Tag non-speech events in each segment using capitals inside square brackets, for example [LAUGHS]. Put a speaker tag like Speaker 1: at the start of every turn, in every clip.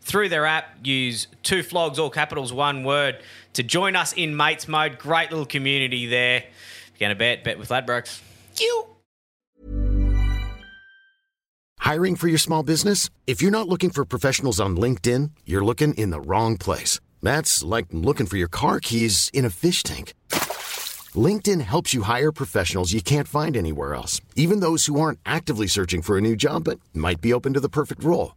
Speaker 1: through their app. Use two flogs, all capitals, one word, to join us in Mates Mode. Great little community there. If you're going to bet, bet with Ladbrokes. You.
Speaker 2: Hiring for your small business? If you're not looking for professionals on LinkedIn, you're looking in the wrong place. That's like looking for your car keys in a fish tank. LinkedIn helps you hire professionals you can't find anywhere else, even those who aren't actively searching for a new job but might be open to the perfect role.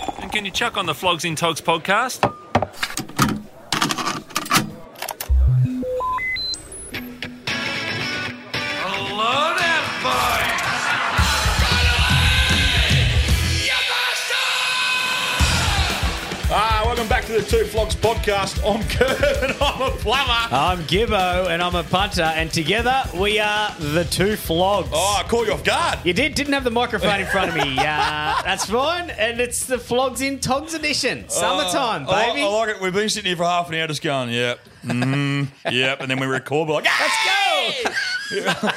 Speaker 3: And can you chuck on the Flogs in Togs podcast?
Speaker 4: Hello there, boys!
Speaker 5: Ah, welcome back to the Two Flogs podcast. I'm [LAUGHS] Kerb and I'm a plumber.
Speaker 1: I'm Gibbo and I'm a punter, and together we are the two flogs.
Speaker 5: Oh, I caught you off guard.
Speaker 1: You did, didn't have the microphone in front of
Speaker 5: [LAUGHS]
Speaker 1: me. Uh, that's fine. And it's the Flogs in Togs edition.
Speaker 5: Oh,
Speaker 1: Summertime,
Speaker 5: I like-
Speaker 1: baby.
Speaker 5: I like it. We've been sitting here for half an hour just going, yep, mm, [LAUGHS] yep. And then we record, we're like, "Ah, let's go! [LAUGHS]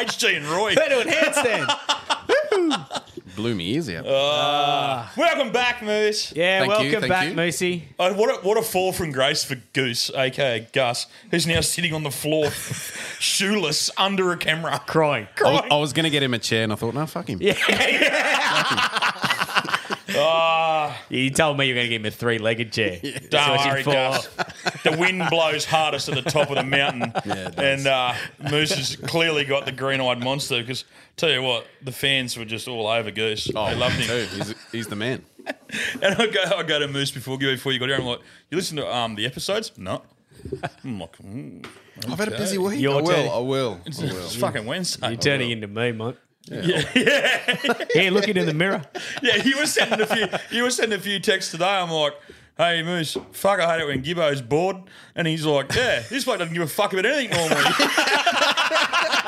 Speaker 5: HG and Roy.
Speaker 1: We're doing
Speaker 5: [LAUGHS]
Speaker 1: handstand.
Speaker 6: Blew me ears out.
Speaker 5: Oh. Welcome back, Moose.
Speaker 1: Yeah,
Speaker 6: Thank you,
Speaker 1: welcome
Speaker 6: thank
Speaker 1: back,
Speaker 6: you.
Speaker 1: Moosey.
Speaker 5: Oh, what, a, what a fall from grace for Goose, aka Gus, who's now sitting on the floor, [LAUGHS] shoeless, under a camera.
Speaker 1: Crying.
Speaker 5: Oh,
Speaker 6: I, was- I was going to get him a chair and I thought, no, fuck him.
Speaker 1: You told me you were going to give him a three legged
Speaker 5: [LAUGHS]
Speaker 1: chair.
Speaker 5: Don't
Speaker 1: what you
Speaker 5: worry,
Speaker 1: thought.
Speaker 5: Gus. The wind blows hardest at the top of the mountain, and uh, Moose has clearly got the green-eyed monster. Because tell you what, the fans were just all over Goose.
Speaker 6: Oh,
Speaker 5: they loved
Speaker 6: me
Speaker 5: him.
Speaker 6: too. He's, he's the man.
Speaker 5: And I go, I go to Moose before you before you got here. I'm like, you listen to um the episodes? No. I'm like, mm,
Speaker 6: I've had a busy week.
Speaker 1: Your
Speaker 6: I
Speaker 1: turn.
Speaker 6: will. I will. I will.
Speaker 5: it's Oh, fucking Wednesday.
Speaker 1: You're turning into me, mate.
Speaker 5: [LAUGHS] yeah.
Speaker 1: Here, looking in the
Speaker 5: [LAUGHS]
Speaker 1: mirror.
Speaker 5: Yeah, he was sending a few. He was sending a few texts today. I'm like, hey Moose, fuck, I hate it when Gibbo's bored, and he's like, yeah, this bloke doesn't give a fuck about anything normally. [LAUGHS]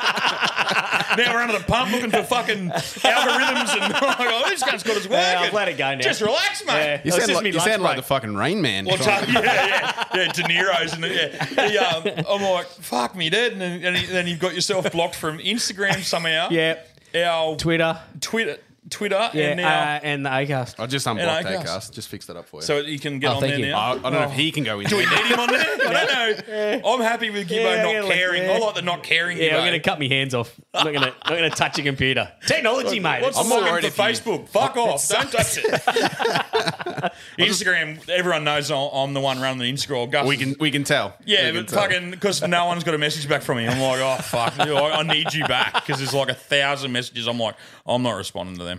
Speaker 5: now we're under the pump looking for fucking algorithms, and [LAUGHS] I'm like, oh, this guy's got his work.
Speaker 1: Yeah, I've let it go now.
Speaker 5: Just relax, mate.
Speaker 1: Yeah.
Speaker 6: You
Speaker 1: Oh, it's
Speaker 6: sound,
Speaker 1: just
Speaker 6: like,
Speaker 1: me
Speaker 6: you
Speaker 1: lunch
Speaker 6: sound like
Speaker 1: break.
Speaker 6: the fucking Rain Man.
Speaker 5: Well,
Speaker 6: trying
Speaker 5: ta- yeah, yeah, yeah. De Niro's and yeah. He, um, I'm like, fuck me, dead, and then, and he- then you've got yourself blocked from Instagram somehow.
Speaker 1: Yeah.
Speaker 5: our
Speaker 1: Twitter.
Speaker 5: Twitter, Twitter,
Speaker 1: Yeah,
Speaker 5: and now.
Speaker 1: uh, and the ACAST.
Speaker 6: I just
Speaker 5: I
Speaker 6: unblocked that,
Speaker 5: guess.
Speaker 6: Gus. Just fixed that up for you.
Speaker 5: so you can get
Speaker 1: Oh,
Speaker 5: on
Speaker 1: thank
Speaker 5: there
Speaker 1: you.
Speaker 5: now.
Speaker 6: I, I don't know if he can go in
Speaker 5: Do we [LAUGHS]
Speaker 6: there.
Speaker 5: need him on there?
Speaker 1: [LAUGHS]
Speaker 5: I don't know. I'm happy with Gibbo
Speaker 1: Yeah, yeah,
Speaker 5: not
Speaker 1: like,
Speaker 5: caring.
Speaker 1: yeah.
Speaker 5: I like the not caring
Speaker 1: Yeah,
Speaker 5: Gibbo.
Speaker 1: I'm going to cut my hands off. I'm not going to. I'm going to touch a
Speaker 5: [LAUGHS]
Speaker 1: computer. Technology, mate.
Speaker 5: What's
Speaker 1: It's-
Speaker 5: I'm
Speaker 6: I'm
Speaker 5: the
Speaker 6: worried
Speaker 5: login
Speaker 6: if
Speaker 5: for
Speaker 6: you-
Speaker 5: Facebook? Fuck off. Don't touch it.
Speaker 1: [LAUGHS]
Speaker 5: Instagram, everyone knows I'm- I'm the one running the Instagram. Gus
Speaker 6: We
Speaker 5: is-
Speaker 6: can, we can tell.
Speaker 5: Yeah,
Speaker 6: we can
Speaker 5: but fucking, because no one's got a message back from me. I'm like, oh, fuck. I I need you back because there's like a thousand messages. I'm like, I'm not responding to them.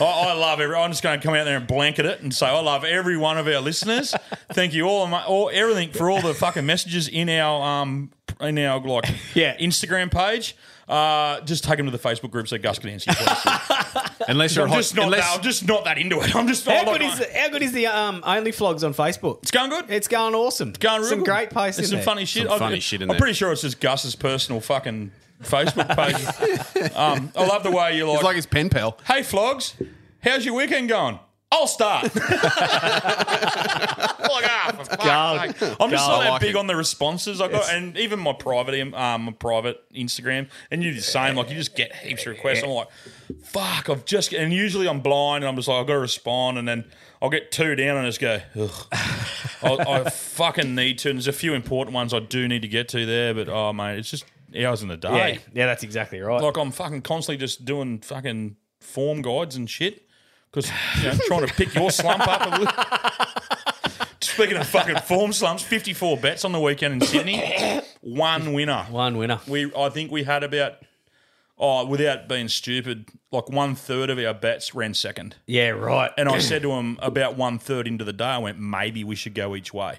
Speaker 5: I, I love every, I'm just going to come out there and blanket it and say, I love every one of our listeners. Thank you all, my, all everything for all the fucking messages in our um, p- in our like yeah Instagram page. Uh, just take them to the Facebook group so Gus can answer your questions.
Speaker 6: Unless you're
Speaker 5: I'm
Speaker 6: hot,
Speaker 5: just not
Speaker 6: unless,
Speaker 5: that, I'm just not that into it. I'm just
Speaker 1: How
Speaker 5: I'm
Speaker 1: good
Speaker 5: like,
Speaker 1: is the, how good is the um, only flogs on Facebook?
Speaker 5: It's going good.
Speaker 1: It's going awesome.
Speaker 5: going real
Speaker 1: some
Speaker 5: good.
Speaker 1: great posts.
Speaker 5: There's
Speaker 1: in
Speaker 5: some
Speaker 1: there.
Speaker 5: funny shit.
Speaker 6: Some
Speaker 5: I'm-
Speaker 6: funny shit in
Speaker 5: I'm
Speaker 6: there.
Speaker 5: pretty sure it's just Gus's personal fucking Facebook
Speaker 6: [LAUGHS]
Speaker 5: page. um, I love the way you're
Speaker 6: it's
Speaker 5: like,
Speaker 6: like his pen pal.
Speaker 5: "Hey, flogs, how's your weekend going?" I'll start. [LAUGHS] like, ah, for fuck's
Speaker 1: God.
Speaker 5: sake. I'm just
Speaker 6: I
Speaker 5: not
Speaker 6: like
Speaker 5: that big
Speaker 6: it.
Speaker 5: on the responses I got, and even my private, um, my private Instagram, and you're the same. Like you just get heaps of requests. I'm like, fuck, I've just, and usually I'm blind, and I'm just like, I've got to respond, and then I'll get two down, and I just go, ugh. I, I fucking need to. And there's a few important ones I do need to get to there, but oh mate, it's just hours in the day.
Speaker 1: Yeah, yeah, that's exactly right.
Speaker 5: Like I'm fucking constantly just doing fucking form guides and shit because you know, trying to pick your slump up. A little. [LAUGHS] Speaking of fucking form slumps, 54 bets on the weekend in Sydney, one winner.
Speaker 1: One winner.
Speaker 5: We I think we had about oh without being stupid, like one third of our bets ran second.
Speaker 1: Yeah, right.
Speaker 5: And I said to him about one third into the day, I went, maybe we should go each way.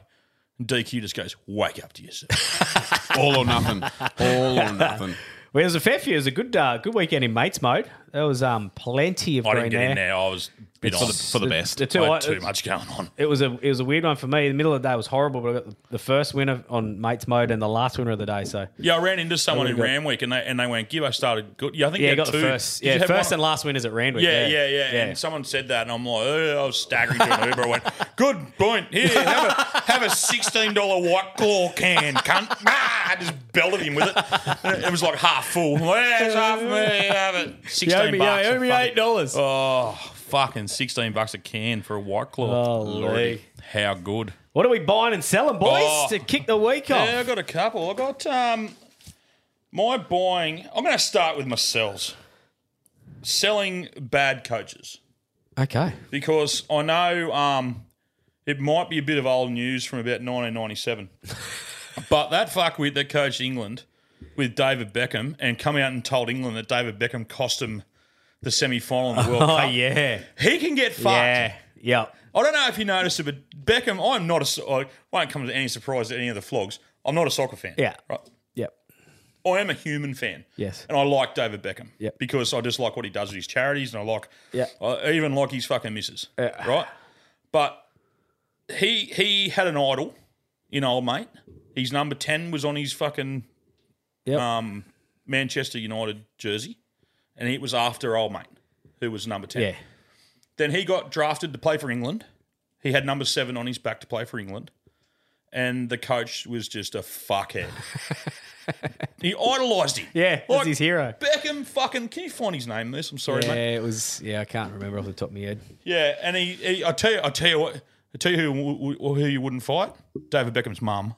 Speaker 5: And DQ just goes, wake up to yourself.
Speaker 6: All
Speaker 5: [LAUGHS]
Speaker 6: or nothing. All or nothing.
Speaker 1: Well, it was a fair few. It was a good, uh, good weekend in mates mode. There was um plenty of
Speaker 5: I
Speaker 1: green
Speaker 5: didn't get
Speaker 1: there.
Speaker 5: in there. I was a bit
Speaker 6: For the,
Speaker 5: off.
Speaker 6: for the best.
Speaker 1: The two,
Speaker 5: I
Speaker 1: I,
Speaker 5: had too much going on.
Speaker 1: It was a it was a weird one for me. The middle of the day was horrible, but I got the, the first winner on mates mode and the last winner of the day. So
Speaker 5: Yeah, I ran into someone in Ramwick and they and they went, Gibbo started good. Yeah, I think
Speaker 1: Oh, yeah,
Speaker 5: you
Speaker 1: you
Speaker 5: had
Speaker 1: got
Speaker 5: two.
Speaker 1: the first
Speaker 5: Did you
Speaker 1: yeah
Speaker 5: have
Speaker 1: first
Speaker 5: one-
Speaker 1: and last winners at Randwick.
Speaker 5: Yeah, yeah, yeah,
Speaker 1: yeah.
Speaker 5: And someone said that, and I'm like, "Oh," I was staggering to an Uber. I went, "Good point. Here, have a have a sixteen dollar white claw can, cunt." [LAUGHS] Ah, I just belted him with it. It was like half full. Where's half of me? Have it.
Speaker 1: You
Speaker 5: Sixteen
Speaker 1: owe me,
Speaker 5: bucks.
Speaker 1: you owe me
Speaker 5: Fucking-
Speaker 1: eight dollars.
Speaker 5: Oh, fucking sixteen bucks a can for a white claw.
Speaker 1: Holy.
Speaker 5: how good.
Speaker 1: What are we buying and selling, boys,
Speaker 5: Oh.
Speaker 1: to kick the week off?
Speaker 5: Yeah, I got a couple. I got um my buying. I'm going to start with my sells. Selling bad coaches
Speaker 1: Okay.
Speaker 5: because I know um it might be a bit of old news from
Speaker 1: [LAUGHS]
Speaker 5: about 1997, but that fuckwit that coached England with David Beckham and come out and told England that David Beckham cost him the semi final in
Speaker 1: [LAUGHS]
Speaker 5: the World
Speaker 1: Oh
Speaker 5: Cup.
Speaker 1: yeah.
Speaker 5: He can get fucked.
Speaker 1: Yeah. Yep.
Speaker 5: I don't know if you noticed it, but Beckham, I'm not a. so- I won't come to any surprise at any of the flogs. I'm not a soccer fan.
Speaker 1: Yeah.
Speaker 5: Right.
Speaker 1: Yep.
Speaker 5: I am a human fan.
Speaker 1: Yes.
Speaker 5: And I like David Beckham.
Speaker 1: Yep.
Speaker 5: Because I just like what he does with his charities and I like,
Speaker 1: Yeah.
Speaker 5: I even like his fucking misses. Right? But he he had an idol in old mate. His number 10 was on his fucking
Speaker 1: Yep.
Speaker 5: um, Manchester United jersey. And it was after old mate, who was number 10.
Speaker 1: Yeah.
Speaker 5: Then he got drafted to play for England. He had number seven on his back to play for England. And the coach was just
Speaker 1: [LAUGHS]
Speaker 5: a fuckhead. he idolised him.
Speaker 1: Yeah, that's his hero.
Speaker 5: Beckham fucking, can you find his name, Moose? I'm sorry,
Speaker 1: Yeah,
Speaker 5: mate.
Speaker 1: it was. Yeah, I can't remember off the top of my head.
Speaker 5: Yeah, and he, he I tell you, I tell you what, I tell you who, w- w- who you wouldn't fight. David
Speaker 1: [LAUGHS]
Speaker 5: Beckham's mum,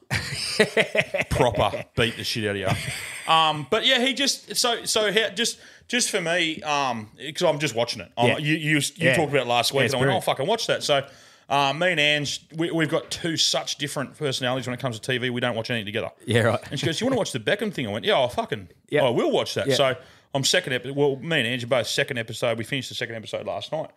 Speaker 5: proper beat the shit out of you. Um, but yeah, he just so so how, just just for me, um, because I'm just watching it. I'm,
Speaker 1: Yeah.
Speaker 5: You you, you
Speaker 1: Yeah.
Speaker 5: talked about it last week,
Speaker 1: Yeah,
Speaker 5: and
Speaker 1: it's
Speaker 5: I went, oh
Speaker 1: brilliant.
Speaker 5: fucking watch that. So. Uh, me and Ange, we, we've got two such different personalities when it comes to TV. We don't watch anything together.
Speaker 1: Yeah, right.
Speaker 5: And she goes, "You want to watch the Beckham thing?" I went, "Yeah, I fucking,
Speaker 1: Yeah.
Speaker 5: I will watch that."
Speaker 1: Yeah.
Speaker 5: So I'm second episode. Well, me and Angie both second episode. We finished the second episode last night.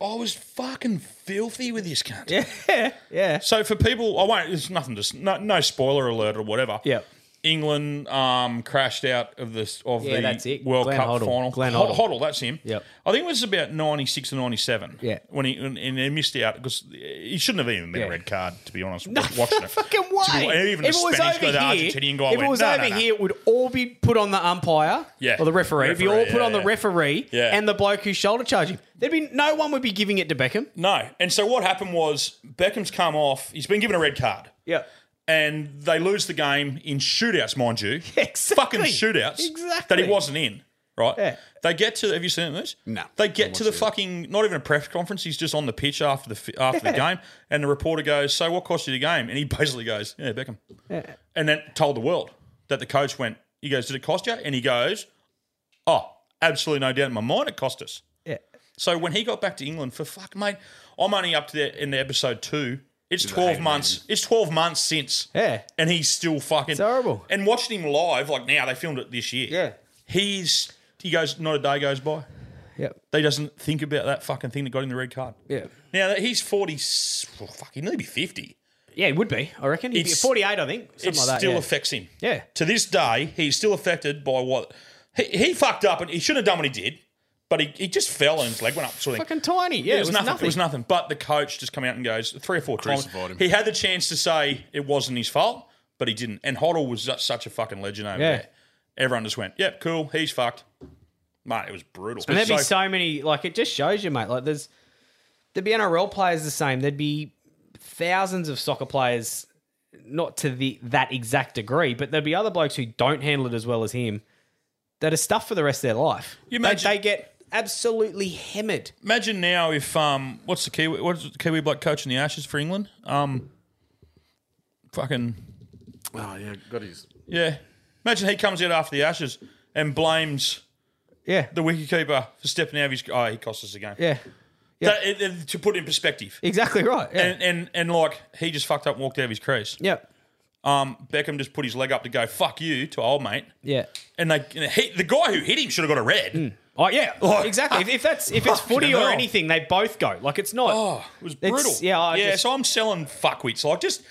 Speaker 5: I was fucking filthy with this cunt. Yeah,
Speaker 1: yeah. [LAUGHS]
Speaker 5: So for people, I won't. There's nothing to s- no, no spoiler alert or whatever.
Speaker 1: Yeah.
Speaker 5: England um, crashed out of the of
Speaker 1: Yeah,
Speaker 5: the
Speaker 1: that's it.
Speaker 5: World
Speaker 1: Glenn
Speaker 5: Cup
Speaker 1: Hoddle.
Speaker 5: final.
Speaker 1: Glenn
Speaker 5: Ho-
Speaker 1: Hoddle.
Speaker 5: Hoddle, that's him.
Speaker 1: Yep.
Speaker 5: I think it was about ninety six or ninety seven.
Speaker 1: Yeah.
Speaker 5: when he and, and he missed out because he shouldn't have even been a
Speaker 1: Yeah.
Speaker 5: red card to
Speaker 1: [LAUGHS]
Speaker 5: be honest. watching
Speaker 1: [LAUGHS]
Speaker 5: it.
Speaker 1: fucking
Speaker 5: To be-
Speaker 1: way.
Speaker 5: even the Spanish guy, the Argentinian guy
Speaker 1: if
Speaker 5: went,
Speaker 1: it was
Speaker 5: "No, no,
Speaker 1: over
Speaker 5: no."
Speaker 1: here, it would all be put on the umpire
Speaker 5: Yeah.
Speaker 1: or the referee. It'd be all
Speaker 5: Referee,
Speaker 1: put
Speaker 5: yeah,
Speaker 1: on the
Speaker 5: yeah.
Speaker 1: referee
Speaker 5: Yeah.
Speaker 1: and the bloke who's shoulder charging. There'd be no one would be giving it to Beckham.
Speaker 5: No. And so what happened was Beckham's come off. He's been given a red card.
Speaker 1: Yeah.
Speaker 5: And they lose the game in shootouts, mind you.
Speaker 1: Exactly.
Speaker 5: Fucking shootouts.
Speaker 1: Exactly.
Speaker 5: That he wasn't in. Right.
Speaker 1: Yeah.
Speaker 5: They get to. Have you seen this?
Speaker 6: No,
Speaker 5: They
Speaker 6: I
Speaker 5: get to the fucking. Not even a press conference. He's just on the pitch after the f- after the game, and the reporter goes, "So what cost you the game?" And he [LAUGHS] basically goes, "Yeah, Beckham." And then told the world that the coach went. He goes, "Did it cost you?" And he goes, "Oh, absolutely no doubt in my mind, it cost us."
Speaker 1: Yeah.
Speaker 5: So when he got back to England, for fuck, mate, I'm only up to the, in the episode two. It's
Speaker 6: hate
Speaker 5: twelve months. It's twelve months since.
Speaker 1: Yeah.
Speaker 5: and he's still fucking
Speaker 1: It's horrible.
Speaker 5: And watching him live, like now they filmed it this year. he's he goes not a day goes by.
Speaker 1: Yep.
Speaker 5: They doesn't think about that fucking thing that got him the red card.
Speaker 1: Yeah.
Speaker 5: Now that he's forty, well, fuck, he nearly be fifty.
Speaker 1: Yeah, it would be. I reckon. He'd be
Speaker 5: It's-
Speaker 1: 48, I think. Something
Speaker 5: it
Speaker 1: like that.
Speaker 5: still
Speaker 1: yeah.
Speaker 5: affects him.
Speaker 1: Yeah.
Speaker 5: To this day, he's still affected by what he, he fucked up, and he shouldn't have done what he did. But he, he just fell and his leg went up. Sort of thing.
Speaker 1: Fucking tiny. Yeah,
Speaker 5: it was, nothing. It was nothing. But the coach just come out and goes three or four times.
Speaker 6: Crucified him.
Speaker 5: He had the chance to say it wasn't his fault, but he didn't. And Hoddle was su- such a fucking legend over
Speaker 1: Yeah.
Speaker 5: there. Everyone just went, "Yep, cool. He's fucked." Mate, it was brutal.
Speaker 1: And there'd be
Speaker 5: So-
Speaker 1: so many. Like it just shows you, mate. Like there's there'd be NRL players the same. There'd be thousands of soccer players, not to the that exact degree, but there'd be other blokes who don't handle it as well as him that are stuffed for the rest of their life.
Speaker 5: You
Speaker 1: They-
Speaker 5: imagine-
Speaker 1: they, get absolutely hammered.
Speaker 5: Imagine now if um, what's the Kiwi? What's the Kiwi bloke coaching the Ashes for England? Um, fucking
Speaker 6: Oh yeah, got his.
Speaker 5: yeah. Imagine he comes out after the Ashes and blames
Speaker 1: Yeah,
Speaker 5: the wicketkeeper for stepping out of his. Oh, he cost us the game.
Speaker 1: yeah,
Speaker 5: That- it- it- to put it in perspective,
Speaker 1: exactly right. Yeah,
Speaker 5: and, and and like he just fucked up and walked out of his crease.
Speaker 1: yeah,
Speaker 5: Um, Beckham just put his leg up to go fuck you to old mate,
Speaker 1: yeah.
Speaker 5: and they and he, the guy who hit him should have got a red.
Speaker 1: Oh yeah, exactly. If, if that's if it's
Speaker 5: Fucking
Speaker 1: footy or
Speaker 5: hell.
Speaker 1: anything, they both go. Like it's not.
Speaker 5: Oh, it was
Speaker 1: It's-
Speaker 5: brutal.
Speaker 1: yeah, I
Speaker 5: yeah.
Speaker 1: just-
Speaker 5: so I'm selling fuckwits. Like just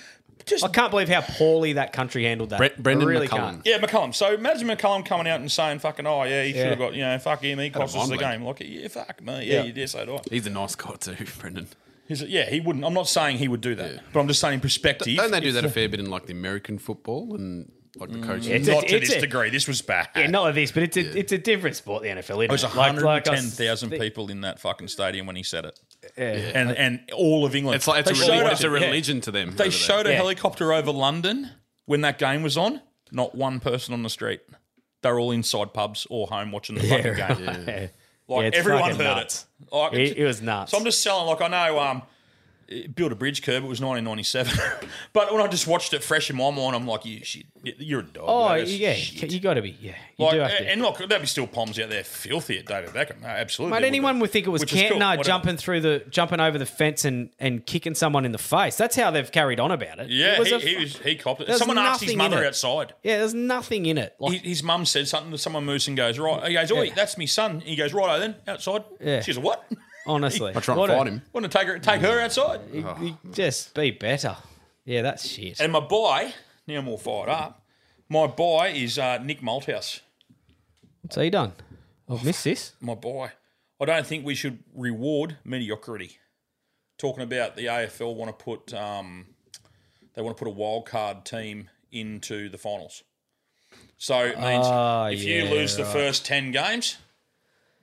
Speaker 5: just
Speaker 1: I can't believe how poorly that country handled that.
Speaker 6: Brett- Brendan
Speaker 1: I really
Speaker 6: McCullum.
Speaker 1: Can't.
Speaker 5: Yeah, McCollum. So imagine McCollum coming out and saying, "Fucking oh yeah, he should
Speaker 1: Yeah.
Speaker 5: have got you know fuck him, he cost us the
Speaker 6: mind
Speaker 5: game." Like yeah, fuck me, yeah,
Speaker 1: Yeah.
Speaker 5: you did so do I.
Speaker 6: He's a nice guy too, [LAUGHS] Brendan.
Speaker 5: He's- yeah, he wouldn't. I'm not saying he would do that, but I'm just saying in perspective.
Speaker 6: Don't they do that a fair bit in like the American football and like
Speaker 5: Mm.
Speaker 6: the coaches?
Speaker 1: It's-
Speaker 5: not to
Speaker 1: it's
Speaker 5: this
Speaker 1: a-
Speaker 5: degree. This was bad.
Speaker 1: Yeah, Oh, not like this, but it's a it's a different sport. The NFL. It
Speaker 5: There was
Speaker 1: like, like I s-
Speaker 5: 110,000 people in that fucking stadium when he said it,
Speaker 1: Yeah.
Speaker 5: and and all of England.
Speaker 6: It's like it's
Speaker 5: They
Speaker 6: a,
Speaker 5: showed
Speaker 6: religion,
Speaker 5: up-
Speaker 6: it's a
Speaker 5: yeah.
Speaker 6: religion to them.
Speaker 5: They
Speaker 6: over there.
Speaker 5: showed a
Speaker 1: Yeah.
Speaker 5: helicopter over London when that game was on. Not one person on the street. They're all inside pubs or home watching the fucking
Speaker 1: [LAUGHS] [LAUGHS]
Speaker 5: game.
Speaker 1: Yeah.
Speaker 5: Like
Speaker 1: Yeah, it's
Speaker 5: everyone
Speaker 1: fucking
Speaker 5: heard
Speaker 1: nuts.
Speaker 5: it. Like,
Speaker 1: It, it was nuts.
Speaker 5: So I'm just selling. Like I know, um, it- build a bridge curb. It was 1997, [LAUGHS] but when I just watched it fresh in my mind, I'm like, you shit, you're a dog.
Speaker 1: oh
Speaker 5: That is
Speaker 1: yeah,
Speaker 5: shit.
Speaker 1: you got to be yeah. You
Speaker 5: Like,
Speaker 1: do have to.
Speaker 5: and look, there'd be still palms out there, filthy at David Beckham. No, absolutely,
Speaker 1: Mate,
Speaker 5: there
Speaker 1: anyone
Speaker 5: be.
Speaker 1: would think it was
Speaker 5: Which is cool,
Speaker 1: Cantona
Speaker 5: whatever.
Speaker 1: jumping through the jumping over the fence and, and kicking someone in the face. That's how they've carried on about it.
Speaker 5: Yeah,
Speaker 1: it was
Speaker 5: he,
Speaker 1: a
Speaker 5: he,
Speaker 1: fu-
Speaker 5: was, he copped it.
Speaker 1: There's
Speaker 5: Someone asked his
Speaker 1: nothing in
Speaker 5: mother
Speaker 1: it.
Speaker 5: outside.
Speaker 1: yeah. There's nothing in it. Like,
Speaker 5: He- his mum said something to someone moose and goes right. He goes, "Oi, that's me son." He goes, "Righto then, outside."
Speaker 1: Yeah.
Speaker 5: She's a what? [LAUGHS]
Speaker 1: honestly,
Speaker 6: I try and
Speaker 1: What a-
Speaker 6: fight him.
Speaker 5: Want to take her take her outside?
Speaker 1: you- you Just be better. Yeah, that's shit.
Speaker 5: And my boy, now I'm all fired up. My boy is uh, Nick Malthouse.
Speaker 1: What's he done? I've missed this.
Speaker 5: My boy. I don't think we should reward mediocrity. Talking about the AFL want to put um, they want to put a wild card team into the finals. So it means if you
Speaker 1: Ah, yeah,
Speaker 5: lose the first ten games,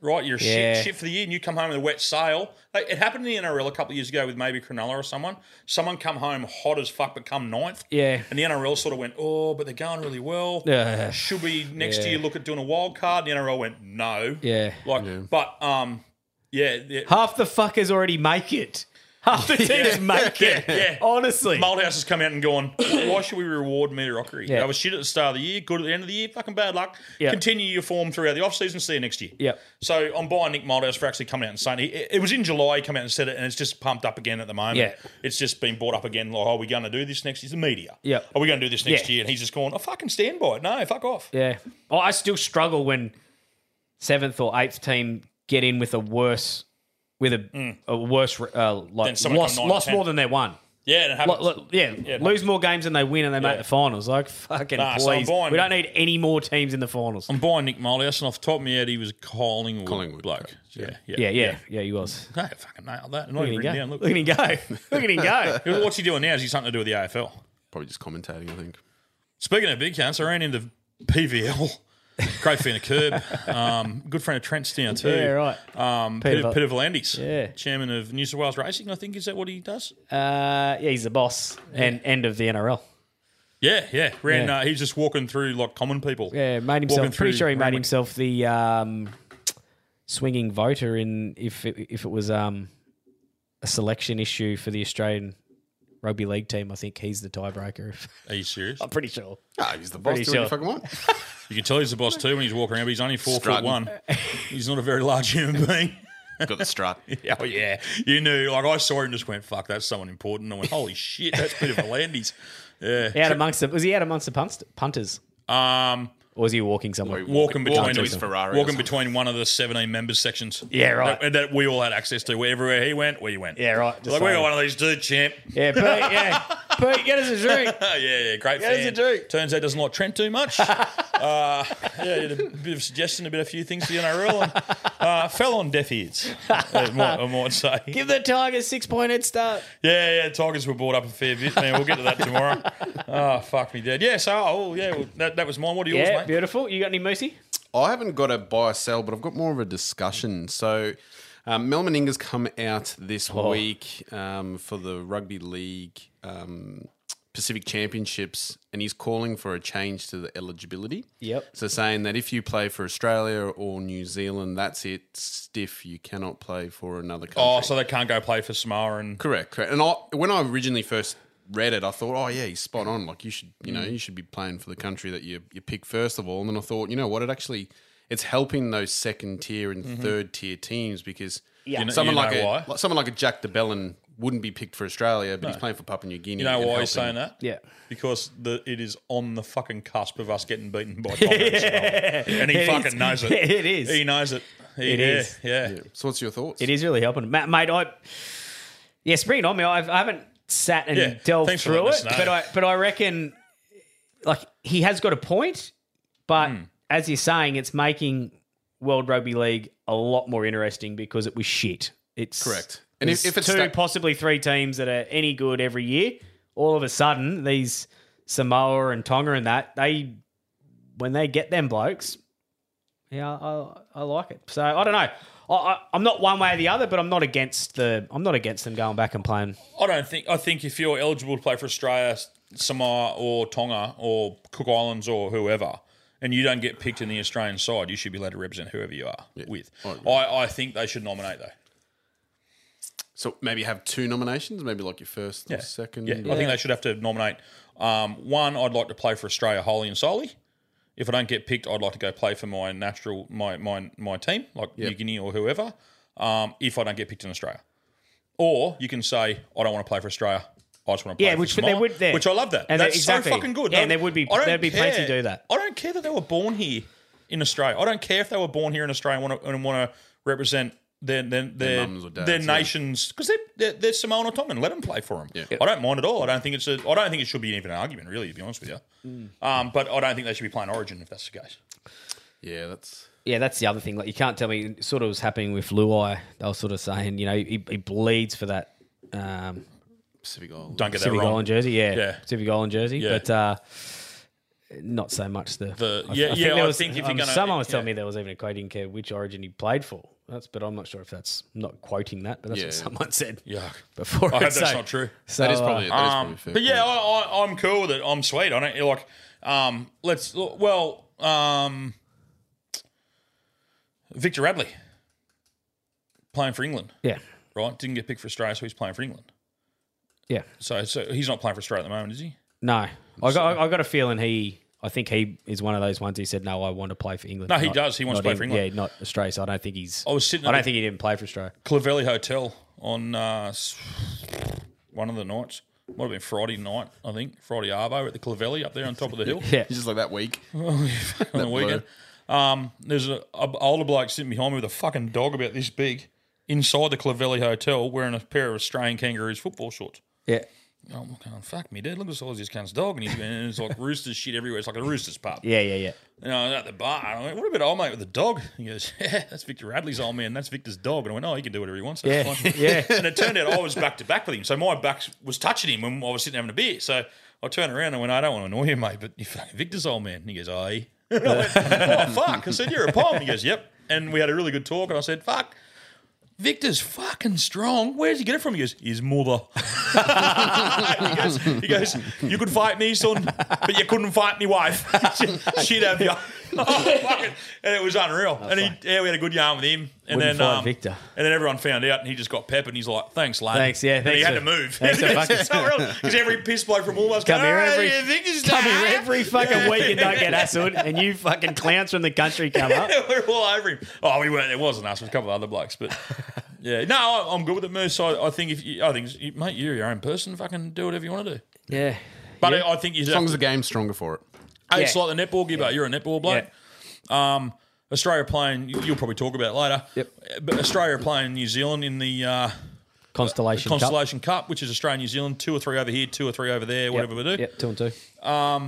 Speaker 5: right, you're
Speaker 1: Yeah.
Speaker 5: shit, shit for the year, and you come home with a wet sail. Like, it happened in the NRL a couple of years ago with maybe Cronulla or someone. Someone come home hot as fuck, but come ninth.
Speaker 1: Yeah.
Speaker 5: And the NRL sort of went, oh, but they're going really well.
Speaker 1: Yeah.
Speaker 5: Should we next
Speaker 1: Yeah.
Speaker 5: year look at doing a wild card? And the NRL went, no.
Speaker 1: Yeah.
Speaker 5: Like, but um, yeah,
Speaker 1: [LAUGHS]
Speaker 5: yeah.
Speaker 1: Half the fuckers already make it. Half
Speaker 5: [LAUGHS]
Speaker 1: the teams make it.
Speaker 5: yeah, yeah.
Speaker 1: Honestly.
Speaker 5: Moldhouse has come out and gone. Why should we reward mediocrity?
Speaker 1: Yeah.
Speaker 5: That was shit at the start of the year, good at the end of the year, fucking bad luck.
Speaker 1: Yeah.
Speaker 5: Continue your form throughout the off season. See you next year.
Speaker 1: Yep.
Speaker 5: So I'm buying Nick Moldhouse for actually coming out and saying he, it was in July. He came out and said it, and it's just pumped up again at the moment.
Speaker 1: Yeah.
Speaker 5: It's just been brought up again. Like, are we going to do this next year? It's The media.
Speaker 1: Yep.
Speaker 5: Are we going to do this next
Speaker 1: Yeah.
Speaker 5: year? And he's just going, I fucking stand by it. No, fuck off.
Speaker 1: Yeah. Oh, I still struggle when seventh or eighth team get in with a worse, with a, a worse, uh,
Speaker 5: Mm. Then
Speaker 1: like
Speaker 5: someone
Speaker 1: lost,
Speaker 5: come nine or
Speaker 1: lost
Speaker 5: ten.
Speaker 1: more than they won.
Speaker 5: Yeah, and it
Speaker 1: Like,
Speaker 5: happens.
Speaker 1: look, yeah,
Speaker 5: no.
Speaker 1: lose more games than they win and they
Speaker 5: Yeah.
Speaker 1: make the finals. Like, fucking
Speaker 5: Nah, so I'm
Speaker 1: please.
Speaker 5: buying-
Speaker 1: we don't need any more teams in the finals.
Speaker 5: I'm buying Nick Moldhouse, and off the top of my head, he was a Collingwood,
Speaker 6: Collingwood
Speaker 5: bloke.
Speaker 6: coach,
Speaker 5: Yeah, yeah,
Speaker 1: yeah, yeah, yeah, he was.
Speaker 5: No, fucking nailed that. I'm not
Speaker 1: Look at
Speaker 5: even
Speaker 1: him
Speaker 5: written
Speaker 1: go.
Speaker 5: down. Look.
Speaker 1: Look at him go. [LAUGHS] Look at him
Speaker 5: [LAUGHS]
Speaker 1: go.
Speaker 5: What's he doing now? Is he something to do with the AFL?
Speaker 6: Probably just commentating, I think.
Speaker 5: Speaking of big cunts, I ran into
Speaker 1: [LAUGHS]
Speaker 5: PVL. Great friend of Curb. Um, good friend of Trent's down too.
Speaker 1: Yeah, right.
Speaker 5: Um, Peter,
Speaker 1: Peter-
Speaker 5: Peter Volandis,
Speaker 1: Yeah.
Speaker 5: chairman of New South Wales Racing, I think. Is that what he does?
Speaker 1: Uh, yeah, he's the boss and end of the NRL.
Speaker 5: Yeah, yeah. Ran,
Speaker 1: Yeah.
Speaker 5: Uh, he's just walking through like common people.
Speaker 1: Yeah, made himself.
Speaker 5: Walking
Speaker 1: Pretty
Speaker 5: through
Speaker 1: sure he made
Speaker 5: Randwick.
Speaker 1: himself the um, swinging voter in if it, if it was um, a selection issue for the Australian rugby league team. I think he's the tiebreaker.
Speaker 5: Are you
Speaker 1: [LAUGHS]
Speaker 5: serious?
Speaker 1: I'm pretty sure.
Speaker 6: Ah, he's the boss.
Speaker 1: Pretty
Speaker 6: Do what
Speaker 1: sure.
Speaker 6: you fucking want.
Speaker 5: You can tell he's the boss too when he's walking around, but he's only four foot
Speaker 6: Strutting.
Speaker 5: one. He's not a very large human being.
Speaker 6: [LAUGHS] Got the strut.
Speaker 5: [LAUGHS] Oh yeah, you knew. Like I saw him, and just went, "Fuck, that's someone important." I went, "Holy shit, that's Peter Volandis."
Speaker 1: [LAUGHS] Out amongst the was he out amongst the punts, punters
Speaker 5: Um,
Speaker 1: or was he walking somewhere?
Speaker 5: walking between
Speaker 6: to his Ferrari. or
Speaker 5: walking
Speaker 6: something.
Speaker 5: between one of the seventeen members sections.
Speaker 1: Yeah, right.
Speaker 5: That, that we all had access to. Wherever he went, we went.
Speaker 1: Yeah, right. Just
Speaker 5: Like we
Speaker 1: like-
Speaker 5: got one of these, dude, champ. [LAUGHS]
Speaker 1: Yeah, Pete, yeah. Pete, get us a drink.
Speaker 5: yeah, yeah, great
Speaker 7: Get us a
Speaker 5: fan.
Speaker 7: drink.
Speaker 5: Turns out doesn't like Trent
Speaker 1: [LAUGHS]
Speaker 5: too much. uh, yeah, he had a bit of suggestion, a bit of few things to the NRL, and uh, fell on deaf ears. I might, I might say.
Speaker 1: Give the Tigers six point head start.
Speaker 5: Yeah, yeah, Tigers were bought up a fair bit, man. We'll get to that tomorrow.
Speaker 1: [LAUGHS]
Speaker 5: oh, fuck me, dead. Yeah, so, oh, yeah, well, that, that was mine. What are yours,
Speaker 1: Yeah,
Speaker 5: mate?
Speaker 1: beautiful. You got any moosey?
Speaker 6: I haven't got a buy or sell, but I've got more of a discussion. So, um, Mel Meninga's come out this week um, for the Rugby League um, Pacific Championships, and he's calling for a change to the eligibility.
Speaker 1: Yep.
Speaker 6: So, saying that if you play for Australia or New Zealand, that's it, stiff. You cannot play for another country.
Speaker 5: Oh, so they can't go play for Samoa and.
Speaker 6: Correct, correct. And I, when I originally first read it, I thought, oh yeah, he's spot on. Like you should, you know,
Speaker 5: Mm.
Speaker 6: you should be playing for the country that you you pick first of all. And then I thought, you know what, it actually it's helping those second tier and
Speaker 5: Mm-hmm.
Speaker 6: third tier teams because
Speaker 5: You know-
Speaker 6: someone
Speaker 5: you
Speaker 6: like
Speaker 5: know
Speaker 6: a
Speaker 5: why?
Speaker 6: like- someone like a Jack DeBellin wouldn't be picked for Australia, but he's playing for Papua New Guinea.
Speaker 5: You know
Speaker 6: and
Speaker 5: why he's
Speaker 6: helping.
Speaker 5: saying that?
Speaker 1: Yeah.
Speaker 5: Because the, it is on the fucking cusp of us
Speaker 1: [LAUGHS]
Speaker 5: getting beaten by Tigers. And he
Speaker 1: It
Speaker 5: fucking
Speaker 1: is.
Speaker 5: knows
Speaker 1: [LAUGHS]
Speaker 5: it.
Speaker 1: It is.
Speaker 5: He knows it. He,
Speaker 1: It
Speaker 5: yeah,
Speaker 1: is.
Speaker 5: Yeah.
Speaker 6: So what's your thoughts?
Speaker 1: It is really helping, Ma- mate. I yeah, spring it on me. I've, I haven't sat and
Speaker 5: Yeah,
Speaker 1: delved
Speaker 5: thanks for
Speaker 1: through it,
Speaker 5: letting us know.
Speaker 1: but I but I reckon like he has got a point, but
Speaker 6: Hmm.
Speaker 1: as you're saying, it's making World Rugby League a lot more interesting because it was shit. It's
Speaker 6: Correct.
Speaker 1: And
Speaker 6: And
Speaker 1: if,
Speaker 6: if- if
Speaker 1: it's
Speaker 6: it's
Speaker 1: two,
Speaker 6: that-
Speaker 1: possibly three teams that are any good every year, all of a sudden these Samoa and Tonga and that they when they get them blokes, yeah, I, I like it. So I don't know. I, I, I'm not one way or the other, but I'm not against the. I'm not against them going back and playing.
Speaker 5: I don't think. I think if you're eligible to play for Australia, Samoa, or Tonga, or Cook Islands, or whoever, and you don't get picked in the Australian side, you should be allowed to represent whoever you are with. I, I think they should nominate though.
Speaker 6: So maybe have two nominations, maybe like your first or second.
Speaker 5: Yeah, I think they should have to nominate um, one. I'd like to play for Australia wholly and solely. If I don't get picked, I'd like to go play for my natural my my my team, like New Guinea or whoever. Um, if I don't get picked in Australia, or you can say I don't want to play for Australia. I just want to play
Speaker 1: Yeah,
Speaker 5: for
Speaker 1: which- but
Speaker 5: Samoa,"
Speaker 1: they would- there.
Speaker 5: which I love that.
Speaker 1: And they-
Speaker 5: That's
Speaker 1: exactly.
Speaker 5: so fucking good.
Speaker 1: Yeah,
Speaker 5: No,
Speaker 1: and there would be-
Speaker 5: I don't
Speaker 1: there'd be plenty
Speaker 5: care.
Speaker 1: to do that.
Speaker 5: I don't care that they were born here in Australia. I don't care if they were born here in Australia and want to, and want to represent their their their,
Speaker 6: mums or
Speaker 5: their
Speaker 6: dads, yeah.
Speaker 5: nations because they're, they're they're Samoan or Tongan. Let them play for them. I don't mind at all. I don't think it's a. I don't think it should be even an argument, really, to be honest with you. Um, but I don't think they should be playing Origin if that's the case.
Speaker 6: Yeah, that's
Speaker 1: Yeah, that's the other thing. Like you can't tell me. Sort of was happening with Luai. They were sort of saying, you know, he, he bleeds for that um,
Speaker 6: Pacific Island.
Speaker 5: Don't get
Speaker 1: Pacific
Speaker 5: that wrong.
Speaker 1: Island jersey. Yeah,
Speaker 5: Yeah.
Speaker 1: Pacific Island jersey.
Speaker 5: Yeah.
Speaker 1: But uh, not so much the.
Speaker 5: The- yeah, yeah,
Speaker 1: there
Speaker 5: I
Speaker 1: was-
Speaker 5: think if you're
Speaker 1: um,
Speaker 5: gonna-
Speaker 1: someone was telling
Speaker 5: yeah.
Speaker 1: me there was even a quote. He didn't care which origin he played for. That's, but I'm not sure if that's I'm not quoting that, but that's
Speaker 6: Yeah.
Speaker 1: what someone [LAUGHS] said
Speaker 5: Yuck.
Speaker 1: before.
Speaker 5: I
Speaker 1: it,
Speaker 5: hope that's
Speaker 1: so-
Speaker 5: not true.
Speaker 1: So,
Speaker 6: That is
Speaker 1: uh,
Speaker 6: probably, that is probably
Speaker 5: Um,
Speaker 6: fair.
Speaker 5: but yeah, I, I, I'm cool with it. I'm sweet. I don't like. Um, let's well. Um, Victor Radley playing for England,
Speaker 1: yeah,
Speaker 5: right? Didn't get picked for Australia, so he's playing for England.
Speaker 1: yeah.
Speaker 5: So, so he's not playing for Australia at the moment, is he?
Speaker 1: No, I got, I got a feeling he. I think he is one of those ones who said, "No, I want to play for England."
Speaker 5: No, he
Speaker 1: Not-
Speaker 5: does. He wants
Speaker 1: not
Speaker 5: to play for England.
Speaker 1: Yeah, not Australia. So I don't think he's.
Speaker 5: I was sitting
Speaker 1: I
Speaker 5: at
Speaker 1: don't
Speaker 5: the-
Speaker 1: think he didn't play for Australia.
Speaker 5: Clavelli Hotel on uh, s- one of the nights. Might have been Friday night, I think. Friday Arvo at the Clavelli up there on top of the hill
Speaker 1: Yeah,
Speaker 6: He's just like that week.
Speaker 5: on the weekend. Um, there's an older bloke sitting behind me with a fucking dog about this big inside the Clavelli Hotel wearing a pair of Australian kangaroos football shorts.
Speaker 1: yeah,
Speaker 5: Oh, I'm going, fuck me, dude. Look at the size of this cunt's dog. And, he's, and it's like rooster's shit everywhere. It's like a rooster's pub.
Speaker 1: yeah, yeah, yeah.
Speaker 5: And I was at the bar. And I went, what about old mate with the dog? He goes, yeah, that's Victor Radley's old man. That's Victor's dog. And I went, oh, he can do whatever he wants. That's
Speaker 1: Yeah,
Speaker 5: [LAUGHS]
Speaker 1: [LAUGHS]
Speaker 5: fine.
Speaker 1: yeah.
Speaker 5: And it turned out I was back to back with him. So my back was touching him when I was sitting having a beer. So I turned around and went, I don't want to annoy you, mate, but you're fucking Victor's old man. And he goes, aye. And I went, oh, fuck. I said, you're a pom. He goes, yep. And we had a really good talk. And I said, fuck. Victor's fucking strong. Where does he get it from? He goes, his mother. [LAUGHS] he, goes, he goes, you could fight me, son, but you couldn't fight me wife. [LAUGHS] She'd have you. [LAUGHS] Oh, fucking- and it was unreal. and he, yeah, we had a good yarn with him. And
Speaker 1: Wouldn't
Speaker 5: then
Speaker 1: fight
Speaker 5: um,
Speaker 1: Victor.
Speaker 5: And then everyone found out, and he just got peppered. And he's like, "Thanks, lad.
Speaker 1: Thanks, yeah,
Speaker 5: And he
Speaker 1: thanks
Speaker 5: had
Speaker 1: for-
Speaker 5: to move.
Speaker 1: thanks
Speaker 5: [LAUGHS]
Speaker 1: for fucking-
Speaker 5: Because every piss blow from all of us
Speaker 1: Come
Speaker 5: going,
Speaker 1: here
Speaker 5: "Oh,
Speaker 1: every,
Speaker 5: yeah, Victor's
Speaker 1: come here
Speaker 5: dad."
Speaker 1: every fucking week and don't get hassled, and you fucking clowns from the country come
Speaker 5: [LAUGHS]
Speaker 1: up.
Speaker 5: We're all over him. Oh, we weren't. It wasn't us. It was a couple of other blokes, but yeah. No, I- I'm good with it, Moose. I, I think if you, I think you- mate, you're your own person. Fucking do whatever you want to do.
Speaker 1: Yeah,
Speaker 5: But I I think you
Speaker 6: As long as the game's stronger for it.
Speaker 5: It's
Speaker 1: Yeah.
Speaker 5: like the netball gibbo. You're a netball bloke. Um, Australia playing. you- You'll probably talk about it later.
Speaker 1: Yep.
Speaker 5: But Australia playing New Zealand in the uh,
Speaker 7: Constellation. Cup.
Speaker 5: Constellation Cup. which is Australia New Zealand, two or three over here, two or three over there, whatever we do.
Speaker 7: Yep, two and two.
Speaker 5: and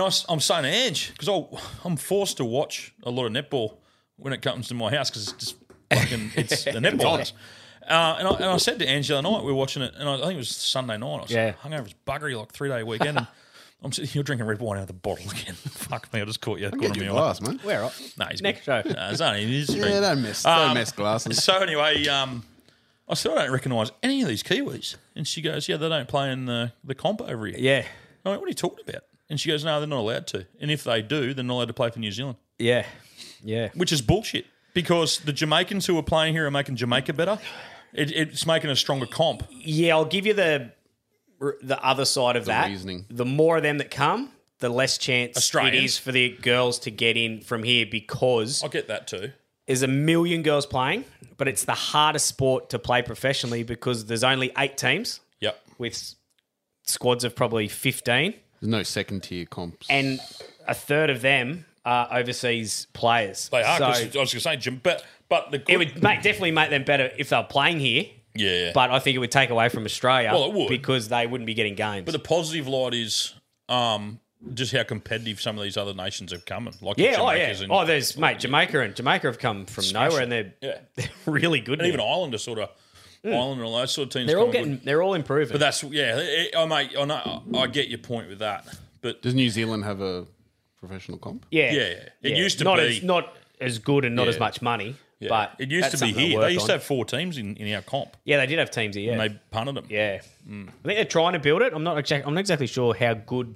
Speaker 5: I, am saying to Edge because I'm forced to watch a lot of netball when it comes to my house because it's just
Speaker 6: [LAUGHS]
Speaker 5: fucking it's the netballers. Uh, and, I, and I said to Angela night we were watching it, and I, I think it was Sunday night. I was
Speaker 7: Yeah.
Speaker 5: hungover as buggery like three day weekend.
Speaker 6: [LAUGHS]
Speaker 5: And I'm sitting, you're drinking red wine out of the bottle again. [LAUGHS] Fuck me, I just caught you.
Speaker 6: Get
Speaker 5: Caught
Speaker 6: your
Speaker 5: me
Speaker 6: glass, man.
Speaker 7: We're right.
Speaker 5: No, he's
Speaker 7: Next
Speaker 1: [LAUGHS]
Speaker 5: good.
Speaker 7: show.
Speaker 5: No, it's only
Speaker 6: [LAUGHS]
Speaker 5: he's
Speaker 6: Yeah,
Speaker 5: been-
Speaker 6: don't mess,
Speaker 5: Um,
Speaker 6: don't [LAUGHS]
Speaker 5: [LAUGHS]
Speaker 6: mess glasses.
Speaker 5: so anyway, um, I still don't recognise any of these Kiwis. And she goes, "Yeah, they don't play in the the comp over here."
Speaker 7: Yeah,
Speaker 5: I went, "What are you talking about?" And she goes, "No, they're not allowed to. And if they do, they're not allowed to play for New Zealand."
Speaker 7: yeah, yeah.
Speaker 5: which is bullshit because the Jamaicans who are playing here are making Jamaica better. It, it's making a stronger comp.
Speaker 1: Yeah, I'll give you the the other side of that.
Speaker 6: reasoning.
Speaker 1: The more of them that come, the less chance
Speaker 5: Australians.
Speaker 1: it is for the girls to get in from here because
Speaker 5: I get that too.
Speaker 1: there's a million girls playing, but it's the hardest sport to play professionally because there's only eight teams
Speaker 5: Yep.
Speaker 1: with s- squads of probably 15
Speaker 6: There's no second tier comps.
Speaker 1: and a third of them are overseas players.
Speaker 5: They are.
Speaker 1: So
Speaker 5: 'cause I was going to say, Jam- but but the good,
Speaker 1: it would make, definitely make them better if they're playing here,
Speaker 5: yeah.
Speaker 1: but I think it would take away from Australia
Speaker 5: Well, it would.
Speaker 1: because they wouldn't be getting games.
Speaker 5: but the positive light is um, just how competitive some of these other nations have come. in, Like the
Speaker 1: Yeah, oh yeah.
Speaker 5: Jamaicas and,
Speaker 1: oh, there's mate, Jamaica and Jamaica have come from nowhere, and they're
Speaker 5: Yeah.
Speaker 1: [LAUGHS] they're really good.
Speaker 5: and
Speaker 1: now.
Speaker 5: even Ireland are sort of Ireland and all those sort of teams.
Speaker 1: they're all
Speaker 5: coming good.
Speaker 1: getting they're all improving.
Speaker 5: But that's yeah. It, I mate, I, know, I get your point with that. But
Speaker 6: Does New Zealand have a professional comp?
Speaker 1: yeah,
Speaker 5: yeah, it used to
Speaker 1: not
Speaker 5: be-
Speaker 1: as, not as good and not
Speaker 5: Yeah.
Speaker 1: as much money,
Speaker 5: yeah,
Speaker 1: but
Speaker 5: it used to
Speaker 1: that's
Speaker 5: be
Speaker 1: something
Speaker 5: here.
Speaker 1: work
Speaker 5: They used
Speaker 1: on.
Speaker 5: to have four teams in, in our comp,
Speaker 1: yeah, they did have teams here. Yeah,
Speaker 5: and they punted them.
Speaker 1: yeah.
Speaker 5: Mm.
Speaker 1: I think they're trying to build it. I'm not exactly, I'm not exactly sure how good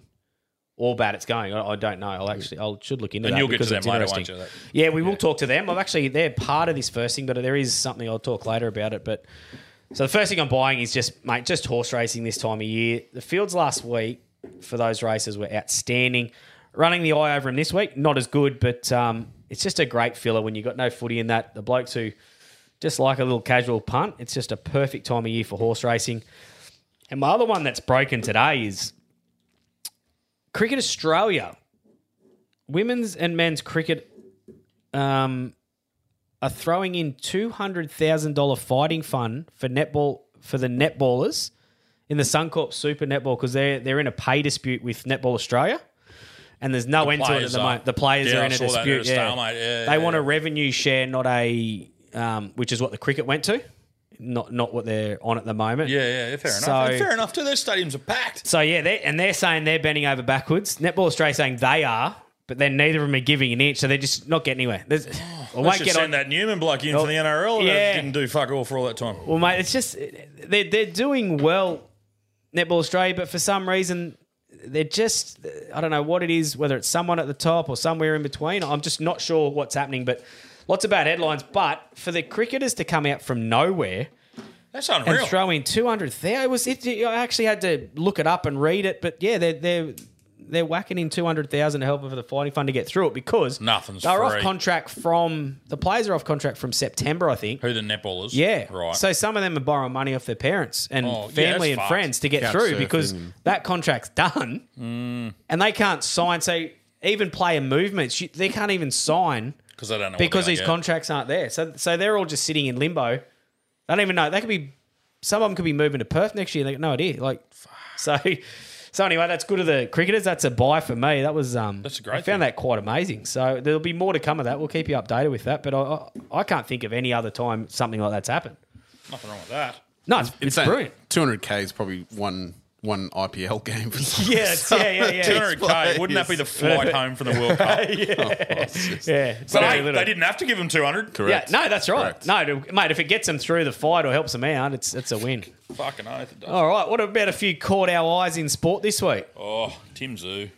Speaker 1: or bad it's going. I, I don't know. I'll actually I will should look into
Speaker 5: And
Speaker 1: that
Speaker 5: you'll get to
Speaker 1: because
Speaker 5: them
Speaker 1: it's
Speaker 5: later,
Speaker 1: interesting.
Speaker 5: won't you?
Speaker 1: Yeah, we will talk to them. I've actually they're part of this first thing, but there is something I'll talk later about it. But so the first thing I'm buying is just mate, just horse racing this time of year. The fields last week for those races were outstanding. Running the eye over them this week, not as good, but um, it's just a great filler when you've got no footy in that. The blokes who just like a little casual punt, it's just a perfect time of year for horse racing. And my other one that's broken today is Cricket Australia. Women's and men's cricket um, are throwing in two hundred thousand dollar fighting fund for netball for the netballers in the Suncorp Super Netball because they're they're in a pay dispute with Netball Australia, and there's no end to it at
Speaker 5: players
Speaker 1: the
Speaker 5: are.
Speaker 1: moment. The players
Speaker 5: Yeah,
Speaker 1: are
Speaker 5: I
Speaker 1: in a
Speaker 5: saw that at
Speaker 1: dispute.
Speaker 5: the
Speaker 1: yeah.
Speaker 5: start, mate. Yeah,
Speaker 1: they
Speaker 5: yeah,
Speaker 1: want a revenue share, not a um, which is what the cricket went to, not not what they're on at the moment.
Speaker 5: Yeah, yeah, yeah, fair enough.
Speaker 1: So-
Speaker 5: And fair enough too. Their stadiums are packed.
Speaker 1: So yeah, they and they're saying they're bending over backwards. Netball Australia saying they are, but then neither of them are giving an inch, so they're just not getting anywhere. There's, I
Speaker 5: They
Speaker 1: won't
Speaker 5: should
Speaker 1: get on
Speaker 5: Oh, send that Newman bloke in for the NRL.
Speaker 1: Yeah.
Speaker 5: That didn't do fuck all for all that time.
Speaker 1: Well, mate, it's just they're they're doing well, Netball Australia, but for some reason they're just I don't know what it is, whether it's someone at the top or somewhere in between. I'm just not sure what's happening, but lots of bad headlines. But for the cricketers to come out from nowhere
Speaker 5: That's
Speaker 1: and
Speaker 5: unreal.
Speaker 1: throw in two hundred thousand. It was. It, I actually had to look it up and read it, but yeah, they're they're they're whacking in two hundred thousand to help for the fighting fund to get through it because
Speaker 5: Nothing's
Speaker 1: they're
Speaker 5: free.
Speaker 1: off contract from the players are off contract from September, I think.
Speaker 5: Who the netballers?
Speaker 1: Yeah,
Speaker 5: right.
Speaker 1: So some of them are borrowing money off their parents and
Speaker 5: Oh, yeah,
Speaker 1: family
Speaker 5: that's
Speaker 1: and
Speaker 5: fucked.
Speaker 1: friends to get
Speaker 6: Couch
Speaker 1: through
Speaker 6: surfing
Speaker 1: because
Speaker 6: and-
Speaker 1: that contract's done,
Speaker 5: Mm.
Speaker 1: and they can't sign. So even player movements, you- they can't even sign
Speaker 5: because I don't know
Speaker 1: because
Speaker 5: what they're
Speaker 1: these
Speaker 5: gonna get.
Speaker 1: contracts aren't there. So so they're all just sitting in limbo. I don't even know. They could be some of them could be moving to Perth next year. They got no idea.
Speaker 5: [SIGHS]
Speaker 1: Like so. So anyway, that's good of the cricketers. That's a buy for me. That was um.
Speaker 5: That's a great
Speaker 1: I found
Speaker 5: thing.
Speaker 1: that quite amazing. So there'll be more to come of that. We'll keep you updated with that. But I I, I can't think of any other time something like that's happened.
Speaker 5: nothing wrong with that.
Speaker 1: No, it's, it's brilliant.
Speaker 5: [LAUGHS]
Speaker 6: Two hundred k is probably one one IPL [LAUGHS] game.
Speaker 5: [LAUGHS]
Speaker 6: For some
Speaker 1: Yeah, it's, yeah, yeah, [LAUGHS] yeah.
Speaker 5: Two hundred k. Wouldn't that be the flight home from
Speaker 1: [LAUGHS]
Speaker 5: the World Cup?
Speaker 1: yeah.
Speaker 5: But
Speaker 1: Very
Speaker 5: hey,
Speaker 1: little.
Speaker 5: they didn't have to give him two hundred.
Speaker 1: Yeah,
Speaker 6: Correct.
Speaker 1: no, that's right.
Speaker 6: Correct.
Speaker 1: No, to- mate, if it gets them through the fight or helps them out, it's it's a win.
Speaker 5: Fucking oath. It does.
Speaker 1: All right, what about a few caught our eyes in sport this week?
Speaker 5: Oh, Tim Zoo,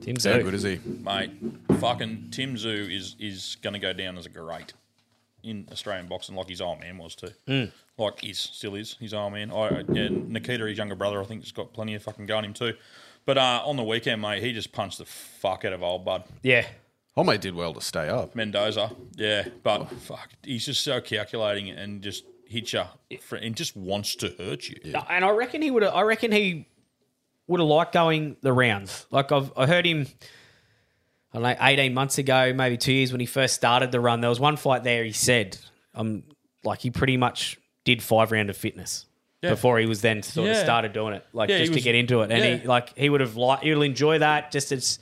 Speaker 1: Tim
Speaker 6: How
Speaker 1: Zoo.
Speaker 6: good is he?
Speaker 5: mate. Fucking Tim Zoo is is gonna go down as a great in Australian boxing, like his old man was too.
Speaker 1: Hmm.
Speaker 5: Like he's still is his old man. I, and Nikita, his younger brother, I think, has got plenty of fucking go in him too. But uh, on the weekend, mate, he just punched the fuck out of old bud.
Speaker 1: Yeah.
Speaker 6: Oh mate, did well to stay up.
Speaker 5: Mendoza. Yeah, but fuck, he's just so calculating and just hits you for, and just wants to hurt you. Yeah.
Speaker 1: And I reckon he would have I reckon he would have liked going the rounds. Like I've I heard him I don't know, eighteen months ago, maybe two years when he first started the run, there was one fight there he said, um like he pretty much did five round of fitness
Speaker 7: Yeah.
Speaker 1: before he was then sort of
Speaker 7: Yeah.
Speaker 1: started doing it, like
Speaker 7: Yeah, he
Speaker 1: just
Speaker 7: was-
Speaker 1: to get into it. And
Speaker 7: yeah.
Speaker 1: he like he would have liked he'll enjoy that. Just it's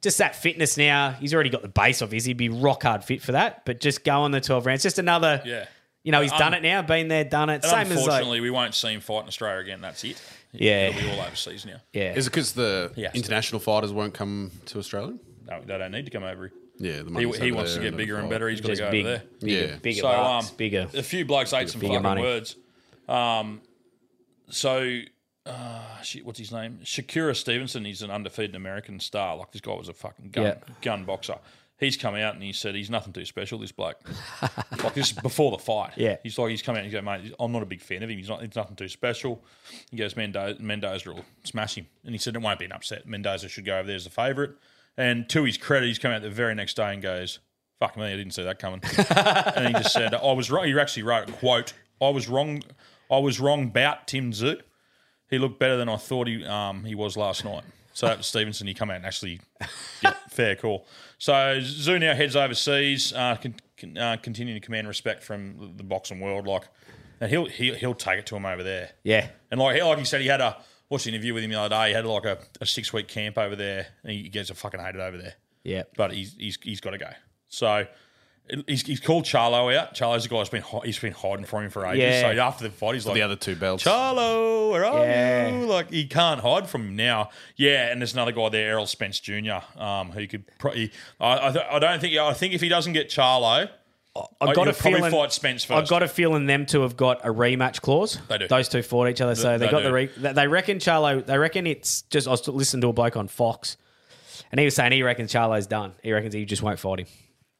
Speaker 1: just that fitness now. He's already got the base of his. He'd be rock hard fit for that. But just go on the twelve rounds. Just another.
Speaker 5: Yeah.
Speaker 1: You know he's
Speaker 5: Um,
Speaker 1: done it now. Been there, done it.
Speaker 5: And
Speaker 1: Same as like
Speaker 5: unfortunately, we won't see him fight in Australia again. That's it.
Speaker 1: Yeah.
Speaker 5: He'll be all overseas now.
Speaker 6: Is it because the
Speaker 5: He has to.
Speaker 6: international fighters won't come to Australia?
Speaker 5: No, they don't need to come over.
Speaker 6: Yeah, the
Speaker 5: he,
Speaker 6: money's
Speaker 5: he
Speaker 6: over
Speaker 5: wants to
Speaker 6: there
Speaker 5: get
Speaker 6: the
Speaker 5: bigger and
Speaker 6: fight.
Speaker 5: better. He's got to
Speaker 6: Just
Speaker 5: go
Speaker 6: big-
Speaker 5: over there.
Speaker 6: bigger- Yeah.
Speaker 1: bigger
Speaker 5: so,
Speaker 1: marks,
Speaker 5: um, [LAUGHS]
Speaker 1: bigger-
Speaker 5: A few blokes ate some
Speaker 1: bigger
Speaker 5: fucking
Speaker 1: money.
Speaker 5: words. Um, so, uh, shit, what's his name? Shakira Stevenson. He's an undefeated American star. Like this guy was a fucking gun
Speaker 1: Yeah.
Speaker 5: gun boxer. He's come out and he said he's nothing too special. This bloke, [LAUGHS] like this before the fight.
Speaker 1: Yeah.
Speaker 5: he's like he's come out and he's go, mate, I'm not a big fan of him. He's not. It's nothing too special. He goes, Mendoza, Mendoza will smash him, and he said it won't be an upset. Mendoza should go over there as a favourite. And to his credit, he's come out the very next day and goes, "Fuck me, I didn't see that coming." and he just said, "I was wrong." He actually wrote a quote. I was wrong. I was wrong about Tim Zoo. He looked better than I thought he um, he was last night. So [LAUGHS] that was Stevenson. He come out and actually, yeah, fair call. So Zoo now heads overseas, uh, con- con- uh, continuing to command respect from the boxing world. Like, and he'll he'll, he'll take it to him over there.
Speaker 1: yeah.
Speaker 5: And like like he said, he had a watched an interview with him the other day. He had like a, a six week camp over there, and he gets a fucking hated over there.
Speaker 1: Yeah.
Speaker 5: but he's he's, he's got to go. So it- he's, he's called Charlo out. Charlo's the guy who's been hi- he's been hiding from him for ages.
Speaker 6: Yeah.
Speaker 5: So after the fight, he's
Speaker 6: For
Speaker 5: like
Speaker 6: the other two belts.
Speaker 5: Charlo, where are
Speaker 6: Yeah.
Speaker 5: you? Like he can't hide from him now. Yeah, and there's another guy there, Errol Spence Jr. Um, who could probably. I, I, th- I don't think. I think if he doesn't get Charlo, uh,
Speaker 1: I got
Speaker 5: he'll
Speaker 1: a feeling.
Speaker 5: probably fight Spence first.
Speaker 1: I got a feeling them two have got a rematch clause. They
Speaker 5: do.
Speaker 1: Those two fought each other, so
Speaker 5: They-
Speaker 1: they,
Speaker 5: they
Speaker 1: got
Speaker 5: do.
Speaker 1: the re- they they reckon Charlo. They reckon it's just. I was listening to a bloke on Fox, and he was saying he reckons Charlo's done. He reckons he just won't fight him.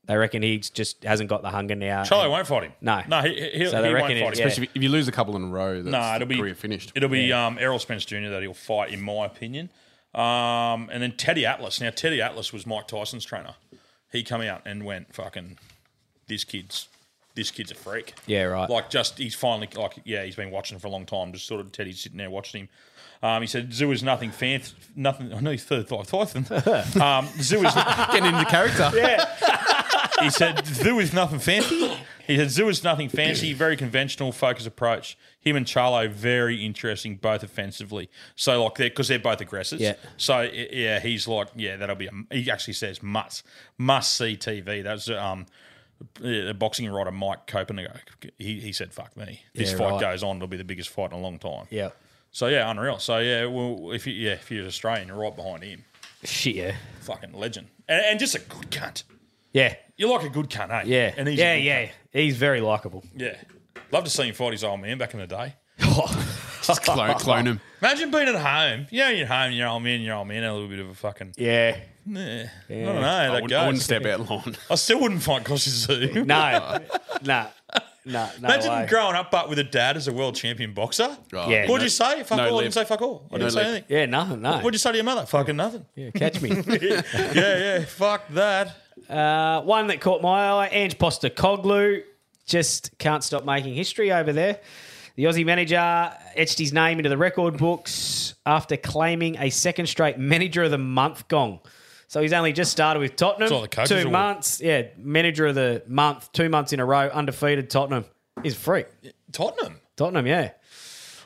Speaker 1: They reckon he just hasn't got the hunger now.
Speaker 5: Charlo won't fight him.
Speaker 1: No,
Speaker 5: no, he, he,
Speaker 1: So they
Speaker 5: he won't
Speaker 1: reckon it-
Speaker 5: fight him.
Speaker 1: yeah.
Speaker 6: Especially if, if you lose a couple in a row, that's
Speaker 5: No, it'll be
Speaker 6: career finished. [LAUGHS]
Speaker 5: It'll be um, Errol Spence Jr. that he'll fight, in my opinion. Um, and then Teddy Atlas. Now Teddy Atlas was Mike Tyson's trainer. He come out and went fucking. This kid's this kid's a freak.
Speaker 1: Yeah, right.
Speaker 5: Like just he's finally like yeah he's been watching for a long time. Just sort of Teddy's sitting there watching him. Um, he said Zoo is nothing fan nothing. I know he's third thought Tyson.
Speaker 6: [LAUGHS]
Speaker 5: Um, Zoo is
Speaker 6: getting into character.
Speaker 5: [LAUGHS] Yeah. he said Zoo is nothing fancy. He said Zoo is
Speaker 1: [CLEARS THROAT]
Speaker 5: nothing fancy. Very conventional, focused approach. Him and Charlo very interesting, both offensively. So like they're because they're both aggressors.
Speaker 1: Yeah.
Speaker 5: So i- yeah, he's like yeah, that'll be. A, he actually says must must see TV. That's um. The boxing writer Mike Copenhagen, he, he said, "Fuck me, this
Speaker 1: Yeah,
Speaker 5: fight
Speaker 1: right.
Speaker 5: goes on. It'll be the biggest fight in a long time."
Speaker 1: Yeah.
Speaker 5: So yeah, unreal. So yeah, well, if you yeah, if you're Australian, you're right behind him.
Speaker 1: Shit, yeah.
Speaker 5: Fucking legend, and, and just a good cunt.
Speaker 1: Yeah,
Speaker 5: You like a good cunt, eh?
Speaker 1: yeah,
Speaker 5: And he's a
Speaker 1: yeah,
Speaker 5: good
Speaker 1: yeah. He's very likable.
Speaker 5: Yeah. Love to see him fight his old man back in the day.
Speaker 6: [LAUGHS] Just clone,
Speaker 5: [LAUGHS]
Speaker 6: clone him.
Speaker 5: Imagine being at home. You know, you're at home, your old man, your old man, a little bit of a fucking.
Speaker 1: Yeah.
Speaker 5: Yeah. I
Speaker 1: Yeah.
Speaker 5: don't know.
Speaker 6: I
Speaker 5: That
Speaker 6: wouldn't,
Speaker 5: goes.
Speaker 6: I wouldn't
Speaker 5: [LAUGHS]
Speaker 6: step out long. [LAUGHS]
Speaker 5: I still wouldn't fight Koshy
Speaker 1: No,
Speaker 5: Zoo.
Speaker 1: [LAUGHS] no, no, no
Speaker 5: Imagine
Speaker 1: way.
Speaker 5: growing up, but with a dad as a world champion boxer.
Speaker 6: Oh,
Speaker 1: Yeah.
Speaker 5: What'd
Speaker 1: no-
Speaker 5: you say? Fuck
Speaker 6: no
Speaker 5: all. I
Speaker 6: lip.
Speaker 5: didn't say fuck all. I
Speaker 6: No
Speaker 5: didn't say
Speaker 6: lip.
Speaker 5: anything.
Speaker 1: yeah, nothing. No.
Speaker 5: What'd you say to your mother? Fucking nothing.
Speaker 1: yeah, catch me.
Speaker 5: [LAUGHS] yeah, yeah. Fuck that.
Speaker 1: Uh, one that caught my eye, Ange Postacoglu. Just can't stop making history over there. The Aussie manager etched his name into the record books after claiming a second straight manager of the month gong. So he's only just started with Tottenham.
Speaker 5: It's like the coaches
Speaker 1: two
Speaker 5: award.
Speaker 1: months. Yeah, manager of the month, two months in a row, undefeated Tottenham. He's a freak.
Speaker 5: Tottenham.
Speaker 1: Tottenham, yeah.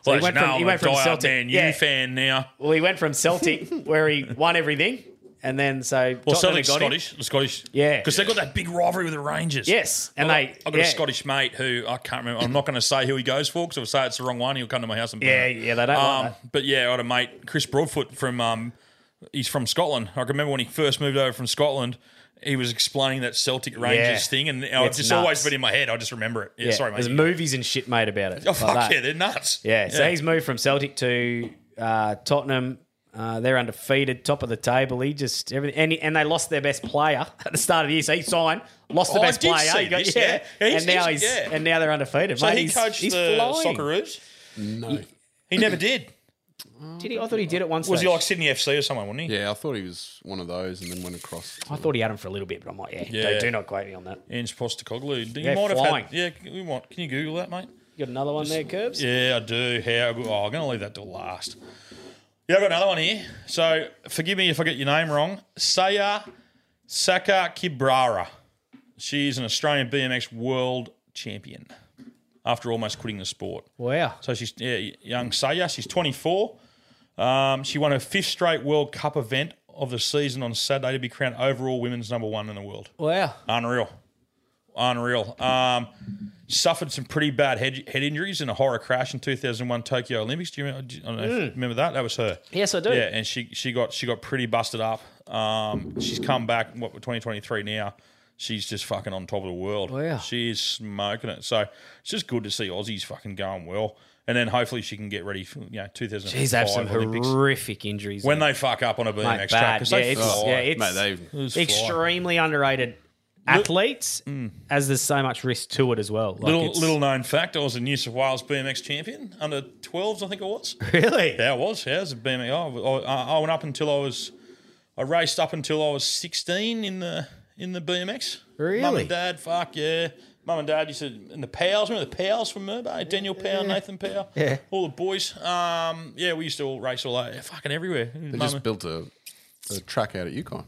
Speaker 1: So
Speaker 5: Well, as you know, I'm a die-hard Man U
Speaker 1: yeah.
Speaker 5: fan now.
Speaker 1: Well, he went from Celtic [LAUGHS] where he won everything. And then so
Speaker 5: Well,
Speaker 1: Tottenham
Speaker 5: certainly
Speaker 1: got him.
Speaker 5: Scottish. The Scottish.
Speaker 1: Yeah.
Speaker 5: Because they've got that big rivalry with the Rangers.
Speaker 1: Yes, and
Speaker 5: Oh, I've
Speaker 1: they-
Speaker 5: got, I've got
Speaker 1: yeah.
Speaker 5: a Scottish mate who I can't remember. I'm not going to say who he goes for because if I say it's the wrong one, he'll come to my house and burn
Speaker 1: Yeah,
Speaker 5: it.
Speaker 1: yeah, they don't
Speaker 5: Um,
Speaker 1: like that.
Speaker 5: But yeah, I had a mate, Chris Broadfoot from. Um, he's from Scotland. I can remember when he first moved over from Scotland. He was explaining that Celtic Rangers
Speaker 1: Yeah.
Speaker 5: thing, and I
Speaker 1: It's
Speaker 5: just
Speaker 1: nuts.
Speaker 5: always been in my head. I just remember it. Yeah, sorry, mate.
Speaker 1: There's movies and shit made about it.
Speaker 5: oh
Speaker 1: like
Speaker 5: fuck
Speaker 1: that.
Speaker 5: yeah, they're nuts.
Speaker 1: Yeah, so he's moved from Celtic to uh, Tottenham. Uh, they're undefeated, top of the table. He just everything, and, he- and they lost their best player [LAUGHS] at the start of the year. So he signed, lost the
Speaker 5: Oh, I
Speaker 1: best
Speaker 5: did
Speaker 1: player.
Speaker 5: see
Speaker 1: He got-
Speaker 5: this,
Speaker 1: yeah,
Speaker 5: yeah. He's-
Speaker 1: and now
Speaker 5: he's-
Speaker 1: he's,
Speaker 5: yeah.
Speaker 1: and now they're undefeated.
Speaker 5: So
Speaker 1: mate.
Speaker 5: he
Speaker 1: he's,
Speaker 5: coached
Speaker 1: he's
Speaker 5: the
Speaker 1: flying.
Speaker 5: Socceroos.
Speaker 6: No.
Speaker 5: He never did.
Speaker 1: Did he? I thought he did it once.
Speaker 5: Was he like Sydney FC or someone? Wasn't he?
Speaker 6: Yeah, I thought he was one of those and then went across.
Speaker 1: I thought he had him for a little bit, but I'm like, yeah,
Speaker 5: Yeah.
Speaker 1: Don't, do not quote me on that.
Speaker 5: Ange Postacoglu. You
Speaker 1: Yeah,
Speaker 5: might
Speaker 1: flying.
Speaker 5: have had. Yeah, can- we want. Can you Google that, mate?
Speaker 1: You got another one there, Curbs?
Speaker 5: Yeah, I do. How? Oh, I'm going to leave that till last. Yeah, I've got another one here. So forgive me if I get your name wrong. Saya Saka Kibrara. She is an Australian BMX world champion. after almost quitting the sport.
Speaker 7: Wow.
Speaker 5: So she's yeah, young Saya. She's 24. Um, she won her fifth straight World Cup event of the season on Saturday to be crowned overall women's number one in the world.
Speaker 7: Wow.
Speaker 5: Unreal. Unreal. Um, suffered some pretty bad head, head injuries in a horror crash in 2001 Tokyo Olympics. Do you remember, do you- I don't know if you
Speaker 7: Mm.
Speaker 5: remember that? That was her.
Speaker 7: Yes, I do.
Speaker 5: Yeah, and she, she got she got pretty busted up. Um, she's come back. What 2023 now? She's just fucking on top of the world.
Speaker 7: Wow.
Speaker 5: She is smoking it. So it's just good to see Aussies fucking going well. And then hopefully she can get ready for you know 2005
Speaker 1: She's had some
Speaker 5: Olympics.
Speaker 1: horrific injuries.
Speaker 5: When they fuck up on a BMX
Speaker 1: Mate,
Speaker 5: track,
Speaker 1: bad.
Speaker 5: 'cause
Speaker 1: yeah,
Speaker 5: they
Speaker 1: it's,
Speaker 6: Oh,
Speaker 5: fly.
Speaker 1: yeah, it's
Speaker 5: It's fly.
Speaker 1: extremely underrated athletes, as there's so much risk to it as well. Like
Speaker 5: little
Speaker 1: it's-
Speaker 5: little known fact: I was a New South Wales BMX champion under 12s, I think I
Speaker 6: [LAUGHS]
Speaker 5: was.
Speaker 1: [LAUGHS] Really?
Speaker 5: Yeah, I was. Yeah, I was a BMX. I, I, I went up until I was, I raced up until I was 16 in the in the BMX. Mum
Speaker 1: Really?
Speaker 5: and dad, fuck yeah. Mum and dad used to, and the Powers, remember the Powers from Merbo? Daniel Power, Nathan Power,
Speaker 6: Yeah.
Speaker 5: all the boys. Um, yeah, we used to all race all over, fucking everywhere.
Speaker 6: They just built a, a track out at Yukon.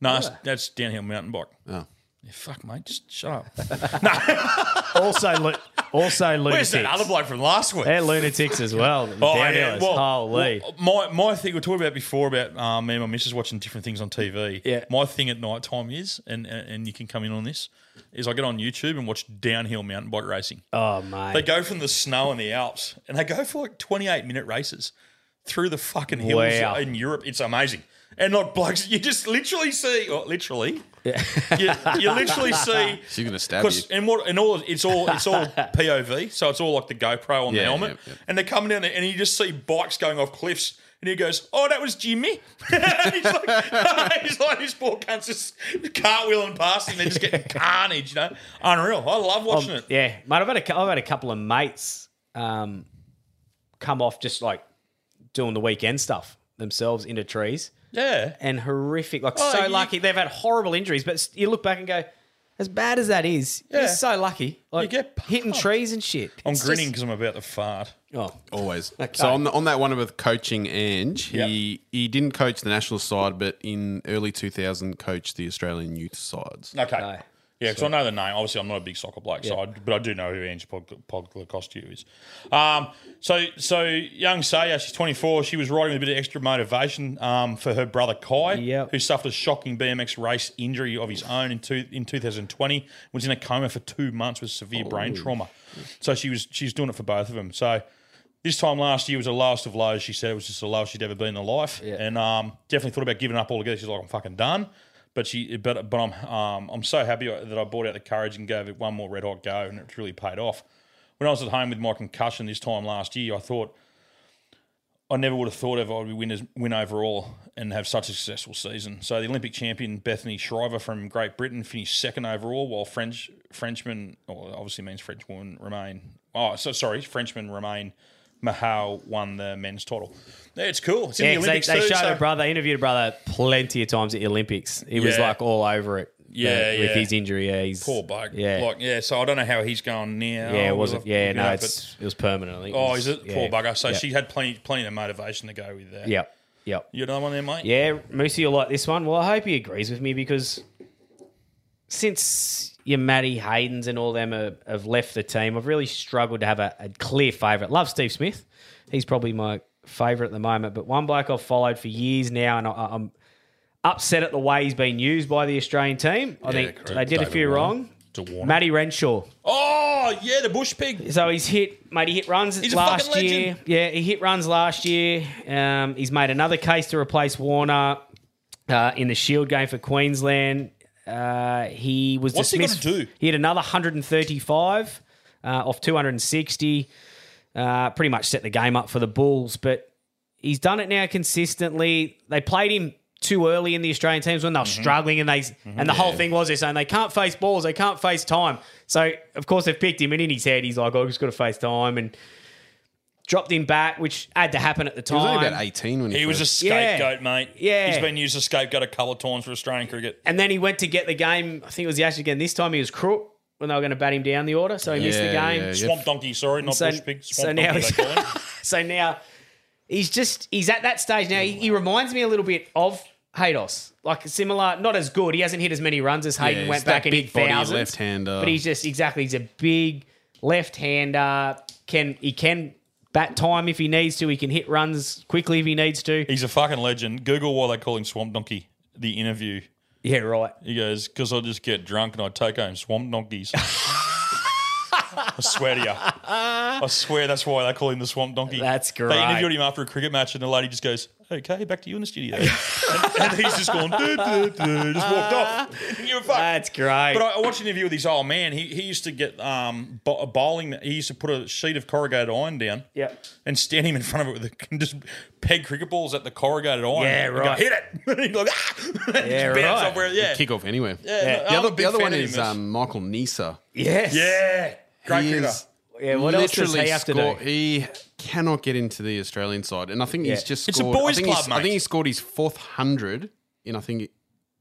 Speaker 5: No, that's, that's downhill mountain bike.
Speaker 6: Oh.
Speaker 5: Yeah, fuck, mate, just shut up.
Speaker 6: [LAUGHS]
Speaker 7: also, lu- also lunatics.
Speaker 5: [LAUGHS] Where's that other bloke from last week?
Speaker 7: They're lunatics as
Speaker 5: [LAUGHS]
Speaker 7: well. Down there. Holy.
Speaker 5: Oh, well, my my thing we talked about before about um, me and my missus watching different things on TV. Yeah. My thing at night time is, and and and you can come in on this, is I get on YouTube and watch downhill mountain bike racing.
Speaker 1: Oh mate,
Speaker 5: They go from the snow and the Alps, and they go for like twenty eight minute races through the fucking hills
Speaker 1: Wow.
Speaker 5: in Europe. It's amazing. And like blokes, you just literally see, or literally, you, you literally see
Speaker 6: She's going to stab you.
Speaker 5: 'Cause- and what and all it's all it's
Speaker 6: [LAUGHS]
Speaker 5: all POV, so it's all like the GoPro on the
Speaker 6: Yeah,
Speaker 5: helmet,
Speaker 6: yeah, yeah.
Speaker 5: and they're coming down there, and you just see bikes going off cliffs. And he goes, "Oh, that was Jimmy." [LAUGHS] And he's like, [LAUGHS] he's like, this poor cunt's just cartwheeling past, and they're just
Speaker 6: [LAUGHS]
Speaker 5: getting carnage. You know, unreal. I love watching
Speaker 1: Um,
Speaker 5: it.
Speaker 1: Yeah, mate, I've had a, cou- I've had a couple of mates um, come off just like doing the weekend stuff themselves into trees.
Speaker 5: Yeah,
Speaker 1: and horrific. Like
Speaker 5: Oh,
Speaker 1: so
Speaker 5: you-
Speaker 1: lucky they've had horrible injuries, but s- you look back and go, as bad as that is,
Speaker 5: Yeah.
Speaker 1: you're so lucky. Like
Speaker 5: You get
Speaker 1: hitting
Speaker 5: pumped.
Speaker 1: trees and shit.
Speaker 5: I'm
Speaker 1: It's
Speaker 5: grinning
Speaker 1: just-
Speaker 5: because I'm about to fart.
Speaker 1: oh,
Speaker 6: [LAUGHS] Always.
Speaker 1: Okay.
Speaker 6: So on, the, on that one with coaching Ange, he he didn't coach the national side, but in early 2000 coached the Australian youth sides.
Speaker 5: Okay. Yeah, because I know the name. Obviously, I'm not a big soccer bloke, so I, but I do know who Angie Podglacostu is. Um, so, so young Saya, she's 24. She was riding with a bit of extra motivation um, for her brother Kai,
Speaker 1: Yep.
Speaker 5: who suffered a shocking BMX race injury of his own in, two, in 2020. Was in a coma for two months with severe brain trauma. So she was she's doing it for both of them. So this time last year was the lowest of lows. She said it was just the lowest she'd ever been in her life, and um, definitely thought about giving up altogether. She's like, I'm fucking done. But she, but but I'm um, I'm so happy that I brought out the courage and gave it one more red hot go, and it's really paid off. When I was at home with my concussion this time last year, I thought I never would have thought ever I'd be winners, win overall and have such a successful season. So the Olympic champion Bethany Shriver from Great Britain finished second overall, while French Frenchman, or obviously means Frenchwoman, remain. Oh, so sorry, Frenchman remain. Mahal won the men's title. Yeah, It's cool. It's in
Speaker 1: Yeah,
Speaker 5: the
Speaker 1: 'cause
Speaker 5: Olympics
Speaker 1: they, they
Speaker 5: too,
Speaker 1: showed
Speaker 5: so-
Speaker 1: her brother, they interviewed her brother plenty of times at the Olympics. He was
Speaker 5: Yeah.
Speaker 1: like all over it. but
Speaker 5: Yeah,
Speaker 1: with
Speaker 5: yeah.
Speaker 1: his injury, yeah, he's
Speaker 5: Poor bloke.
Speaker 1: Yeah,
Speaker 5: Like, yeah. So I don't know how he's going now.
Speaker 1: yeah, it wasn't.
Speaker 5: We'll have to
Speaker 1: Yeah,
Speaker 5: look it
Speaker 1: no,
Speaker 5: up,
Speaker 1: it's it was permanently.
Speaker 5: but- oh, is it poor bugger? So
Speaker 1: yeah.
Speaker 5: she had plenty, plenty of motivation to go with that.
Speaker 1: Yep, yep.
Speaker 5: You another one there, mate?
Speaker 1: Yeah, Moosey will like this one. Well, I hope he agrees with me because since your Matty Haydens and all them have, have left the team, I've really struggled to have a, a clear favourite. Love Steve Smith. He's probably my favourite at the moment. But one bloke I've followed for years now, and I, I'm upset at the way he's been used by the Australian team. I think
Speaker 6: correct.
Speaker 1: they did a
Speaker 6: David
Speaker 1: few
Speaker 6: Warner.
Speaker 1: wrong.
Speaker 5: To warn.
Speaker 1: Matty Renshaw.
Speaker 5: Oh, yeah, the bush pig.
Speaker 1: So he's hit, mate. He hit runs
Speaker 5: He's a
Speaker 1: last
Speaker 5: fucking
Speaker 1: year.
Speaker 5: legend.
Speaker 1: Yeah, he hit runs last year. Um, he's made another case to replace Warner uh, in the Shield game for Queensland. Uh, he was
Speaker 5: What's he
Speaker 1: dismissed.
Speaker 5: gonna do?
Speaker 1: He had another 135 uh, off 260. Uh, pretty much set the game up for the Bulls, but he's done it now consistently. They played him too early in the Australian teams when they were
Speaker 6: Mm-hmm.
Speaker 1: struggling, and they and the whole thing was they're saying they can't face balls, they can't face time. So of course they've picked him, and in his head he's like, "Oh, I've just got to face time," and dropped him back, which had to happen at the
Speaker 6: He
Speaker 1: time.
Speaker 6: was only about 18 when he,
Speaker 5: He was a
Speaker 6: first-
Speaker 5: scapegoat, mate.
Speaker 1: Yeah.
Speaker 5: He's been used as a scapegoat a couple of times for Australian cricket.
Speaker 1: And then he went to get the game. I think it was the Ashes again. This time he was crook when they were going to bat him down the order, so he missed the
Speaker 6: Yeah,
Speaker 1: game.
Speaker 6: yeah, yeah.
Speaker 5: Swamp donkey, sorry, not
Speaker 1: So-
Speaker 5: bush pig.
Speaker 1: so
Speaker 5: Swamp
Speaker 1: now
Speaker 5: donkey,
Speaker 1: he's-
Speaker 5: they call him.
Speaker 1: So now he's just he's at that stage now. He, he reminds me a little bit of Haydos, like similar, not as good. He hasn't hit as many runs as Hayden
Speaker 6: Yeah,
Speaker 1: went
Speaker 6: it's that
Speaker 1: back and
Speaker 6: big
Speaker 1: hit
Speaker 6: body
Speaker 1: thousands.
Speaker 6: left-hander.
Speaker 1: but he's just exactly he's a big left hander. Can he can bat time if he needs to. He can hit runs quickly if he needs to.
Speaker 5: He's a fucking legend. Google why they call him Swamp Donkey. The interview.
Speaker 1: Yeah, right.
Speaker 5: He goes, because I just get drunk and I take home swamp
Speaker 1: [LAUGHS]
Speaker 5: donkeys. I swear to you. I swear that's why they call him the swamp donkey.
Speaker 1: That's
Speaker 5: They
Speaker 1: great.
Speaker 5: interviewed him after a cricket match and the lady just goes, okay, back to you in
Speaker 1: [LAUGHS]
Speaker 5: the studio. and, and he's just gone, "Duh, duh, duh," just walked
Speaker 1: [LAUGHS]
Speaker 5: off. You're fucked.
Speaker 1: That's great.
Speaker 5: But I, I watched an interview with his old man. He, he used to get um, bo- bowling. He used to put a sheet of corrugated iron down.
Speaker 1: Yep.
Speaker 5: And stand him in front of it with a, and just peg cricket balls at the corrugated iron.
Speaker 1: Yeah,
Speaker 5: And go,
Speaker 1: right.
Speaker 5: Hit it. [LAUGHS] He'd go, ah!
Speaker 1: Yeah,
Speaker 5: Bounce
Speaker 1: right.
Speaker 5: off where- yeah.
Speaker 6: Kick off anywhere.
Speaker 5: Yeah,
Speaker 6: The
Speaker 5: I'm
Speaker 6: other,
Speaker 5: a big
Speaker 6: the other
Speaker 5: fan
Speaker 6: one
Speaker 5: of him,
Speaker 6: is
Speaker 5: man.
Speaker 6: um, Michael Nisa.
Speaker 1: Yes.
Speaker 5: yeah, great
Speaker 6: He
Speaker 5: cricketer.
Speaker 6: is
Speaker 1: Yeah, what else does
Speaker 6: literally
Speaker 1: he have to
Speaker 6: score-
Speaker 1: do?
Speaker 6: He cannot get into the Australian side, and I think he's
Speaker 1: Yeah.
Speaker 6: just
Speaker 5: It's a
Speaker 6: scored.
Speaker 5: boys'
Speaker 6: I think
Speaker 5: club,
Speaker 6: he's- I
Speaker 5: mate.
Speaker 6: think he scored his fourth hundred in I think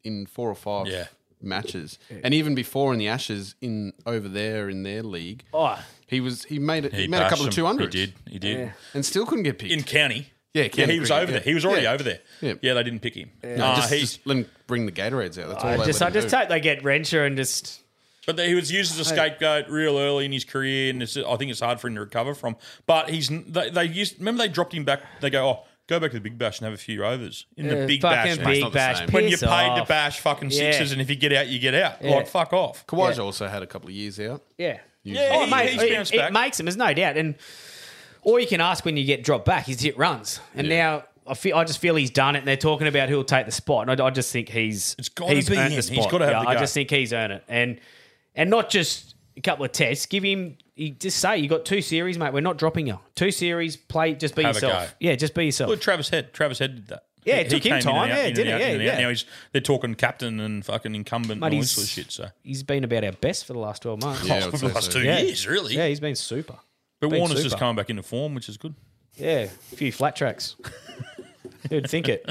Speaker 6: in four or five
Speaker 5: Yeah.
Speaker 6: matches, and even before in the Ashes in over there in their league,
Speaker 1: Oh,
Speaker 6: he was he made it. He, made a couple of two hundreds.
Speaker 5: He did. He did.
Speaker 6: and still couldn't get picked.
Speaker 5: In county.
Speaker 6: Yeah,
Speaker 5: yeah,
Speaker 6: county
Speaker 5: he was
Speaker 6: cricket,
Speaker 5: over
Speaker 6: yeah.
Speaker 5: there. He was already
Speaker 6: Yeah.
Speaker 5: over there.
Speaker 6: Yeah.
Speaker 5: Yeah. they didn't pick him.
Speaker 6: no,
Speaker 5: Uh,
Speaker 6: just,
Speaker 5: he-
Speaker 6: just let him bring the Gatorades out. That's all
Speaker 1: I
Speaker 6: they
Speaker 1: just,
Speaker 6: let
Speaker 1: I
Speaker 6: him
Speaker 1: just
Speaker 6: do.
Speaker 1: hope they get Rencher and just.
Speaker 5: But he was used as a scapegoat real early in his career, and it's, I think it's hard for him to recover from. But he's they, they used remember they dropped him back. They go, oh, go back to the big bash and have a few overs in the big bash.
Speaker 1: fucking
Speaker 5: mate.
Speaker 1: Big
Speaker 6: not the
Speaker 1: Bash.
Speaker 6: same.
Speaker 5: when you're
Speaker 1: piss
Speaker 5: paid to
Speaker 1: off.
Speaker 5: bash fucking
Speaker 1: Yeah.
Speaker 5: sixes, and if you get out, you get out.
Speaker 1: Yeah.
Speaker 5: Like fuck off.
Speaker 6: Khawaja also had a couple of years out.
Speaker 1: Yeah.
Speaker 5: Yeah,
Speaker 1: oh,
Speaker 5: he-
Speaker 1: mate,
Speaker 5: he's
Speaker 1: it,
Speaker 5: bounced
Speaker 1: it
Speaker 5: back.
Speaker 1: makes him. There's no doubt. And all you can ask when you get dropped back is hit runs. And now I feel, I just feel he's done it. And they're talking about who'll take the spot. And I, I just think he's
Speaker 5: It's gotta
Speaker 1: he's
Speaker 5: be
Speaker 1: earned
Speaker 5: him.
Speaker 1: the
Speaker 5: He's
Speaker 1: spot.
Speaker 5: gotta have
Speaker 1: yeah,
Speaker 5: the
Speaker 1: I
Speaker 5: go.
Speaker 1: just think he's earned it. And and not just a couple of tests. Give him. You just say you got two series, mate. We're not dropping you. Two series. Play. Just be
Speaker 5: Have a
Speaker 1: yourself.
Speaker 5: go.
Speaker 1: Yeah, just be yourself.
Speaker 5: Look, Travis Head. Travis Head did that.
Speaker 1: Yeah, it
Speaker 5: He-
Speaker 1: took
Speaker 5: he
Speaker 1: him
Speaker 5: came in and
Speaker 1: time.
Speaker 5: out,
Speaker 1: Yeah,
Speaker 5: in and
Speaker 1: didn't it?
Speaker 5: out,
Speaker 1: Yeah,
Speaker 5: in and out.
Speaker 1: yeah.
Speaker 5: Now he's they're talking captain and fucking incumbent
Speaker 1: Mate,
Speaker 5: and all
Speaker 1: he's-
Speaker 5: this sort of shit. So Oh,
Speaker 1: He's been about our best for the last twelve months.
Speaker 6: Yeah, I
Speaker 5: for
Speaker 6: would
Speaker 5: the
Speaker 6: say
Speaker 5: last
Speaker 6: so.
Speaker 5: two
Speaker 1: Yeah.
Speaker 5: years, really.
Speaker 1: Yeah, he's been super.
Speaker 5: but
Speaker 1: been
Speaker 5: Warner's just
Speaker 1: super.
Speaker 5: coming back into form, which is good.
Speaker 1: Yeah, a few flat tracks.
Speaker 5: [LAUGHS]
Speaker 1: Who'd think it?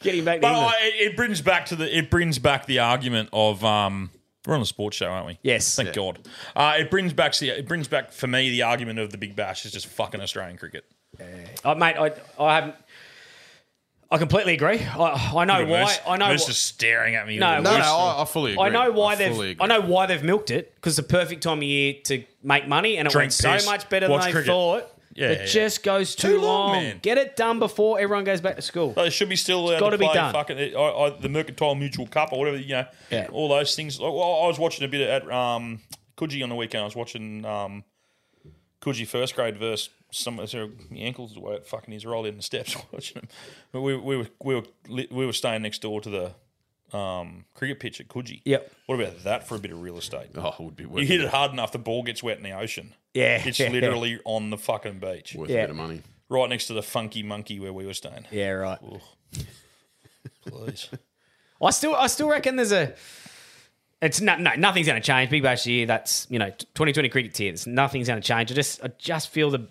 Speaker 1: Getting back to
Speaker 5: But
Speaker 1: England.
Speaker 5: I, Oh, it brings back to the it brings back the argument of um, we're on a sports show, aren't we?
Speaker 1: Yes.
Speaker 5: Thank God. Uh, it brings back the it brings back for me the argument of the Big Bash is just fucking Australian cricket.
Speaker 1: Oh, mate, I, I haven't. I completely agree. I, I know why. I know.
Speaker 5: Moose
Speaker 1: wh-
Speaker 5: is staring at me.
Speaker 1: No,
Speaker 5: with a
Speaker 6: No,
Speaker 1: Moose-
Speaker 5: loose-
Speaker 6: no, I, I fully agree.
Speaker 1: I know why they've.
Speaker 6: fully agree.
Speaker 1: I know why they've milked it because the perfect time of year to make money, and it
Speaker 5: Drink
Speaker 1: went so
Speaker 5: piss,
Speaker 1: much better
Speaker 5: watch
Speaker 1: than they
Speaker 5: cricket.
Speaker 1: thought.
Speaker 5: Yeah,
Speaker 1: it
Speaker 5: yeah, yeah.
Speaker 1: just goes too,
Speaker 5: Too long,
Speaker 1: long.
Speaker 5: man.
Speaker 1: Get it done before everyone goes back to school.
Speaker 5: They Uh, should be still allowed
Speaker 1: gotta
Speaker 5: to
Speaker 1: be
Speaker 5: play
Speaker 1: done.
Speaker 5: fucking I, I, the Mercantile Mutual Cup or whatever you know,
Speaker 1: Yeah.
Speaker 5: all those things. Like, well, I was watching a bit at um, Coogee on the weekend. I was watching um, Coogee first grade versus some. So my ankles the way it fucking is rolled in the steps [LAUGHS] watching them. But we, we were we were li- we were staying next door to the um, cricket pitch at Coogee.
Speaker 1: Yep.
Speaker 5: What about that for a bit of real estate?
Speaker 6: Oh, it would be worth,
Speaker 5: You hit it hard enough, the ball gets wet in the ocean.
Speaker 1: [LAUGHS] Yeah.
Speaker 5: It's literally on the fucking beach,
Speaker 6: worth
Speaker 1: Yeah.
Speaker 6: a bit of money.
Speaker 5: right next to the Funky Monkey where we were staying.
Speaker 1: Yeah, right.
Speaker 5: Please.
Speaker 1: I still, I still reckon there's a. It's not, no, nothing's going to change. Big Bash year, that's you know, 2020 cricket's here. There's nothing's going to change. I just, I just feel the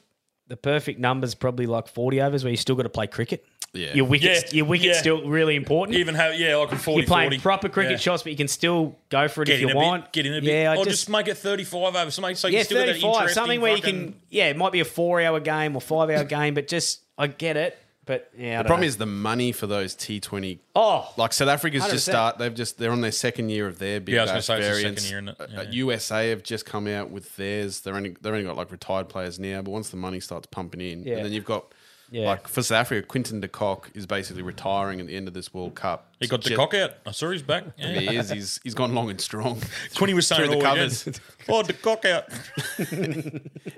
Speaker 1: the perfect numbers probably like 40 overs where you still got to play cricket.
Speaker 6: Yeah.
Speaker 1: Your wickets,
Speaker 5: Yeah,
Speaker 1: your wickets
Speaker 5: yeah.
Speaker 1: still really important.
Speaker 5: even have yeah, like a 40
Speaker 1: You're playing
Speaker 5: 40.
Speaker 1: proper cricket
Speaker 5: Yeah.
Speaker 1: shots, but you can still go for it if
Speaker 5: Get in
Speaker 1: you
Speaker 5: a
Speaker 1: want.
Speaker 5: bit, get in a bit.
Speaker 1: Yeah, I
Speaker 5: or
Speaker 1: just,
Speaker 5: just, make it 35 over. So, make, so
Speaker 1: yeah,
Speaker 5: you still got that
Speaker 1: 35,
Speaker 5: interesting
Speaker 1: something where you
Speaker 5: fucking-
Speaker 1: can, yeah, it might be a four hour game or five hour [LAUGHS] game, but just I get it. But yeah, I
Speaker 6: The problem is the money for those T20.
Speaker 1: oh,
Speaker 6: Like South Africa's
Speaker 1: 100%.
Speaker 6: just start. They've just they're on their second year of their big
Speaker 5: Yeah, I was gonna
Speaker 6: bash
Speaker 5: say it's the
Speaker 6: variants.
Speaker 5: second year, isn't it?
Speaker 6: Uh,
Speaker 5: Yeah.
Speaker 6: USA have just come out with theirs. They're only they're only got like retired players now. But once the money starts pumping in,
Speaker 1: Yeah.
Speaker 6: and then you've got
Speaker 1: Yeah.
Speaker 6: like for South Africa, Quinton de Kock is basically retiring at the end of this World Cup.
Speaker 5: He got the
Speaker 6: Jet-
Speaker 5: cock out. I saw his back. Yeah.
Speaker 6: He is. He's he's gone long and strong.
Speaker 5: [LAUGHS] Quinny was saying
Speaker 6: Through
Speaker 5: all
Speaker 6: the
Speaker 5: weekend,
Speaker 6: covers.
Speaker 5: [LAUGHS] Oh, the cock out.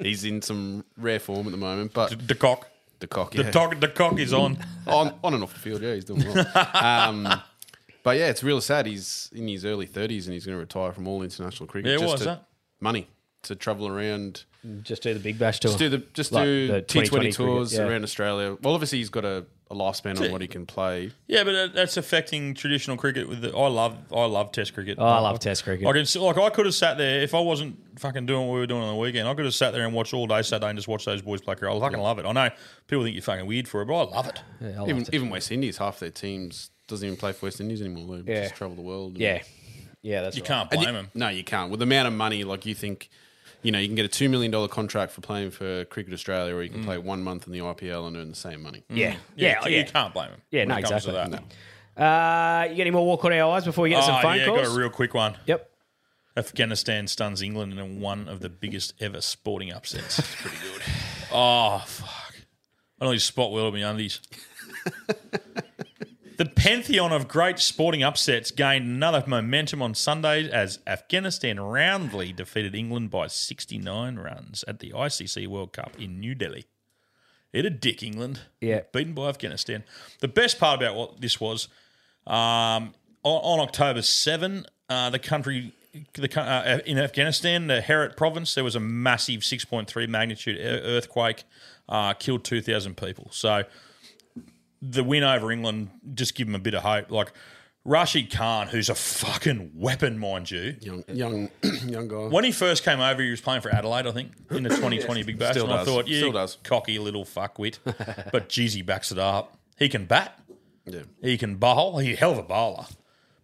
Speaker 6: he's in some rare form at the moment. But
Speaker 5: The cock.
Speaker 6: the cock,
Speaker 5: The,
Speaker 6: yeah.
Speaker 5: cock, the cock is on.
Speaker 6: on on and off the field. Yeah, he's doing well. um, but yeah, it's real sad. He's in his early thirties and he's going to retire from all international cricket.
Speaker 5: Yeah, why is
Speaker 6: to-
Speaker 5: that?
Speaker 6: Money to travel around,
Speaker 1: just do the Big Bash tour.
Speaker 6: just do the just
Speaker 1: Like
Speaker 6: do
Speaker 1: the
Speaker 6: T Twenty
Speaker 1: 2020
Speaker 6: tours
Speaker 1: cricket, yeah.
Speaker 6: around Australia. Well, obviously he's got a, a lifespan on what he can play.
Speaker 5: Yeah, but that- that's affecting traditional cricket. With the, I love, I love Test cricket.
Speaker 1: Oh, I love Test cricket.
Speaker 5: Oh. I can see- like I could have sat there if I wasn't fucking doing what we were doing on the weekend. I could have sat there and watched all day Saturday and just watched those boys play cricket. I fucking love it. I know people think you're fucking weird for it, but I love it.
Speaker 6: Even, even West Indies, half their teams doesn't even play for West Indies anymore. They
Speaker 1: Yeah.
Speaker 6: just travel the world. and-
Speaker 1: yeah, yeah, that's
Speaker 5: You
Speaker 1: right.
Speaker 5: can't
Speaker 6: And
Speaker 5: blame
Speaker 6: you-
Speaker 5: them.
Speaker 6: No, you can't. With the amount of money, like you think, you know, you can get a two million dollar contract for playing for Cricket Australia, or you can
Speaker 5: Mm.
Speaker 6: play one month in the IPL and earn the same money.
Speaker 1: Yeah, yeah,
Speaker 5: Yeah, you,
Speaker 1: yeah.
Speaker 5: you can't blame them.
Speaker 1: Yeah,
Speaker 5: when
Speaker 1: no,
Speaker 5: it comes to
Speaker 1: exactly.
Speaker 5: that.
Speaker 1: Uh, you got any more walk on our eyes before we get some
Speaker 5: Oh,
Speaker 1: phone
Speaker 5: yeah,
Speaker 1: calls?
Speaker 5: got a real quick one.
Speaker 1: yep.
Speaker 5: Afghanistan stuns England in one of the biggest ever sporting upsets. It's pretty good. [SIGHS] Oh fuck! I nearly spot world
Speaker 1: [LAUGHS]
Speaker 5: my undies. The pantheon of great sporting upsets gained another momentum on Sunday as Afghanistan roundly defeated England by 69 runs at the ICC World Cup in New Delhi. It a dick England.
Speaker 1: Yeah.
Speaker 5: Beaten by Afghanistan. The best part about what this was um, on, on October 7, uh, the country the, co- uh, in Afghanistan, the Herat province, there was a massive 6.3 magnitude e- earthquake, uh, killed 2,000 people. So the win over England just give them a bit of hope. Like Rashid Khan, who's a fucking weapon, mind you.
Speaker 6: Young, young, [CLEARS THROAT] young guy.
Speaker 5: When he first came over, he was playing for Adelaide, I think, in
Speaker 6: [COUGHS]
Speaker 5: the 2020 Big Bash.
Speaker 6: Still
Speaker 5: and I
Speaker 6: does.
Speaker 5: thought, yeah,
Speaker 6: Still does.
Speaker 5: cocky little
Speaker 6: [LAUGHS]
Speaker 5: fuckwit. but geez, he backs it up. He can bat.
Speaker 6: Yeah.
Speaker 5: He can bowl. He's a hell of a bowler.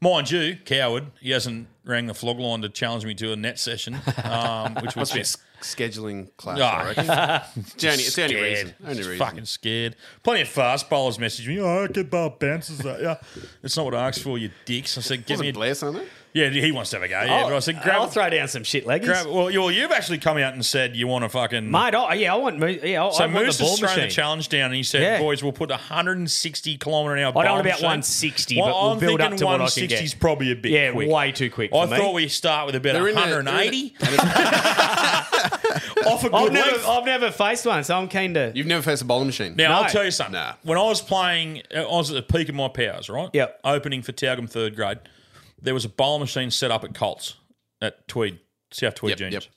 Speaker 5: Mind you, coward, he hasn't rang the flog line to challenge me to a net session, um,
Speaker 6: [LAUGHS]
Speaker 5: which was
Speaker 6: Must be a s- scheduling clash.
Speaker 5: Ah.
Speaker 6: I
Speaker 5: [LAUGHS]
Speaker 6: reckon. it's the only, it's the only
Speaker 5: scared.
Speaker 6: reason. Only
Speaker 5: Just
Speaker 6: reason.
Speaker 5: Fucking scared. Plenty of fast bowlers message me. Oh, I get ball bounces. That. Yeah, it's not what I asked for, you dicks. I said, give
Speaker 6: Wasn't Oh,
Speaker 5: me. A,
Speaker 6: Blair saying that?
Speaker 5: yeah, he wants to have a go.
Speaker 1: Oh,
Speaker 5: Yeah, but I said, grab.
Speaker 7: I'll throw down some shit leggings.
Speaker 5: grab well, you, well, you've actually come out and said you want to fucking.
Speaker 1: Mate, oh, yeah, I want Mo- yeah, I,
Speaker 5: so
Speaker 1: I want
Speaker 5: Moose
Speaker 1: the ball
Speaker 5: has thrown
Speaker 1: machine.
Speaker 5: the challenge down, and he said,
Speaker 1: Yeah.
Speaker 5: "Boys, we'll put 160 kilometre an hour."
Speaker 1: I don't
Speaker 5: ball
Speaker 1: want about
Speaker 5: machine."
Speaker 1: 160, but we'll
Speaker 5: I'm
Speaker 1: build up
Speaker 5: thinking
Speaker 1: to what I can
Speaker 5: 160 is
Speaker 1: get.
Speaker 5: probably a bit.
Speaker 1: yeah,
Speaker 5: quick.
Speaker 1: way too quick. For
Speaker 5: I
Speaker 1: me.
Speaker 5: thought we start with about
Speaker 6: They're in a- [LAUGHS]
Speaker 5: 180
Speaker 6: they're in a-
Speaker 5: off a good
Speaker 1: I've never,
Speaker 5: length.
Speaker 1: I've never faced one, so I'm keen to.
Speaker 6: You've never faced a bowling machine.
Speaker 5: Now
Speaker 1: No.
Speaker 5: I'll tell you something.
Speaker 6: Nah.
Speaker 5: When I was playing, I was at the peak of my powers, right?
Speaker 1: Yep.
Speaker 5: Opening for Tyalgum third grade, there was a bowling machine set up at Colts at Tweed, South Tweed
Speaker 6: Yep,
Speaker 5: Juniors.
Speaker 6: yep.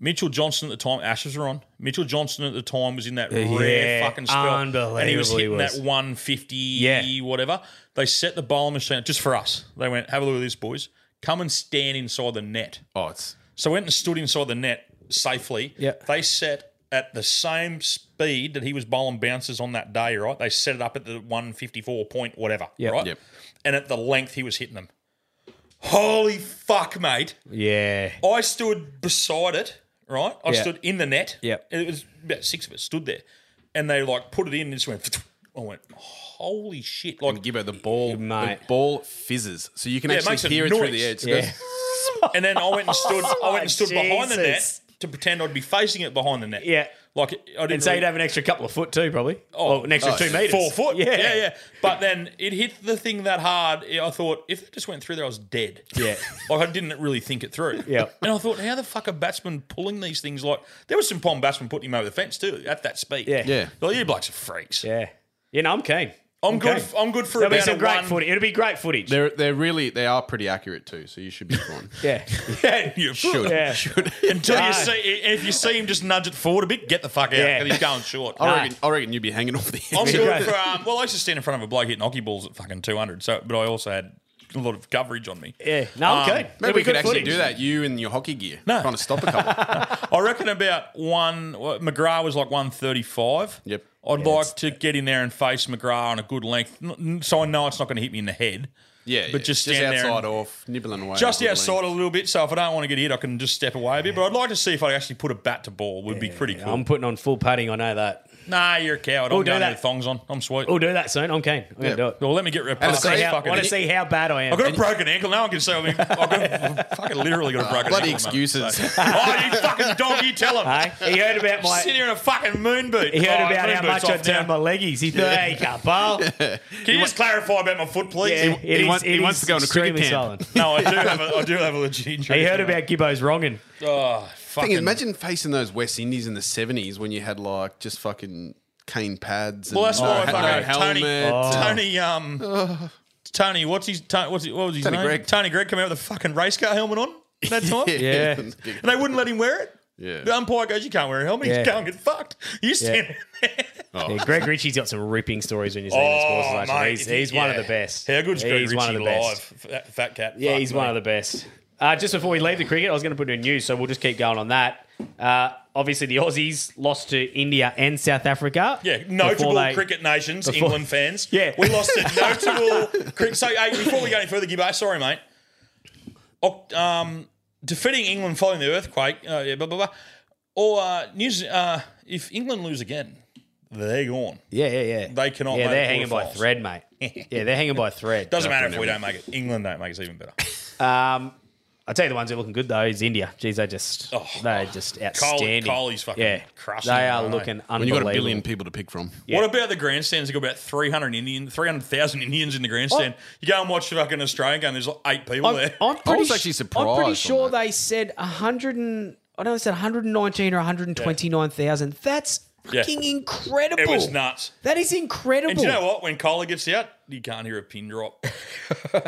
Speaker 5: Mitchell Johnson at the time, Ashes were on. Mitchell Johnson at the time was in that
Speaker 1: Yeah,
Speaker 5: rare fucking spell. And he was
Speaker 1: unbelievable he
Speaker 5: hitting
Speaker 1: was.
Speaker 5: that 150,
Speaker 1: Yeah.
Speaker 5: whatever. They set the bowling machine up just for us. They went, have a look at this, boys. Come and stand inside the net.
Speaker 6: Oh, it's
Speaker 5: So I went and stood inside the net safely.
Speaker 1: Yeah.
Speaker 5: They set at the same speed that he was bowling bounces on that day, right? They set it up at the 154 point whatever,
Speaker 1: Yep.
Speaker 5: right?
Speaker 6: Yep.
Speaker 5: And at the length he was hitting them. Holy fuck, mate.
Speaker 1: Yeah.
Speaker 5: I stood beside it, right? I
Speaker 1: Yeah.
Speaker 5: stood in the net.
Speaker 1: Yep.
Speaker 5: And It was about six of us stood there. And they like put it in and just went, I went, holy shit. Like,
Speaker 6: [LAUGHS] Gibbo, the ball,
Speaker 1: Mate.
Speaker 6: the ball fizzes, so you can
Speaker 5: Yeah, it makes a
Speaker 6: actually hear it through the
Speaker 5: noise.
Speaker 6: edge. It
Speaker 1: Yeah.
Speaker 6: goes-
Speaker 5: and then I went and stood. I went and stood behind the net
Speaker 1: Jesus.
Speaker 5: to pretend I'd be facing it behind the net.
Speaker 1: Yeah.
Speaker 5: like I didn't.
Speaker 1: And so
Speaker 5: really-
Speaker 1: you'd have an extra couple of foot too, probably.
Speaker 5: Oh,
Speaker 1: Oh, an extra
Speaker 6: oh,
Speaker 1: two
Speaker 6: yeah.
Speaker 1: meters.
Speaker 5: four foot.
Speaker 1: Yeah.
Speaker 5: yeah, yeah. But then it hit the thing that hard. I thought if it just went through there, I was dead.
Speaker 1: Yeah.
Speaker 5: like I didn't really think it through.
Speaker 1: Yeah.
Speaker 5: and I thought, how the fuck are batsmen pulling these things? Like there was some pom batsmen putting him over the fence too at that speed.
Speaker 1: Yeah.
Speaker 6: Yeah.
Speaker 5: like you blokes are freaks.
Speaker 1: Yeah. Yeah, no, I'm keen.
Speaker 5: I'm good.
Speaker 1: keen.
Speaker 5: I'm good for
Speaker 1: There'll be
Speaker 5: about
Speaker 1: some
Speaker 5: a
Speaker 1: great
Speaker 5: one.
Speaker 1: footage. It'll be great footage.
Speaker 6: They're they're really they are pretty accurate too, so you should be fine.
Speaker 1: yeah.
Speaker 5: [LAUGHS] [LAUGHS] Yeah, you should.
Speaker 1: Yeah.
Speaker 5: [LAUGHS] Until
Speaker 1: No.
Speaker 5: you see, if you see him just nudge it forward a bit, get the fuck out.
Speaker 1: Yeah.
Speaker 5: Yeah. He's going short.
Speaker 6: I reckon I reckon you'd be hanging off the
Speaker 5: I'm
Speaker 6: edge.
Speaker 5: good for um, well, I used to stand in front of a bloke hitting hockey balls at fucking 200. So, but I also had a lot of coverage on me.
Speaker 1: Yeah. No, I'm
Speaker 5: Um,
Speaker 1: keen. It'll
Speaker 6: [LAUGHS] Maybe
Speaker 1: be
Speaker 6: we could
Speaker 1: good
Speaker 6: actually
Speaker 1: footage.
Speaker 6: do that. You in your hockey gear,
Speaker 5: No.
Speaker 6: trying to stop
Speaker 5: [LAUGHS]
Speaker 6: a couple.
Speaker 5: I reckon about one. well, McGrath was like 135.
Speaker 6: Yep.
Speaker 5: I'd like to get in there and face McGrath on a good length, n- n- so I know it's not going to hit me in the head.
Speaker 6: yeah,
Speaker 5: But
Speaker 6: yeah.
Speaker 5: just stand there
Speaker 6: outside
Speaker 5: and-
Speaker 6: off, nibbling away,
Speaker 5: Just
Speaker 6: nibbling.
Speaker 5: outside a little bit, so if I don't want to get hit, I can just step away a bit. But I'd like to see if I actually put a bat to ball. Would be pretty cool.
Speaker 1: I'm putting on full padding. I know that.
Speaker 5: nah, you're a coward.
Speaker 1: We'll
Speaker 5: I'm
Speaker 1: do
Speaker 5: going
Speaker 1: that.
Speaker 5: there with thongs on. I'm sweet.
Speaker 1: We'll do that soon. I'm keen. I'm
Speaker 6: Yeah.
Speaker 1: going to do it.
Speaker 5: Well, let me get ripped. past
Speaker 6: it's great
Speaker 5: this
Speaker 6: how-
Speaker 1: I
Speaker 5: fucking-
Speaker 1: want to see how bad I am.
Speaker 5: I've got a broken ankle. No one can say I mean, I've got a, fucking literally got a broken
Speaker 6: Bloody
Speaker 5: ankle. mate.
Speaker 6: excuses.
Speaker 5: [LAUGHS] oh, you fucking dog, you tell him.
Speaker 1: Hey, he heard about my.
Speaker 5: Sit here in a fucking moon boot.
Speaker 1: He heard
Speaker 5: Oh,
Speaker 1: about
Speaker 5: moon
Speaker 1: how
Speaker 5: boot's
Speaker 1: much I
Speaker 5: off now.
Speaker 1: turned my leggies. He thought, hey,
Speaker 5: [LAUGHS]
Speaker 1: Capal.
Speaker 5: Can you just clarify about my foot, please?
Speaker 1: Yeah, it
Speaker 6: he
Speaker 1: is-
Speaker 6: wants- he
Speaker 1: it
Speaker 6: wants
Speaker 1: is
Speaker 6: to go on a cricket
Speaker 1: extremely
Speaker 6: camp.
Speaker 1: solid.
Speaker 5: [LAUGHS] No, I do have a, I do have a legit injury.
Speaker 1: He heard about Gibbo's wronging.
Speaker 5: Oh, fucking.
Speaker 6: Thing is, imagine facing those West Indies in the seventies when you had like just fucking cane pads. And
Speaker 5: Well, that's
Speaker 6: no,
Speaker 5: why I
Speaker 6: Oh, no
Speaker 5: fucking Tony.
Speaker 6: helmet. [LAUGHS]
Speaker 1: Oh.
Speaker 5: Tony. Um. Tony, what's his? Tony, what's his, what was his
Speaker 6: Tony
Speaker 5: name?
Speaker 6: Gregg.
Speaker 5: Tony Gregg came out with a fucking race car helmet on at that time.
Speaker 1: [LAUGHS] Yeah.
Speaker 5: And they wouldn't let him wear it.
Speaker 6: Yeah.
Speaker 5: The umpire goes, "You can't wear a helmet.
Speaker 1: Yeah.
Speaker 5: You can't get fucked." You stand. [LAUGHS] there.
Speaker 1: Yeah, Greg Ritchie's got some ripping stories when you see him in sports.
Speaker 5: Oh,
Speaker 1: Actually.
Speaker 5: mate,
Speaker 1: he's he's one of
Speaker 5: yeah.
Speaker 1: the best.
Speaker 5: How good's Greg
Speaker 1: He's
Speaker 5: Ritchie
Speaker 1: one of the
Speaker 5: live?
Speaker 1: best.
Speaker 5: Fat, fat cat.
Speaker 1: Yeah,
Speaker 5: Fuck
Speaker 1: he's
Speaker 5: me.
Speaker 1: one of the best. Uh, just before we leave the cricket, I was going to put in news, so we'll just keep going on that. Uh, obviously, the Aussies lost to India and South Africa.
Speaker 5: Yeah,
Speaker 1: before
Speaker 5: notable
Speaker 1: they-
Speaker 5: cricket nations,
Speaker 1: before-
Speaker 5: England [LAUGHS] fans.
Speaker 1: Yeah.
Speaker 5: we lost a notable cricket. So, hey, before we go any further, Gibbo, sorry, mate. Oc- Um, defeating England following the earthquake. Uh, yeah, blah blah blah. Or uh, news. Uh, if England lose again, they're gone.
Speaker 1: Yeah, yeah, yeah.
Speaker 5: They cannot
Speaker 1: Yeah,
Speaker 5: make
Speaker 1: they're
Speaker 5: the
Speaker 1: hanging by
Speaker 5: quarterfinals.
Speaker 1: thread,
Speaker 5: [LAUGHS]
Speaker 1: mate. yeah, they're hanging by thread.
Speaker 5: Doesn't matter if we don't make it. England don't make it, it's even better.
Speaker 1: Um,
Speaker 7: I tell you, the ones that are looking good though is India. Geez, they just they're just outstanding.
Speaker 5: Kohli's Oh. fucking
Speaker 7: yeah,
Speaker 5: crushing
Speaker 7: They
Speaker 5: it,
Speaker 7: are
Speaker 5: aren't they?
Speaker 7: looking
Speaker 6: When you've
Speaker 7: unbelievable.
Speaker 6: got a billion people to pick from.
Speaker 7: Yeah.
Speaker 5: What about the grandstands? They've got about 300 Indian, 300,000 Indians in the grandstand. You go and watch the fucking Australian game, there's like eight people
Speaker 7: I'm,
Speaker 5: there.
Speaker 7: I'm pretty
Speaker 6: was
Speaker 7: su-
Speaker 6: actually
Speaker 7: I'm
Speaker 6: surprised
Speaker 7: pretty
Speaker 6: on
Speaker 7: sure
Speaker 6: that.
Speaker 7: they said 100 and I don't know, they said 119 or 129,000. That's
Speaker 5: Yeah.
Speaker 7: fucking incredible.
Speaker 5: It was nuts.
Speaker 7: That is incredible.
Speaker 5: And do you know what? When Kohler gets out, you can't hear a pin drop.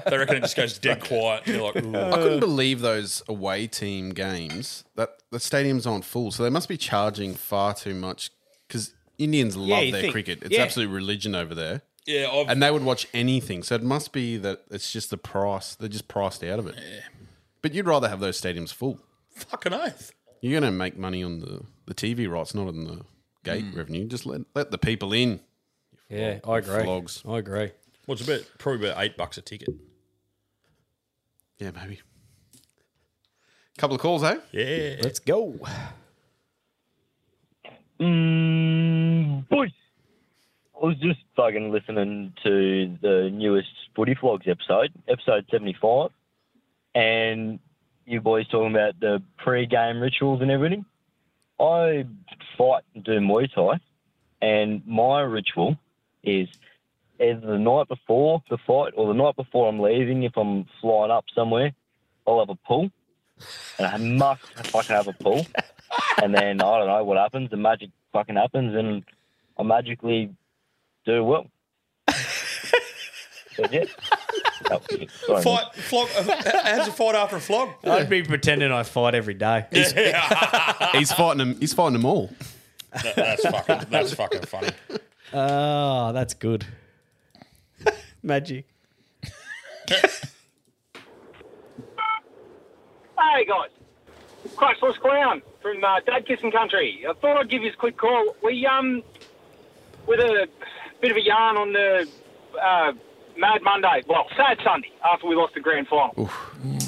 Speaker 5: they reckon it just goes [LAUGHS] dead quiet. You're like,
Speaker 6: I couldn't believe those away team games. That the stadiums aren't full, so they must be charging far too much because Indians love
Speaker 7: you
Speaker 6: their
Speaker 7: think-
Speaker 6: cricket. It's
Speaker 7: yeah.
Speaker 6: absolute religion over there,
Speaker 5: yeah, I've,
Speaker 6: and they would watch anything. So it must be that it's just the price. They're just priced out of it. But you'd rather have those stadiums full.
Speaker 5: fucking oath.
Speaker 6: You're going to make money on the, the TV rights, not on the gate revenue. Just let let the people in.
Speaker 7: yeah, I agree.
Speaker 6: Flogs.
Speaker 7: I agree.
Speaker 5: What's about probably about eight bucks a ticket?
Speaker 6: Yeah, maybe. Couple of calls, eh?
Speaker 5: Yeah,
Speaker 7: Let's go.
Speaker 8: Mm, boys, I was just fucking listening to the newest Footy Vlogs episode, episode 75, and you boys talking about the pre-game rituals and everything. I fight and do Muay Thai, and my ritual is either the night before the fight or the night before I'm leaving, if I'm flying up somewhere, I'll have a pull, and I must fucking have a pull and then I don't know what happens. The magic fucking happens, and I magically do well. That's it. Oh, sorry, man.
Speaker 5: fight flog. uh, [LAUGHS] How's a fight after a flog? [LAUGHS]
Speaker 7: I'd be pretending I fight every day.
Speaker 6: He's fighting them. He's fighting them all.
Speaker 5: That's fucking. That's fucking funny.
Speaker 7: Oh, that's good. [LAUGHS] Magic.
Speaker 9: Hey guys, Crutchless Clown from uh, Dad Kissing Country. I thought I'd give you a quick call. We um, with a bit of a yarn on the uh, Mad Monday, well, Sad Sunday after we lost the grand final.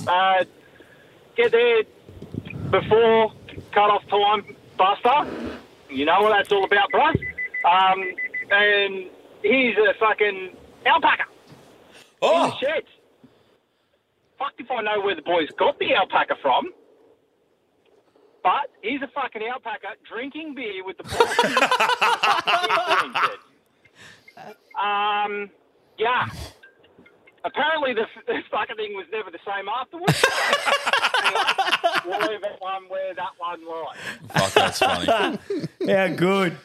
Speaker 9: Uh, get there before cut off time buster. You know what that's all about, bro. Um, and he's a fucking alpaca in
Speaker 5: [LAUGHS] Oh,
Speaker 9: the shed. Fuck if I know where the boys got the alpaca from. But he's a fucking alpaca drinking beer with the boys. um, yeah. Apparently the, f- the fucking thing was never the same afterwards. Anyway, Whatever one where that one lies.
Speaker 5: fuck, that's funny.
Speaker 7: How good.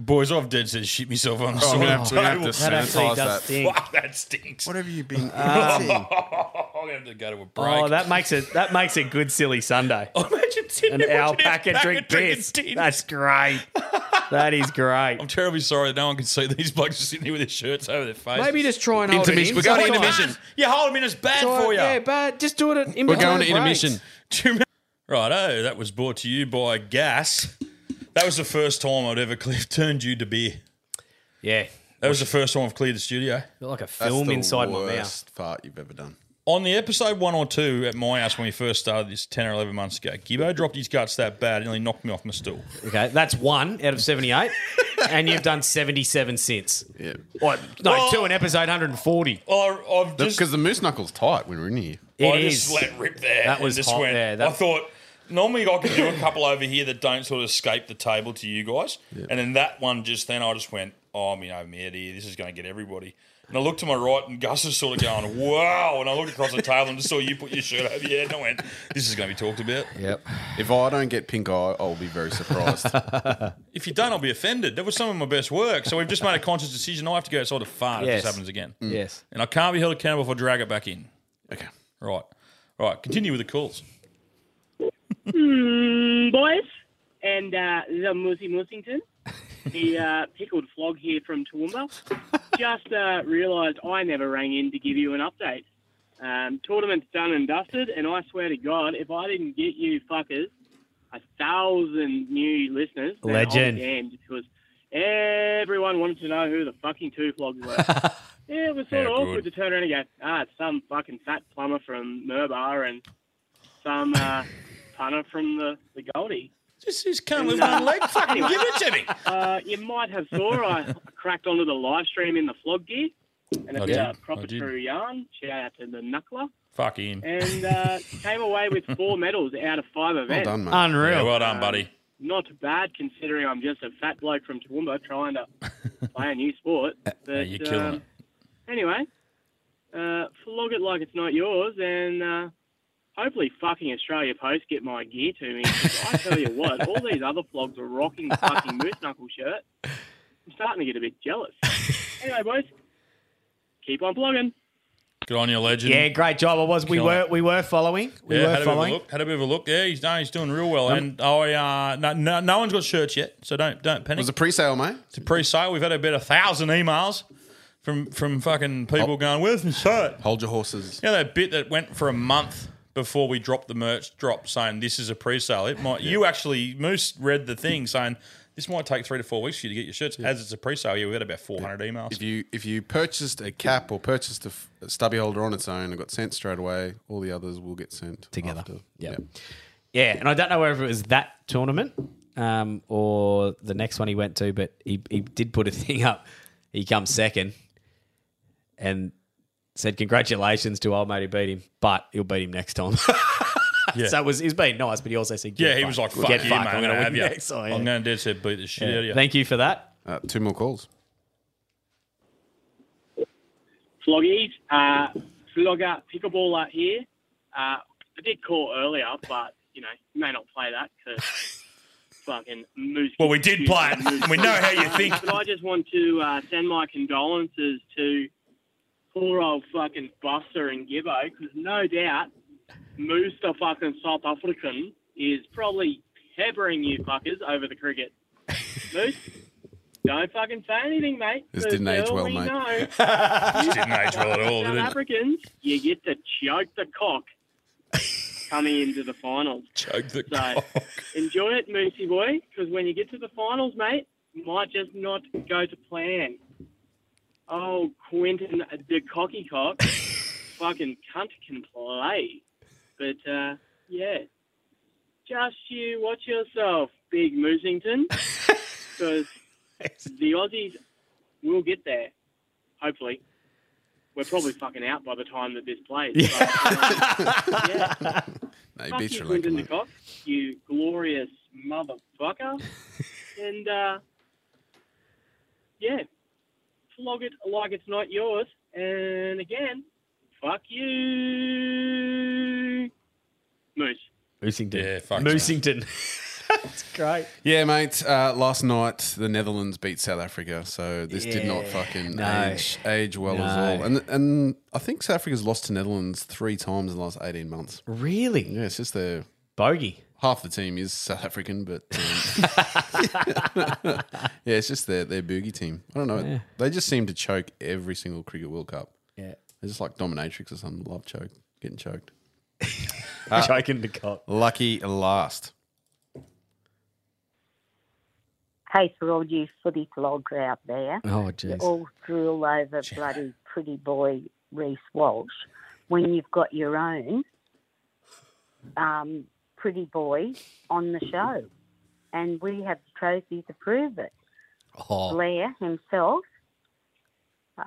Speaker 5: Boys, I've dead said shit myself on the
Speaker 6: Oh,
Speaker 5: side
Speaker 6: we
Speaker 5: of
Speaker 6: have
Speaker 5: the
Speaker 6: to, we
Speaker 5: table. [LAUGHS]
Speaker 6: have to
Speaker 7: That actually does
Speaker 6: sanitize that.
Speaker 7: sting.
Speaker 5: Fuck, that stinks.
Speaker 6: What have you been eating?
Speaker 5: [LAUGHS] I'm gonna have to go to a break. Oh,
Speaker 7: Oh, that makes it that makes a good silly Sunday.
Speaker 5: [LAUGHS] Imagine
Speaker 7: An
Speaker 5: Timmy watching his
Speaker 7: alpaca
Speaker 5: packet
Speaker 7: drink
Speaker 5: drinking
Speaker 7: piss.
Speaker 5: tin.
Speaker 7: That's great. That is great.
Speaker 5: [LAUGHS] I'm terribly sorry that no one can see these blokes just sitting here with their shirts over their face.
Speaker 1: Maybe just try and hold it in.
Speaker 6: Intermission. We're going to
Speaker 1: sometime.
Speaker 6: intermission.
Speaker 5: Yeah, hold them in. It's bad
Speaker 1: Try-
Speaker 5: for you.
Speaker 1: Yeah, but just do it in
Speaker 6: We're
Speaker 1: between
Speaker 6: going to
Speaker 1: breaks.
Speaker 6: intermission.
Speaker 5: Right, oh, that was brought to you by Gas. That was the first time I'd ever clear, [LAUGHS] turned you to beer.
Speaker 7: Yeah.
Speaker 5: That was the first time I've cleared the studio.
Speaker 7: Got like a
Speaker 6: That's
Speaker 7: film
Speaker 6: the
Speaker 7: inside my mouth.
Speaker 6: worst fart you've ever done.
Speaker 5: On the episode one or two at my house when we first started this 10 or 11 months ago, Gibbo dropped his guts that bad, it nearly knocked me off my stool.
Speaker 7: Okay, that's one out of
Speaker 5: [LAUGHS]
Speaker 7: 78. and you've done 77 since.
Speaker 6: Yeah,
Speaker 7: What? No,
Speaker 5: Well-
Speaker 7: two in episode 140.
Speaker 5: Well, I, I've just,
Speaker 6: because the moose knuckle's tight when we're in here.
Speaker 7: It
Speaker 5: Oh, I
Speaker 7: is.
Speaker 5: just let rip there.
Speaker 7: That
Speaker 5: and
Speaker 7: was
Speaker 5: just
Speaker 7: hot there. That-
Speaker 5: I thought normally I could do a couple over here that don't sort of escape the table to you guys, and then that one just then I just went, oh, I'm over my head here. This is going to get everybody. And I looked to my right, and Gus is sort of going, "Wow!" And I looked across the table and just saw you put your shirt over your head, and I went, "This is going to be talked about."
Speaker 6: Yep. If I don't get pink eye, I'll be very surprised.
Speaker 5: If you don't, I'll be offended. That was some of my best work. So we've just made a conscious decision. I have to go outside to fart if
Speaker 7: Yes. Mm.
Speaker 5: this happens again,
Speaker 7: Yes.
Speaker 5: and I can't be held accountable if I drag it back in.
Speaker 6: okay.
Speaker 5: Right, right. Continue with the calls.
Speaker 9: Mm, boys, and uh, the Moosey Moosington, the uh, pickled flog here from Toowoomba. Just uh, realised I never rang in to give you an update. Um, tournament's done and dusted, and I swear to God, if I didn't get you fuckers a thousand new listeners, then I'm
Speaker 7: Legend.
Speaker 9: damned because everyone wanted to know who the fucking two flogs were. yeah, it was sort
Speaker 5: Yeah, good.
Speaker 9: of awkward to turn around and go, ah, it's some fucking fat plumber from Murbar and some
Speaker 5: [LAUGHS]
Speaker 9: uh, punter from the, the Goldie.
Speaker 5: This is can't with one leg. Fucking give it to me.
Speaker 9: Uh, you might have saw I cracked onto the live stream in the flog gear, and
Speaker 5: I
Speaker 9: it's
Speaker 5: did.
Speaker 9: a
Speaker 5: I
Speaker 9: proper
Speaker 5: did.
Speaker 9: true yarn. Shout out to the knuckler.
Speaker 5: Fuck him.
Speaker 10: and uh, came away with four medals out of five events.
Speaker 5: Yeah, well done, buddy.
Speaker 10: Not bad considering I'm just a fat bloke from Toowoomba trying to
Speaker 5: [LAUGHS]
Speaker 10: play a new sport. But,
Speaker 5: Uh, you're killing
Speaker 10: um, Anyway, uh, flog it like it's not yours, and uh, hopefully, fucking Australia Post get my gear to me. I tell you what, all these other flogs are rocking the fucking
Speaker 5: [LAUGHS]
Speaker 10: moose knuckle shirt. I'm starting to get a bit jealous. Anyway, boys, keep on flogging.
Speaker 5: Good on you, legend.
Speaker 1: Yeah, great job. I was. We
Speaker 5: Killing
Speaker 1: were. We were following. We
Speaker 5: yeah,
Speaker 1: were
Speaker 5: had a, bit of a
Speaker 1: following.
Speaker 5: look, had a bit of a look. Yeah, he's done. He's doing real well.
Speaker 1: Um,
Speaker 5: and I, uh, no, no, no one's got shirts yet, so don't don't panic. It was
Speaker 6: a pre-sale, mate.
Speaker 5: It's a pre-sale. We've had about a thousand emails from from fucking
Speaker 1: Oh.
Speaker 5: people going, "Where's my shirt?"
Speaker 6: Hold your horses.
Speaker 5: You know that bit that went for a month before we dropped the merch drop, saying this is a pre-sale. It might. You actually Moose read the thing saying. This might take three to four weeks for you to get your shirts, as it's a pre-sale. Yeah, we had about four hundred emails.
Speaker 6: If you if you purchased a cap or purchased a, f- a stubby holder on its own and got sent straight away, all the others will get sent together. Yeah.
Speaker 1: Yeah, and I don't know whether it was that tournament um, or the next one he went to, but he, he did put a [LAUGHS] thing up. He comes second and said, Congratulations to old mate who beat him, but he'll beat him next time. [LAUGHS] So it was, he was being nice, but he also said,
Speaker 5: Yeah,
Speaker 1: "Get
Speaker 5: he was like,
Speaker 1: fucked.
Speaker 5: "Fuck
Speaker 1: Get
Speaker 5: you,
Speaker 1: fucked.
Speaker 5: mate.
Speaker 1: I'm going to
Speaker 5: have
Speaker 1: win
Speaker 5: you.
Speaker 1: next time.
Speaker 5: I'm going to dead set beat the shit out of you."
Speaker 1: Thank you for that.
Speaker 6: Uh, two more calls.
Speaker 10: Floggies, uh, Flogger Pickleballer here. Uh, I did call earlier, but, you know, you may not play that because
Speaker 5: [LAUGHS]
Speaker 10: fucking moose.
Speaker 5: Well, we did play it.
Speaker 10: Moose-
Speaker 5: We know how you
Speaker 10: Uh,
Speaker 5: think.
Speaker 10: But I just want to uh, send my condolences to poor old fucking Buster and Gibbo because no doubt Moose, the fucking South African, is probably peppering you fuckers over the
Speaker 5: [LAUGHS]
Speaker 10: cricket. Moose, don't fucking say anything, mate.
Speaker 6: This
Speaker 10: 'cause
Speaker 6: didn't age
Speaker 10: we all
Speaker 6: well,
Speaker 10: we
Speaker 6: mate.
Speaker 10: know-
Speaker 5: This didn't age well at all,
Speaker 10: South
Speaker 5: did it?
Speaker 10: Africans, you get to choke the cock coming into the finals.
Speaker 5: Choke the
Speaker 10: so, cock. Enjoy it, Moosey boy, because when you get to the finals, mate, it might just not go to plan. Oh, Quentin the cocky cock, fucking cunt can play, but uh, yeah, just you watch yourself, Big Moosington, because the Aussies will get there, hopefully. We're probably fucking out by the time that this plays. But, um, yeah.
Speaker 6: They
Speaker 10: Fuck
Speaker 6: beat
Speaker 10: you,
Speaker 6: Sri Lanka,
Speaker 10: Quinton
Speaker 6: mate.
Speaker 10: de Kock, you glorious motherfucker. and uh, yeah, flog it like it's not yours. And again, fuck you, Moose.
Speaker 1: Moosington.
Speaker 5: Yeah, fuck.
Speaker 1: Moosington. [LAUGHS] That's great.
Speaker 6: Yeah, mate. Uh, last night the Netherlands beat South Africa, so this did not
Speaker 1: Yeah.
Speaker 6: fucking
Speaker 1: No.
Speaker 6: age age well
Speaker 1: No.
Speaker 6: at all. And and I think South Africa's lost to Netherlands three times in the last eighteen months.
Speaker 1: Really?
Speaker 6: Yeah, it's just their
Speaker 1: bogey.
Speaker 6: Half the team is South African, but um, [LAUGHS] yeah, it's just their their boogie team. I don't know.
Speaker 1: Yeah.
Speaker 6: They just seem to choke every single cricket World Cup.
Speaker 1: [LAUGHS] Yeah.
Speaker 6: they're just like dominatrix or something. Love choke, getting choked.
Speaker 1: Choking the cock.
Speaker 6: Lucky last.
Speaker 11: Hey, for all you footy floggers out there,
Speaker 1: Oh,
Speaker 11: you
Speaker 1: jeez.
Speaker 11: all drool over bloody pretty boy Reese Walsh when you've got your own um, pretty boy on the show, and we have the trophy to prove it.
Speaker 5: Oh.
Speaker 11: Blair himself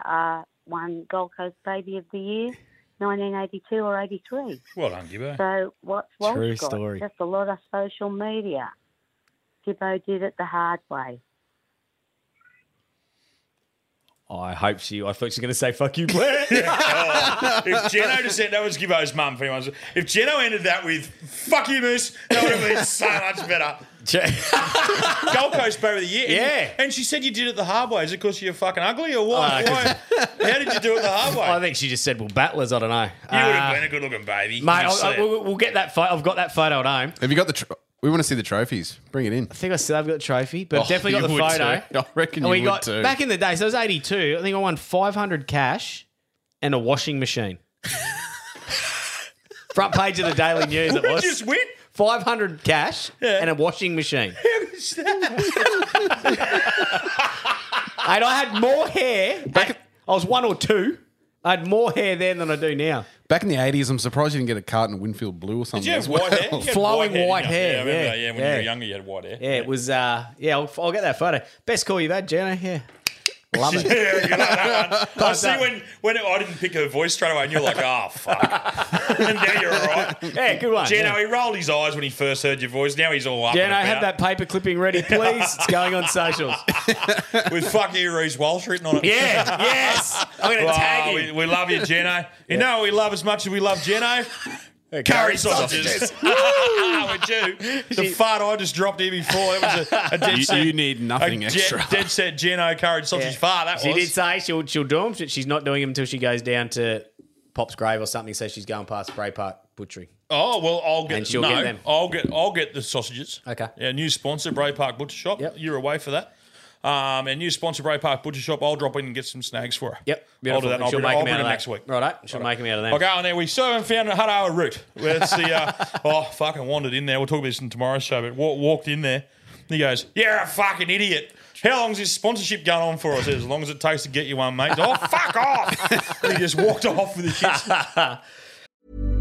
Speaker 11: uh, won Gold Coast Baby of the Year, 1982 or 83.
Speaker 5: Well done, Gibbo.
Speaker 11: So what's Walsh
Speaker 5: True
Speaker 11: got?
Speaker 5: story.
Speaker 11: Just a lot of social media. Gibbo did it the hard way.
Speaker 1: I hope she. I thought she was going to say "fuck you,
Speaker 6: [LAUGHS]
Speaker 1: Blair."
Speaker 5: Oh, if Geno just said that was Gibbo's mum for anyone. If Geno ended that with "fuck you, Moose," that would have been so much better. Gold Coast Baby of the Year. And-
Speaker 1: Yeah.
Speaker 5: and, she said you did it the hard way. Is it because you're fucking ugly or what?
Speaker 1: Oh,
Speaker 5: Why? How did you do it the hard way?
Speaker 1: I think she just said, "Well, battlers." I don't know.
Speaker 5: You would have
Speaker 1: Uh,
Speaker 5: been a good-looking baby,
Speaker 1: Mate,
Speaker 5: You
Speaker 1: I'll,
Speaker 5: see
Speaker 1: I'll-
Speaker 5: it.
Speaker 1: we'll, we'll get that photo. I've got that photo at home.
Speaker 6: Have you got the? Tro- we want to see the trophies. Bring it in.
Speaker 1: I think I still have got the trophy, but
Speaker 6: Oh,
Speaker 1: I've definitely got
Speaker 6: you
Speaker 1: the
Speaker 6: would
Speaker 1: photo.
Speaker 6: too. I reckon
Speaker 1: And
Speaker 6: you
Speaker 1: we
Speaker 6: would
Speaker 1: got
Speaker 6: too.
Speaker 1: back in the day. So it was eighty-two. I think I won five hundred cash and a washing
Speaker 6: [LAUGHS]
Speaker 1: machine. Front page of the Daily News. It
Speaker 9: We
Speaker 1: was
Speaker 9: just
Speaker 5: win
Speaker 1: five hundred cash and a washing
Speaker 5: [LAUGHS]
Speaker 1: machine. and I had more hair. I was one or two. I had more hair then than I do now.
Speaker 6: Back in the eighties, I'm surprised you didn't get a cart in Winfield Blue or something.
Speaker 1: you have
Speaker 6: as
Speaker 1: white
Speaker 6: [LAUGHS]
Speaker 1: hair?
Speaker 6: well.
Speaker 1: You had Flowing white white hair,
Speaker 5: Yeah,
Speaker 1: hair,
Speaker 5: I remember
Speaker 1: yeah.
Speaker 5: that. Yeah, when you
Speaker 1: Yeah.
Speaker 5: were younger, you had white hair.
Speaker 1: Yeah, it was. Uh, yeah, I'll, I'll get that photo. Best call you've had, Gina. Yeah.
Speaker 7: Love it.
Speaker 5: [LAUGHS] yeah, you like
Speaker 7: [LAUGHS]
Speaker 5: that one. I
Speaker 7: But
Speaker 5: see
Speaker 7: that-
Speaker 5: when, when I didn't pick her voice straight away, and you're like, oh, fuck.
Speaker 7: [LAUGHS]
Speaker 5: and now you're all right.
Speaker 7: Yeah, good one,
Speaker 5: Geno,
Speaker 7: yeah.
Speaker 5: he rolled his eyes when he first heard your voice. Now he's all up.
Speaker 7: Yeah,
Speaker 5: and
Speaker 7: no,
Speaker 5: about.
Speaker 7: have that paper clipping ready, please. It's going on [LAUGHS] socials.
Speaker 5: With fuck you, Reese Walsh written on it.
Speaker 7: Yeah,
Speaker 5: [LAUGHS]
Speaker 7: yes. I'm gonna
Speaker 5: Wow,
Speaker 7: tag
Speaker 5: we,
Speaker 7: him.
Speaker 5: we love you, Geno.
Speaker 7: [LAUGHS]
Speaker 5: You
Speaker 7: Yeah.
Speaker 5: know what we love as much as we love Geno? Curry
Speaker 7: curry
Speaker 5: sausages.
Speaker 7: sausages.
Speaker 5: [LAUGHS]
Speaker 7: [LAUGHS]
Speaker 5: Would you? The fart I just dropped here before. That was a, a dead
Speaker 6: You-
Speaker 5: set.
Speaker 6: you need nothing
Speaker 5: a
Speaker 6: extra.
Speaker 5: Dead, dead set Geno curry sausage fart. That
Speaker 7: she
Speaker 5: was.
Speaker 7: did say she'll she'll do them. She's not doing them until she goes down to Pop's grave or something. So she's going past Bray Park Butchery.
Speaker 5: Oh well, I'll get
Speaker 7: And she'll
Speaker 5: no,
Speaker 7: get them.
Speaker 5: I'll get I'll get the sausages. Okay. Yeah, new sponsor Bray Park Butcher Shop. You're away for that. Um, and new sponsor Bray Park Butcher Shop. I'll drop in and get some snags for her. Yep.
Speaker 7: Beautiful.
Speaker 5: I'll do that.
Speaker 7: And
Speaker 5: I'll
Speaker 7: she'll
Speaker 5: bring,
Speaker 7: make
Speaker 5: I'll
Speaker 7: 'em
Speaker 5: bring
Speaker 7: out of
Speaker 5: them
Speaker 7: that.
Speaker 5: next week.
Speaker 7: Righto. She'll make 'em out of them.
Speaker 5: I'll go in there. We so haven't found a Hut Hour route. That's the uh, [LAUGHS] oh fuck. I wandered in there. We'll talk about this in tomorrow's show. But wa- walked in there. He goes, "You're a fucking idiot." How long's this sponsorship going on for? I said, as long as it takes to get you one, mate. Oh, [LAUGHS] fuck off. And he just walked off with his
Speaker 7: [LAUGHS]
Speaker 5: shit.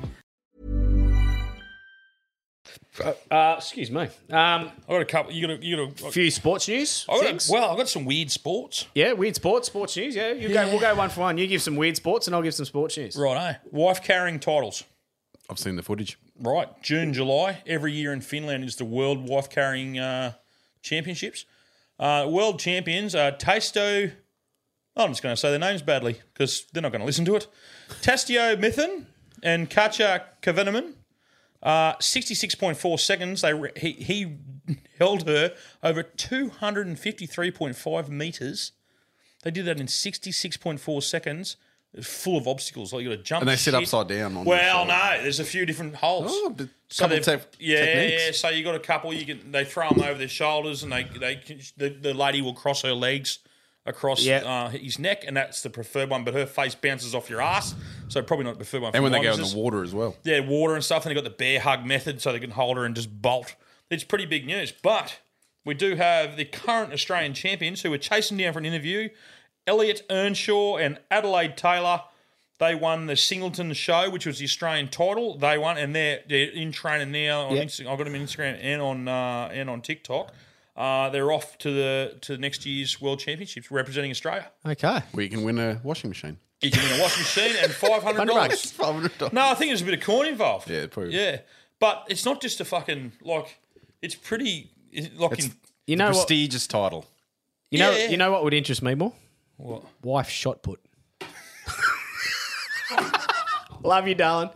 Speaker 7: Uh, excuse me. Um,
Speaker 5: I got a couple. You got a, you got a
Speaker 7: few sports news.
Speaker 5: I got a-
Speaker 7: things.
Speaker 5: Oh, well, I got some weird sports.
Speaker 7: Yeah, weird sports, sports news. Yeah, you go. We'll go one for one. You give some weird sports, and I'll give some sports news.
Speaker 5: Right, eh? Wife carrying titles.
Speaker 6: I've seen the footage.
Speaker 5: Right, June, July every year in Finland is the World Wife Carrying uh, Championships. Uh, world champions are Taisto. I'm just going to say their names badly because they're not going to listen to it. Tastio Mithin and Katja Kaveneman. Uh, 66.4 seconds. They re- he, he held her over 253.5 meters. They did that in 66.4 seconds. It's full of obstacles. Like you got to jump.
Speaker 6: And they
Speaker 5: shit.
Speaker 6: sit upside down on the
Speaker 5: Well,
Speaker 6: side.
Speaker 5: no, there's a few different holes.
Speaker 6: Oh, but couple
Speaker 5: they've-
Speaker 6: tech-
Speaker 5: yeah,
Speaker 6: techniques.
Speaker 5: yeah. So you got a couple. You can they throw them over their shoulders, and they they can- the, the lady will cross her legs across
Speaker 6: Yeah.
Speaker 5: uh, his neck, and that's the preferred one. But her face bounces off your ass, so probably not the preferred one.
Speaker 6: And
Speaker 5: for
Speaker 6: when they go in
Speaker 5: Lions.
Speaker 6: the water as well.
Speaker 5: Yeah, water and stuff, and they've got the bear hug method so they can hold her and just bolt. It's pretty big news. But we do have the current Australian champions who were chasing down for an interview Elliot Earnshaw and Adelaide Taylor. They won the Singleton Show, which was the Austraian title. They won, and they're, they're in training now. On
Speaker 7: Yep.
Speaker 5: Insta- I've got them on Instagram and on uh, and on TikTok. Uh, they're off to the to next year's World Championships representing Australia.
Speaker 7: Okay.
Speaker 6: Where you can win a washing machine.
Speaker 5: You can win a washing machine [LAUGHS] and five hundred dollars. No, I think there's a bit of corn involved. Yeah,
Speaker 6: probably.
Speaker 5: Yeah, but it's not just a fucking like. It's pretty it- like in,
Speaker 7: You know what?
Speaker 6: prestigious title.
Speaker 7: You know.
Speaker 5: Yeah.
Speaker 7: You know what would interest me more?
Speaker 5: What?
Speaker 7: Wife shot put. [LAUGHS] Love you, darling.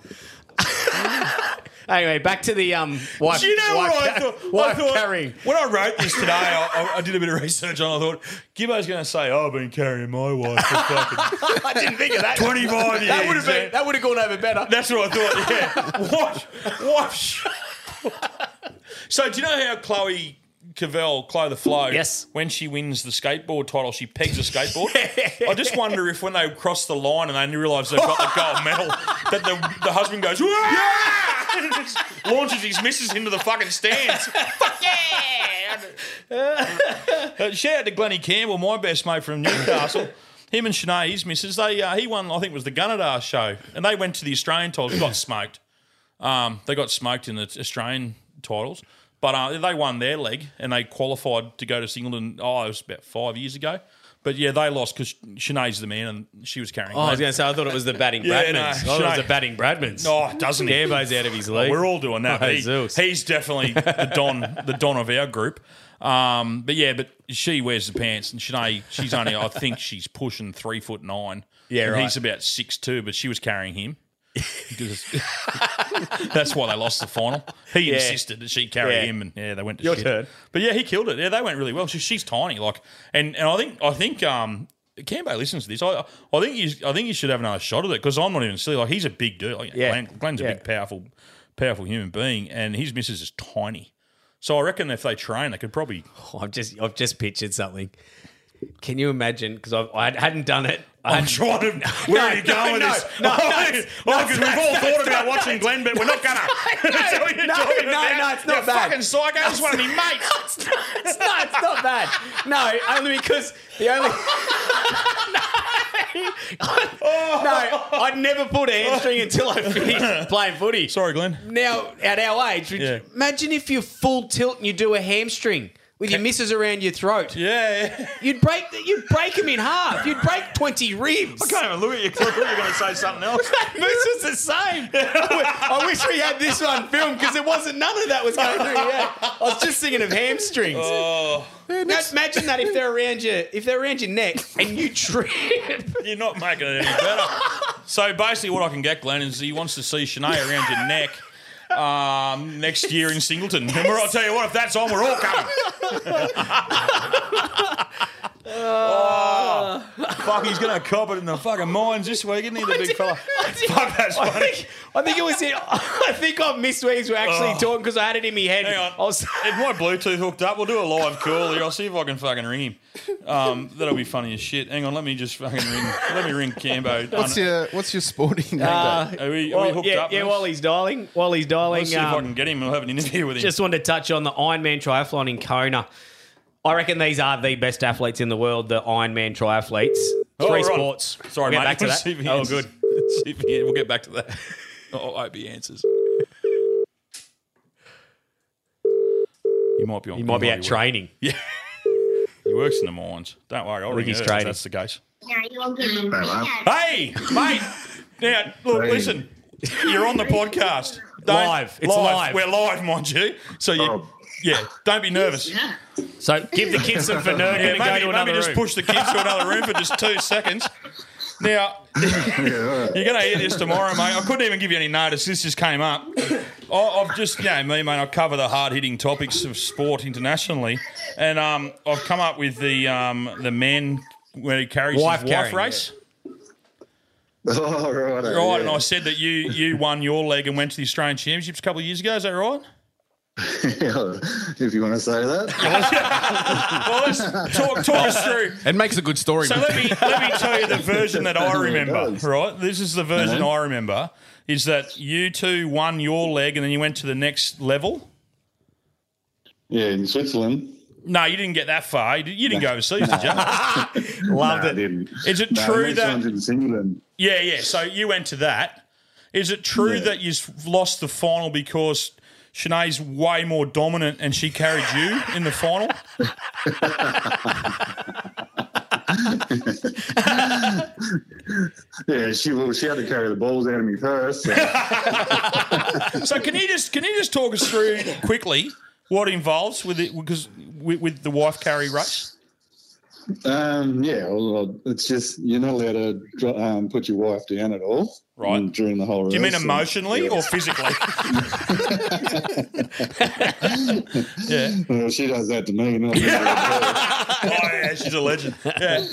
Speaker 7: [LAUGHS] anyway, back to the um. Wife,
Speaker 5: Do you know
Speaker 7: wife,
Speaker 5: what I
Speaker 7: ca-
Speaker 5: thought? I
Speaker 7: Wife
Speaker 5: thought-
Speaker 7: carrying.
Speaker 5: When I wrote this today, I, I- I did a bit of research on. it. I thought Gibbo's going to say, "Oh, I've been carrying my wife for fucking
Speaker 7: [LAUGHS] I didn't think of that.
Speaker 5: 25 years."
Speaker 7: That would have been.
Speaker 5: man."
Speaker 7: That would have gone over better.
Speaker 5: [LAUGHS] That's what I thought. Yeah. what? What? So do you know how Chloe Cavell, Chloe the Flow, yes. when she wins the skateboard title, she pegs a skateboard? I just wonder if when they cross the line and they realise they've got the gold medal, that the, the husband goes, "Wah!" [LAUGHS] and just launches his missus into the fucking stands. Uh, shout out to Glennie Campbell, my best mate
Speaker 7: [COUGHS]
Speaker 5: from Newcastle. Him and Sinead, his missus, they uh, he won. I think it was the Gunnedah show, and they went to the Australian titles. Got smoked. Um, they got smoked in the Australian titles, but uh, they won their leg and they qualified to go to Singleton. Oh, it was about five years ago. But yeah, they lost because Sinead's the man and she was carrying.
Speaker 7: Oh, I was going to say, I thought it was the batting
Speaker 5: Yeah,
Speaker 7: Bradmans.
Speaker 5: no,
Speaker 7: I thought it was
Speaker 5: Sinead-
Speaker 7: the batting Bradmans.
Speaker 5: Oh, doesn't he?
Speaker 7: Gabbo's out of his
Speaker 5: Oh,
Speaker 7: league.
Speaker 5: we're all doing that.
Speaker 7: Oh,
Speaker 5: He-
Speaker 7: Zeus.
Speaker 5: he's definitely the don, the don of our group. Um, but yeah, but she wears the pants, and Shanae, she's only, I think she's pushing three foot nine.
Speaker 1: Yeah,
Speaker 5: and
Speaker 1: right.
Speaker 5: He's about six two, but she was carrying him. Because- [LAUGHS] that's why they lost the final. He
Speaker 1: Yeah.
Speaker 5: insisted that she carry
Speaker 1: Yeah.
Speaker 5: him, and yeah, they went to
Speaker 1: Your
Speaker 5: shit.
Speaker 1: turn.
Speaker 5: But yeah, he killed it. Yeah, they went really well. She, she's tiny, like, and, and I think I think um, Cambo listens to this. I I think you I think you should have another shot at it because I'm not even silly. Like he's a big dude. Like,
Speaker 1: Yeah.
Speaker 5: Glenn, Glenn's
Speaker 1: Yeah.
Speaker 5: a big, powerful, powerful human being, and his missus is tiny. So I reckon if they train, they could
Speaker 1: [LAUGHS]
Speaker 5: probably.
Speaker 1: I've just I've just pictured something. Can you imagine? Because I hadn't done it. I
Speaker 5: I'm
Speaker 1: hadn't-
Speaker 5: trying to. Where are you
Speaker 1: no,
Speaker 5: going with
Speaker 1: no,
Speaker 5: this?
Speaker 1: no,
Speaker 5: [LAUGHS] oh,
Speaker 1: no,
Speaker 5: oh, 'cause
Speaker 1: no,
Speaker 5: we've all
Speaker 1: no,
Speaker 5: thought
Speaker 1: no,
Speaker 5: about
Speaker 1: no,
Speaker 5: watching Glenn, but we're not gonna.
Speaker 1: [LAUGHS] No,
Speaker 5: [LAUGHS] That's what
Speaker 1: no,
Speaker 5: you're
Speaker 1: no,
Speaker 5: talking about.
Speaker 1: no, it's
Speaker 5: You're
Speaker 1: not bad.
Speaker 5: Fucking psycho.
Speaker 1: No,
Speaker 5: It's one of
Speaker 1: [LAUGHS]
Speaker 5: me mates.
Speaker 1: It's not, [LAUGHS] it's not, it's not bad. No, only because the only. [LAUGHS]
Speaker 5: Oh.
Speaker 1: no, I'd never put a hamstring until I
Speaker 5: [LAUGHS]
Speaker 1: finished playing footy.
Speaker 5: Sorry, Glenn.
Speaker 1: Now, at our age, would you-
Speaker 5: Yeah.
Speaker 1: imagine if you're full tilt and you do a hamstring with your missus around your throat.
Speaker 5: Yeah, [LAUGHS]
Speaker 1: you'd break the- you'd break him in half. You'd break twenty ribs. I
Speaker 5: can't even look at you. 'cause I thought you were going to say something else.
Speaker 1: [LAUGHS] Moose was the same. I wi- [LAUGHS] I wish we had this one filmed because it wasn't none of that was going through. Yeah, I was just thinking of hamstrings.
Speaker 5: Oh.
Speaker 1: Now, imagine that if they're around your if they're around your neck and you trip.
Speaker 5: You're not making it any better. so basically, what I can get, Glenn, is he wants to see Shanae around your neck um, next year in Singleton. And we're, I'll tell you what, if that's on, we're all coming. oh, fuck, he's going to cop it in the fucking mines this week, isn't he, the big fella? Fuck,
Speaker 1: [LAUGHS]
Speaker 5: that's
Speaker 1: I
Speaker 5: funny.
Speaker 1: think, I think it was. It, I think I missed where we were actually
Speaker 5: Oh.
Speaker 1: talking because I had it in my head.
Speaker 5: Hang on. if my Bluetooth hooked up, we'll do a live call here. I'll see if I can fucking ring him. Um, that'll be funny as shit. Hang on, let me just fucking ring. Let me ring Cambo.
Speaker 6: What's your What's your sporting name?
Speaker 1: Uh,
Speaker 5: Are we- are we
Speaker 1: well,
Speaker 5: hooked
Speaker 1: yeah,
Speaker 5: up,
Speaker 1: yeah.
Speaker 5: Moose?
Speaker 1: While he's dialing, while he's dialing,
Speaker 5: Let's see if I
Speaker 1: um,
Speaker 5: can get him. We'll have an interview with him.
Speaker 1: Just wanted to touch on the Ironman triathlon in Kona. I reckon these are the best athletes in the world, the Ironman triathletes.
Speaker 5: Oh,
Speaker 1: Three
Speaker 5: right.
Speaker 1: sports.
Speaker 5: Sorry,
Speaker 1: we'll
Speaker 5: mate.
Speaker 1: get back to
Speaker 5: See if
Speaker 1: that.
Speaker 5: he
Speaker 1: Oh,
Speaker 5: answers.
Speaker 1: good.
Speaker 5: See if he- [LAUGHS] we'll get back to that. [LAUGHS] Oh, I hope he answers. You might be on.
Speaker 1: He might be out training.
Speaker 5: Yeah. he works in the mines. Don't worry, I'll ring
Speaker 1: Ricky's
Speaker 5: her if
Speaker 1: training.
Speaker 5: That's the case.
Speaker 11: Hello.
Speaker 5: Hey, mate. Now, look,
Speaker 11: Hey.
Speaker 5: listen. You're on the podcast.
Speaker 1: Live. It's live.
Speaker 5: We're live, mind you. So you, yeah, don't be nervous.
Speaker 1: So give the kids
Speaker 5: [LAUGHS]
Speaker 1: some for
Speaker 5: Yeah,
Speaker 1: nerd and
Speaker 5: maybe,
Speaker 1: go to another
Speaker 5: maybe just
Speaker 1: room.
Speaker 5: push the kids to another room for just two seconds. Now, You're going to hear this tomorrow, mate. I couldn't even give you any notice. This just came up. [COUGHS] I, I've just, you know, me, mate, I cover the hard hitting topics of sport internationally. And um, I've come up with the um, the men where he carries
Speaker 11: Wife
Speaker 5: his wife
Speaker 11: carrying,
Speaker 5: race.
Speaker 11: Oh, right.
Speaker 5: Right. And I said that you, you won your leg and went to the Australian Championships a couple of years ago. Is that right?
Speaker 12: [LAUGHS] if you want to say that.
Speaker 5: well, let's talk, talk us through.
Speaker 13: It makes a good story.
Speaker 5: So
Speaker 6: [LAUGHS]
Speaker 5: let me let me tell you the version that I remember. Right, this is the version
Speaker 13: Mhm.
Speaker 5: I remember is that you two won your leg and then you went to the next level.
Speaker 12: Yeah, in Switzerland.
Speaker 5: No, you didn't get that far. You di- you didn't go overseas, did you?
Speaker 12: Nah, I didn't.
Speaker 5: Is it
Speaker 12: No, the
Speaker 5: true
Speaker 12: next
Speaker 5: that?
Speaker 12: one's in Singland.
Speaker 5: Yeah, yeah. So you went to that. Is it true
Speaker 12: Yeah.
Speaker 5: that you lost the final because Shanae's way more dominant and she carried you in the final?
Speaker 12: [LAUGHS] Yeah, she well, she had to carry the balls out of me first. so-
Speaker 5: [LAUGHS] so can you just can you just talk us through quickly what involves with it because with, with the wife carry race?
Speaker 12: Um, yeah, well, well, it's just you're not allowed to dr- um, put your wife down at all. Right. During the whole race.
Speaker 5: Do you mean
Speaker 12: and-
Speaker 5: emotionally or physically? yeah.
Speaker 12: [LAUGHS] Well, she does that to me. Not
Speaker 5: [LAUGHS] Oh yeah, she's a legend. Yeah.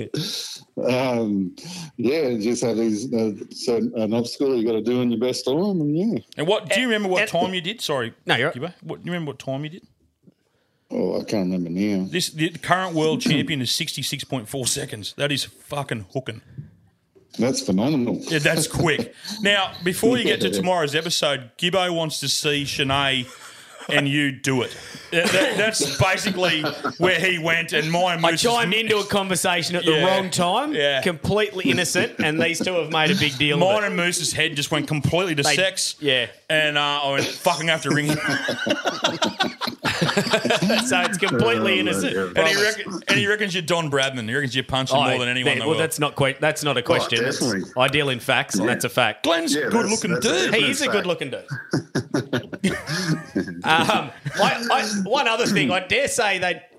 Speaker 12: [LAUGHS] um, yeah, you just have these uh, so an obstacle you got to do in your best time, and yeah.
Speaker 5: And what do you remember what time you did? Sorry, no, you're right. What do you remember what time you did?
Speaker 12: Oh, I can't remember now.
Speaker 5: This the current world champion is sixty six point four seconds. That is fucking hooking.
Speaker 12: That's phenomenal. [LAUGHS]
Speaker 5: Yeah, that's
Speaker 1: [LAUGHS]
Speaker 5: quick. Now, before you get to tomorrow's episode, Gibbo wants to see Shanae and you do it. That- that- that's basically where he went, and my
Speaker 1: I chimed into
Speaker 5: [LAUGHS]
Speaker 1: a conversation at the
Speaker 5: Yeah.
Speaker 1: wrong time,
Speaker 5: Yeah. [LAUGHS]
Speaker 1: completely innocent, and these two have made a big deal.
Speaker 5: Mine
Speaker 1: of it.
Speaker 5: and Moose's head just went completely to
Speaker 1: They-
Speaker 5: sex.
Speaker 1: Yeah.
Speaker 5: And uh, I went fucking have to ring
Speaker 1: [LAUGHS]
Speaker 5: him.
Speaker 1: so it's completely innocent.
Speaker 5: And he, reckon, and he reckons you're Don Bradman. He reckons you punch him
Speaker 1: I-
Speaker 5: more than anyone. in
Speaker 1: that- Oh,
Speaker 5: the
Speaker 1: well,
Speaker 5: world.
Speaker 1: that's not quite. That's not a question. That's-
Speaker 5: definitely.
Speaker 1: I deal in facts, and that's a fact.
Speaker 5: Glenn's a Yeah, good that's- looking that's a dude.
Speaker 1: He
Speaker 5: definite
Speaker 1: is a
Speaker 5: fact.
Speaker 1: good looking dude. Um, I, I, one other thing, I dare say that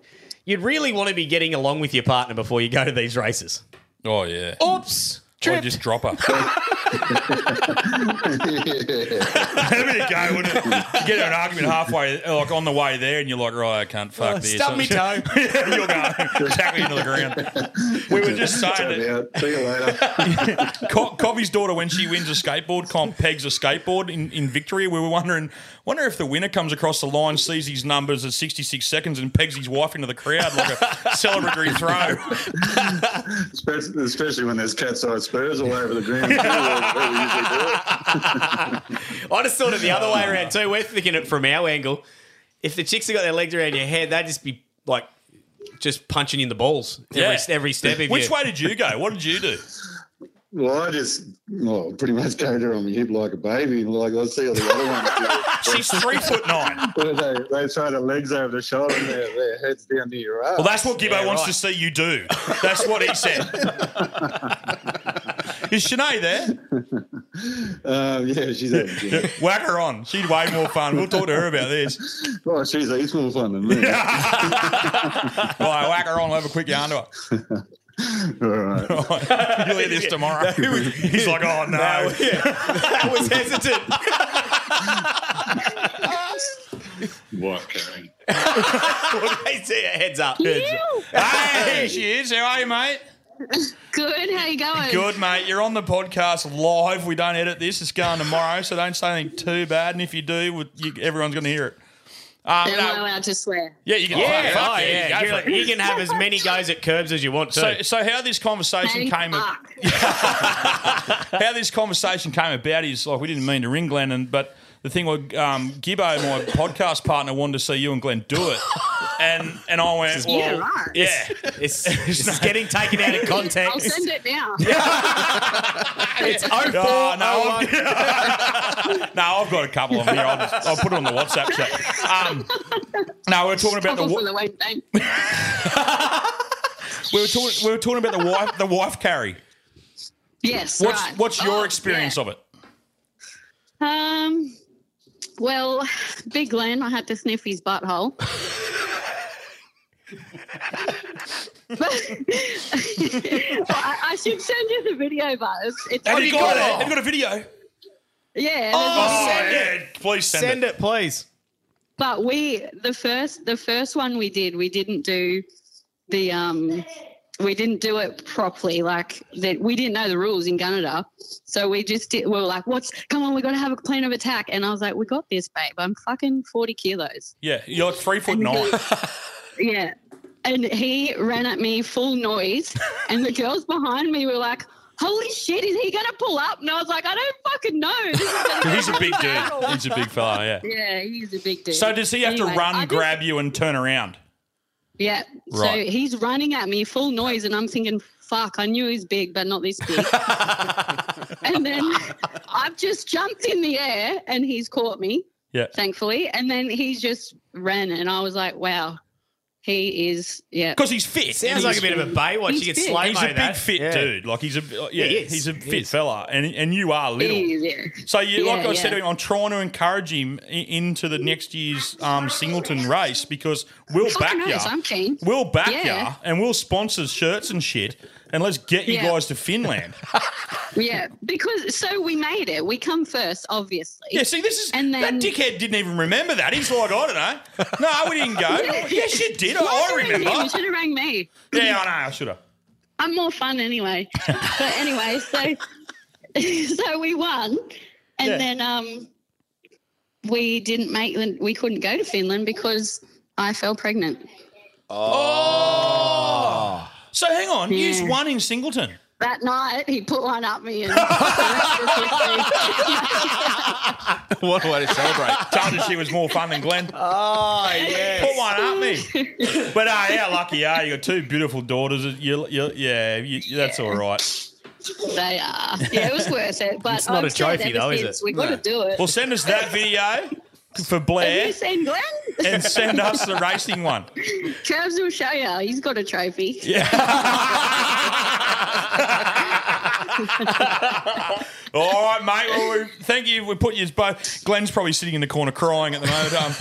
Speaker 1: you'd really want to be getting along with your partner before you go to these races.
Speaker 5: Oh yeah.
Speaker 1: Oops.
Speaker 5: Or just drop her. [LAUGHS] That'd be a go, wouldn't it? You get in an argument halfway, like on the way there, and you're like, right, I can't fuck
Speaker 1: Oh,
Speaker 5: this.
Speaker 1: stub me toe.
Speaker 5: [LAUGHS] yeah, you'll go tackle you into the ground. We were just saying that.
Speaker 12: See you later.
Speaker 5: Co- Covey's daughter, when she wins a skateboard comp, pegs a skateboard in, in victory. We were wondering, wonder if the winner comes across the line, sees his numbers at 66 seconds, and pegs his wife into the crowd like a [LAUGHS] celebratory throw.
Speaker 12: especially, especially when there's cat's eye spurs all over the
Speaker 5: [LAUGHS]
Speaker 12: ground. too, where- where we usually do it.
Speaker 1: I just thought it the other way around too. We're thinking it from our angle. If the chicks have got their legs around your head, they'd just be like just punching you in the balls every, every step. If
Speaker 5: Which
Speaker 1: you-
Speaker 5: way did you go? What did you do?
Speaker 12: Well, I just well, pretty much carried her on my hip like a baby. Like I see all the other ones.
Speaker 5: [LAUGHS] She's three foot nine.
Speaker 12: they, they throw their legs over the shoulder and their, their heads down to your ass.
Speaker 5: Well, that's what Gibbo wants to see you do. That's what he said. Is Sinead there?
Speaker 12: Um, yeah, she's there. Yeah.
Speaker 5: [LAUGHS] Whack her on. She'd way more fun. We'll talk to her about this.
Speaker 12: Oh, she's he's more fun than me.
Speaker 5: All right, whack her on. We'll have a quick yarn to her.
Speaker 12: All right.
Speaker 5: You'll hear [LAUGHS] this tomorrow.
Speaker 6: [LAUGHS]
Speaker 5: He's like, oh,
Speaker 1: [LAUGHS]
Speaker 5: no.
Speaker 1: that was hesitant.
Speaker 12: What?
Speaker 1: Look, they see her heads up.
Speaker 5: Hey, she is. How are you, mate?
Speaker 14: Good. How you going?
Speaker 5: Good, mate. You're on the podcast live. We don't edit this. It's going tomorrow, so don't say anything too bad. And if you do, we- you, everyone's going to hear it. Um,
Speaker 14: Am I
Speaker 5: no,
Speaker 14: allowed to swear?
Speaker 5: yeah, you can.
Speaker 1: Yeah,
Speaker 5: fuck
Speaker 1: oh, yeah.
Speaker 5: go
Speaker 1: You're
Speaker 5: for
Speaker 1: like,
Speaker 5: it.
Speaker 1: you can have as many goes at curbs as you want to.
Speaker 5: So, so how this conversation
Speaker 14: Thank
Speaker 5: came, ab- how this conversation came about is like we didn't mean to ring Glenn, and but the thing was, um, Gibbo, my podcast partner, wanted to see you and Glenn do it, and and I went,
Speaker 14: Yeah,
Speaker 5: well,
Speaker 14: right.
Speaker 5: yeah, [LAUGHS]
Speaker 1: it's, it's, getting taken out of
Speaker 14: I'll
Speaker 1: context.
Speaker 14: send it now. [LAUGHS]
Speaker 1: it's
Speaker 5: Oh,
Speaker 1: 04.
Speaker 5: no, I've, no, I've got a couple of them here. I'll, just, I'll put it on the WhatsApp chat. Um, no, we were talking about the
Speaker 14: Couple
Speaker 5: wa-
Speaker 14: from the West Bank.
Speaker 5: we were talking we were talking about the wife the wife carry.
Speaker 14: Yes.
Speaker 5: What's
Speaker 14: right.
Speaker 5: what's your experience of it?
Speaker 14: Um. Well, Big Glenn, I had to sniff his butthole. But- I, I should send you the video, but it's, it's
Speaker 5: Have you got it? Have you got a video?
Speaker 14: Yeah.
Speaker 5: Oh,
Speaker 14: there's a video.
Speaker 5: yeah. Please send,
Speaker 1: Send it, please.
Speaker 14: But we the first the first one we did we didn't do the um we didn't do it properly like that we didn't know the rules in Canada so we just did we were like what's come on we got to have a plan of attack and I was like we got this babe I'm fucking forty kilos
Speaker 5: Yeah, you're like three foot nine.
Speaker 14: yeah and he ran at me full noise and the girls behind me were like. Holy shit, is he gonna pull up? And I was like, I don't fucking know. [LAUGHS] This is gonna
Speaker 5: He's a
Speaker 14: go
Speaker 5: big dude.
Speaker 14: down.
Speaker 5: He's a big fella. Yeah.
Speaker 14: Yeah, he's a big dude.
Speaker 5: So does he have
Speaker 14: Anyway,
Speaker 5: to run,
Speaker 14: I just-
Speaker 5: grab you, and turn around?
Speaker 14: Yeah.
Speaker 5: Right.
Speaker 14: So he's running at me full noise, and I'm thinking, fuck, I knew he's big, but not this
Speaker 5: [LAUGHS]
Speaker 14: big. and then I've just jumped in the air, and he's caught me,
Speaker 5: Yeah.
Speaker 14: thankfully. And then he's just ran, and I was like, wow, he is, yeah.
Speaker 5: Because he's fit.
Speaker 1: Sounds like a bit of a Baywatch. You could slow
Speaker 5: He's a big
Speaker 1: that.
Speaker 5: fit
Speaker 1: Yeah.
Speaker 5: dude. Like he's a yeah,
Speaker 1: He is.
Speaker 5: he's a
Speaker 1: He
Speaker 5: fit
Speaker 1: is.
Speaker 5: fella, and and you are little.
Speaker 14: He is, yeah.
Speaker 5: So you, like
Speaker 14: Yeah,
Speaker 5: I said to
Speaker 14: yeah.
Speaker 5: him, I'm trying to encourage him i- into the next year's um, Singleton race because we'll
Speaker 14: Fuck
Speaker 5: back
Speaker 14: knows,
Speaker 5: ya.
Speaker 14: I'm keen.
Speaker 5: We'll back
Speaker 14: Yeah.
Speaker 5: ya, and we'll sponsor shirts and shit, and let's get you
Speaker 14: Yeah.
Speaker 5: guys
Speaker 14: [LAUGHS]
Speaker 5: to Finland.
Speaker 14: Yeah. Because so we made it. We come first, obviously.
Speaker 5: yeah, see, this is
Speaker 14: And then-
Speaker 5: that dickhead didn't even remember that. He's like, I don't know. No, we
Speaker 14: [LAUGHS]
Speaker 5: didn't go. yes, you did. I, I
Speaker 14: You
Speaker 5: remember.
Speaker 14: should have rang me.
Speaker 5: Yeah, I know. I should have.
Speaker 14: I'm more fun anyway. but anyway, so [LAUGHS] so we won, and
Speaker 5: Yeah.
Speaker 14: then um, we didn't make the we couldn't go to Finland because I fell pregnant.
Speaker 5: Oh. So hang on.
Speaker 14: Yeah.
Speaker 5: Use one in Singleton.
Speaker 14: That night, he put one up me, and [LAUGHS]
Speaker 5: what a way to celebrate. Told her she was more fun than Glenn.
Speaker 1: Oh,
Speaker 5: yes. Put one up me. But uh, yeah, lucky you are. You got two beautiful daughters. You, you, yeah, you, that's all right.
Speaker 14: they are. Yeah, it was worth it. But
Speaker 5: It's not
Speaker 14: I've
Speaker 5: a
Speaker 14: said
Speaker 5: trophy,
Speaker 14: ever
Speaker 5: though, is
Speaker 14: since,
Speaker 5: it?
Speaker 14: We got to do it.
Speaker 5: Well, send us that video for
Speaker 14: Have
Speaker 5: Blair
Speaker 14: you seen Glenn?
Speaker 5: and send us the racing one.
Speaker 14: Travs will show you. He's got a trophy.
Speaker 5: Yeah. [LAUGHS] All right, mate. Well, we, thank you. We put you both. Glenn's probably sitting in the corner crying at the moment. Um,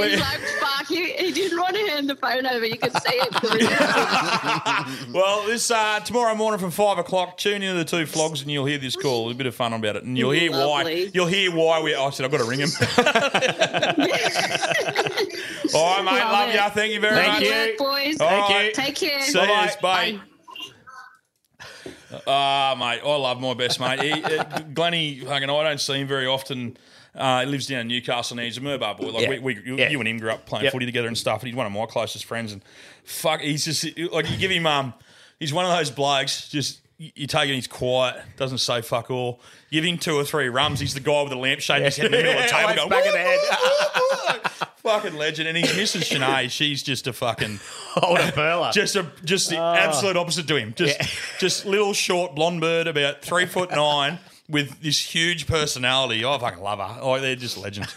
Speaker 5: we-
Speaker 14: He's like, fuck, he, he didn't want to hand the phone over. You could see
Speaker 5: [LAUGHS]
Speaker 14: it.
Speaker 5: well, this uh, tomorrow morning from five o'clock, tune into the two flogs, and you'll hear this call. There's a bit of fun about it, and you'll hear why.
Speaker 14: Lovely.
Speaker 5: You'll hear why we. I said I've got to ring
Speaker 14: [LAUGHS]
Speaker 5: him. All right, mate.
Speaker 14: Love
Speaker 5: Love,
Speaker 14: it.
Speaker 5: ya. Thank you very
Speaker 14: Thank
Speaker 5: much,
Speaker 14: you. Oh. Good work, boys.
Speaker 5: All
Speaker 14: Thank
Speaker 5: right.
Speaker 14: you. Take care.
Speaker 5: See
Speaker 14: Bye-bye.
Speaker 5: yous, bye. Ah, mate, I love my best mate. He, uh, Glenny, fucking, I don't see him very often. Uh, he lives down in Newcastle and he's a Murbar boy. Like
Speaker 15: Yeah.
Speaker 5: we, we, you,
Speaker 15: Yeah.
Speaker 5: you and him grew up playing
Speaker 15: Yep.
Speaker 5: footy together and stuff. And he's one of my closest friends. And fuck, he's just like you give him um, he's one of those blokes. Just you you take him, he's quiet, doesn't say fuck all. Give him two or three rums. He's the guy with the lampshade in his head in the middle of the table.
Speaker 15: Yeah,
Speaker 5: Going,
Speaker 15: back of the
Speaker 5: fucking legend. And his missus Sinead, she's just a fucking
Speaker 8: old burler.
Speaker 5: Just a just the absolute opposite to him. Just [LAUGHS] just little short blonde bird, about three foot nine, with this huge personality. Oh, I fucking love her. Oh, they're just legends.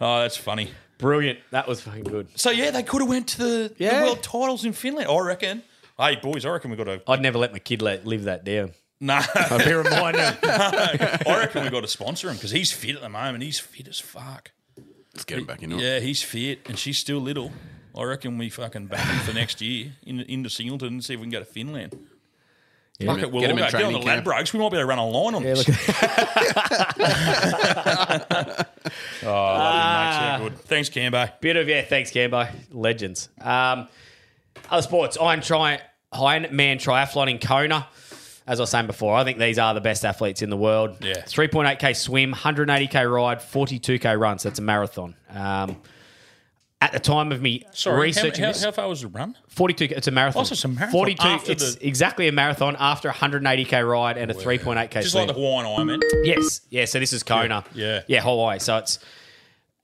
Speaker 5: Oh, that's funny.
Speaker 1: Brilliant. That was fucking good.
Speaker 5: So yeah, they could have went to the, the world titles in Finland. I reckon. Hey boys, I reckon we got to.
Speaker 1: I'd never let my kid let, live that down.
Speaker 5: No.
Speaker 1: I'd be reminded.
Speaker 5: I reckon we got to sponsor him because he's fit at the moment. He's fit as fuck.
Speaker 6: Let's get him back into it. [LAUGHS]
Speaker 5: Yeah, he's fit and she's still little. I reckon we fucking back him
Speaker 6: [LAUGHS]
Speaker 5: for next year in, into Singleton and see if we can go to Finland.
Speaker 6: Yeah.
Speaker 5: Fuck
Speaker 6: Get
Speaker 5: it,
Speaker 6: him
Speaker 5: we'll
Speaker 6: in
Speaker 5: all go. Get on
Speaker 6: training
Speaker 5: the lad
Speaker 6: camp.
Speaker 5: breaks. We might be able to run a line on this. [LAUGHS] oh,
Speaker 6: Ah.
Speaker 5: I love you, mate. So good. Thanks, Cambo.
Speaker 1: Beautiful. Yeah, thanks, Cambo. Legends. Um, other sports. Iron, tri- Iron Man Triathlon in Kona. As I was saying before, I think these are the best athletes in the world.
Speaker 5: Yeah.
Speaker 1: 3.8K swim, 180K ride, 42K run. So it's a marathon. Um, at the time of me
Speaker 5: Sorry, how,
Speaker 1: researching
Speaker 5: how,
Speaker 1: this,
Speaker 5: how far was the run?
Speaker 1: 42. It's a marathon.
Speaker 5: Oh, so it's a marathon
Speaker 1: 42.
Speaker 5: after
Speaker 1: it's
Speaker 5: the-
Speaker 1: exactly a marathon after a 180k ride and a 3.8k.
Speaker 5: Just
Speaker 1: swim.
Speaker 5: like the Hawaiian Ironman.
Speaker 1: Yes. Yeah. So this is Kona.
Speaker 5: Yeah.
Speaker 1: Yeah. Hawaii. So it's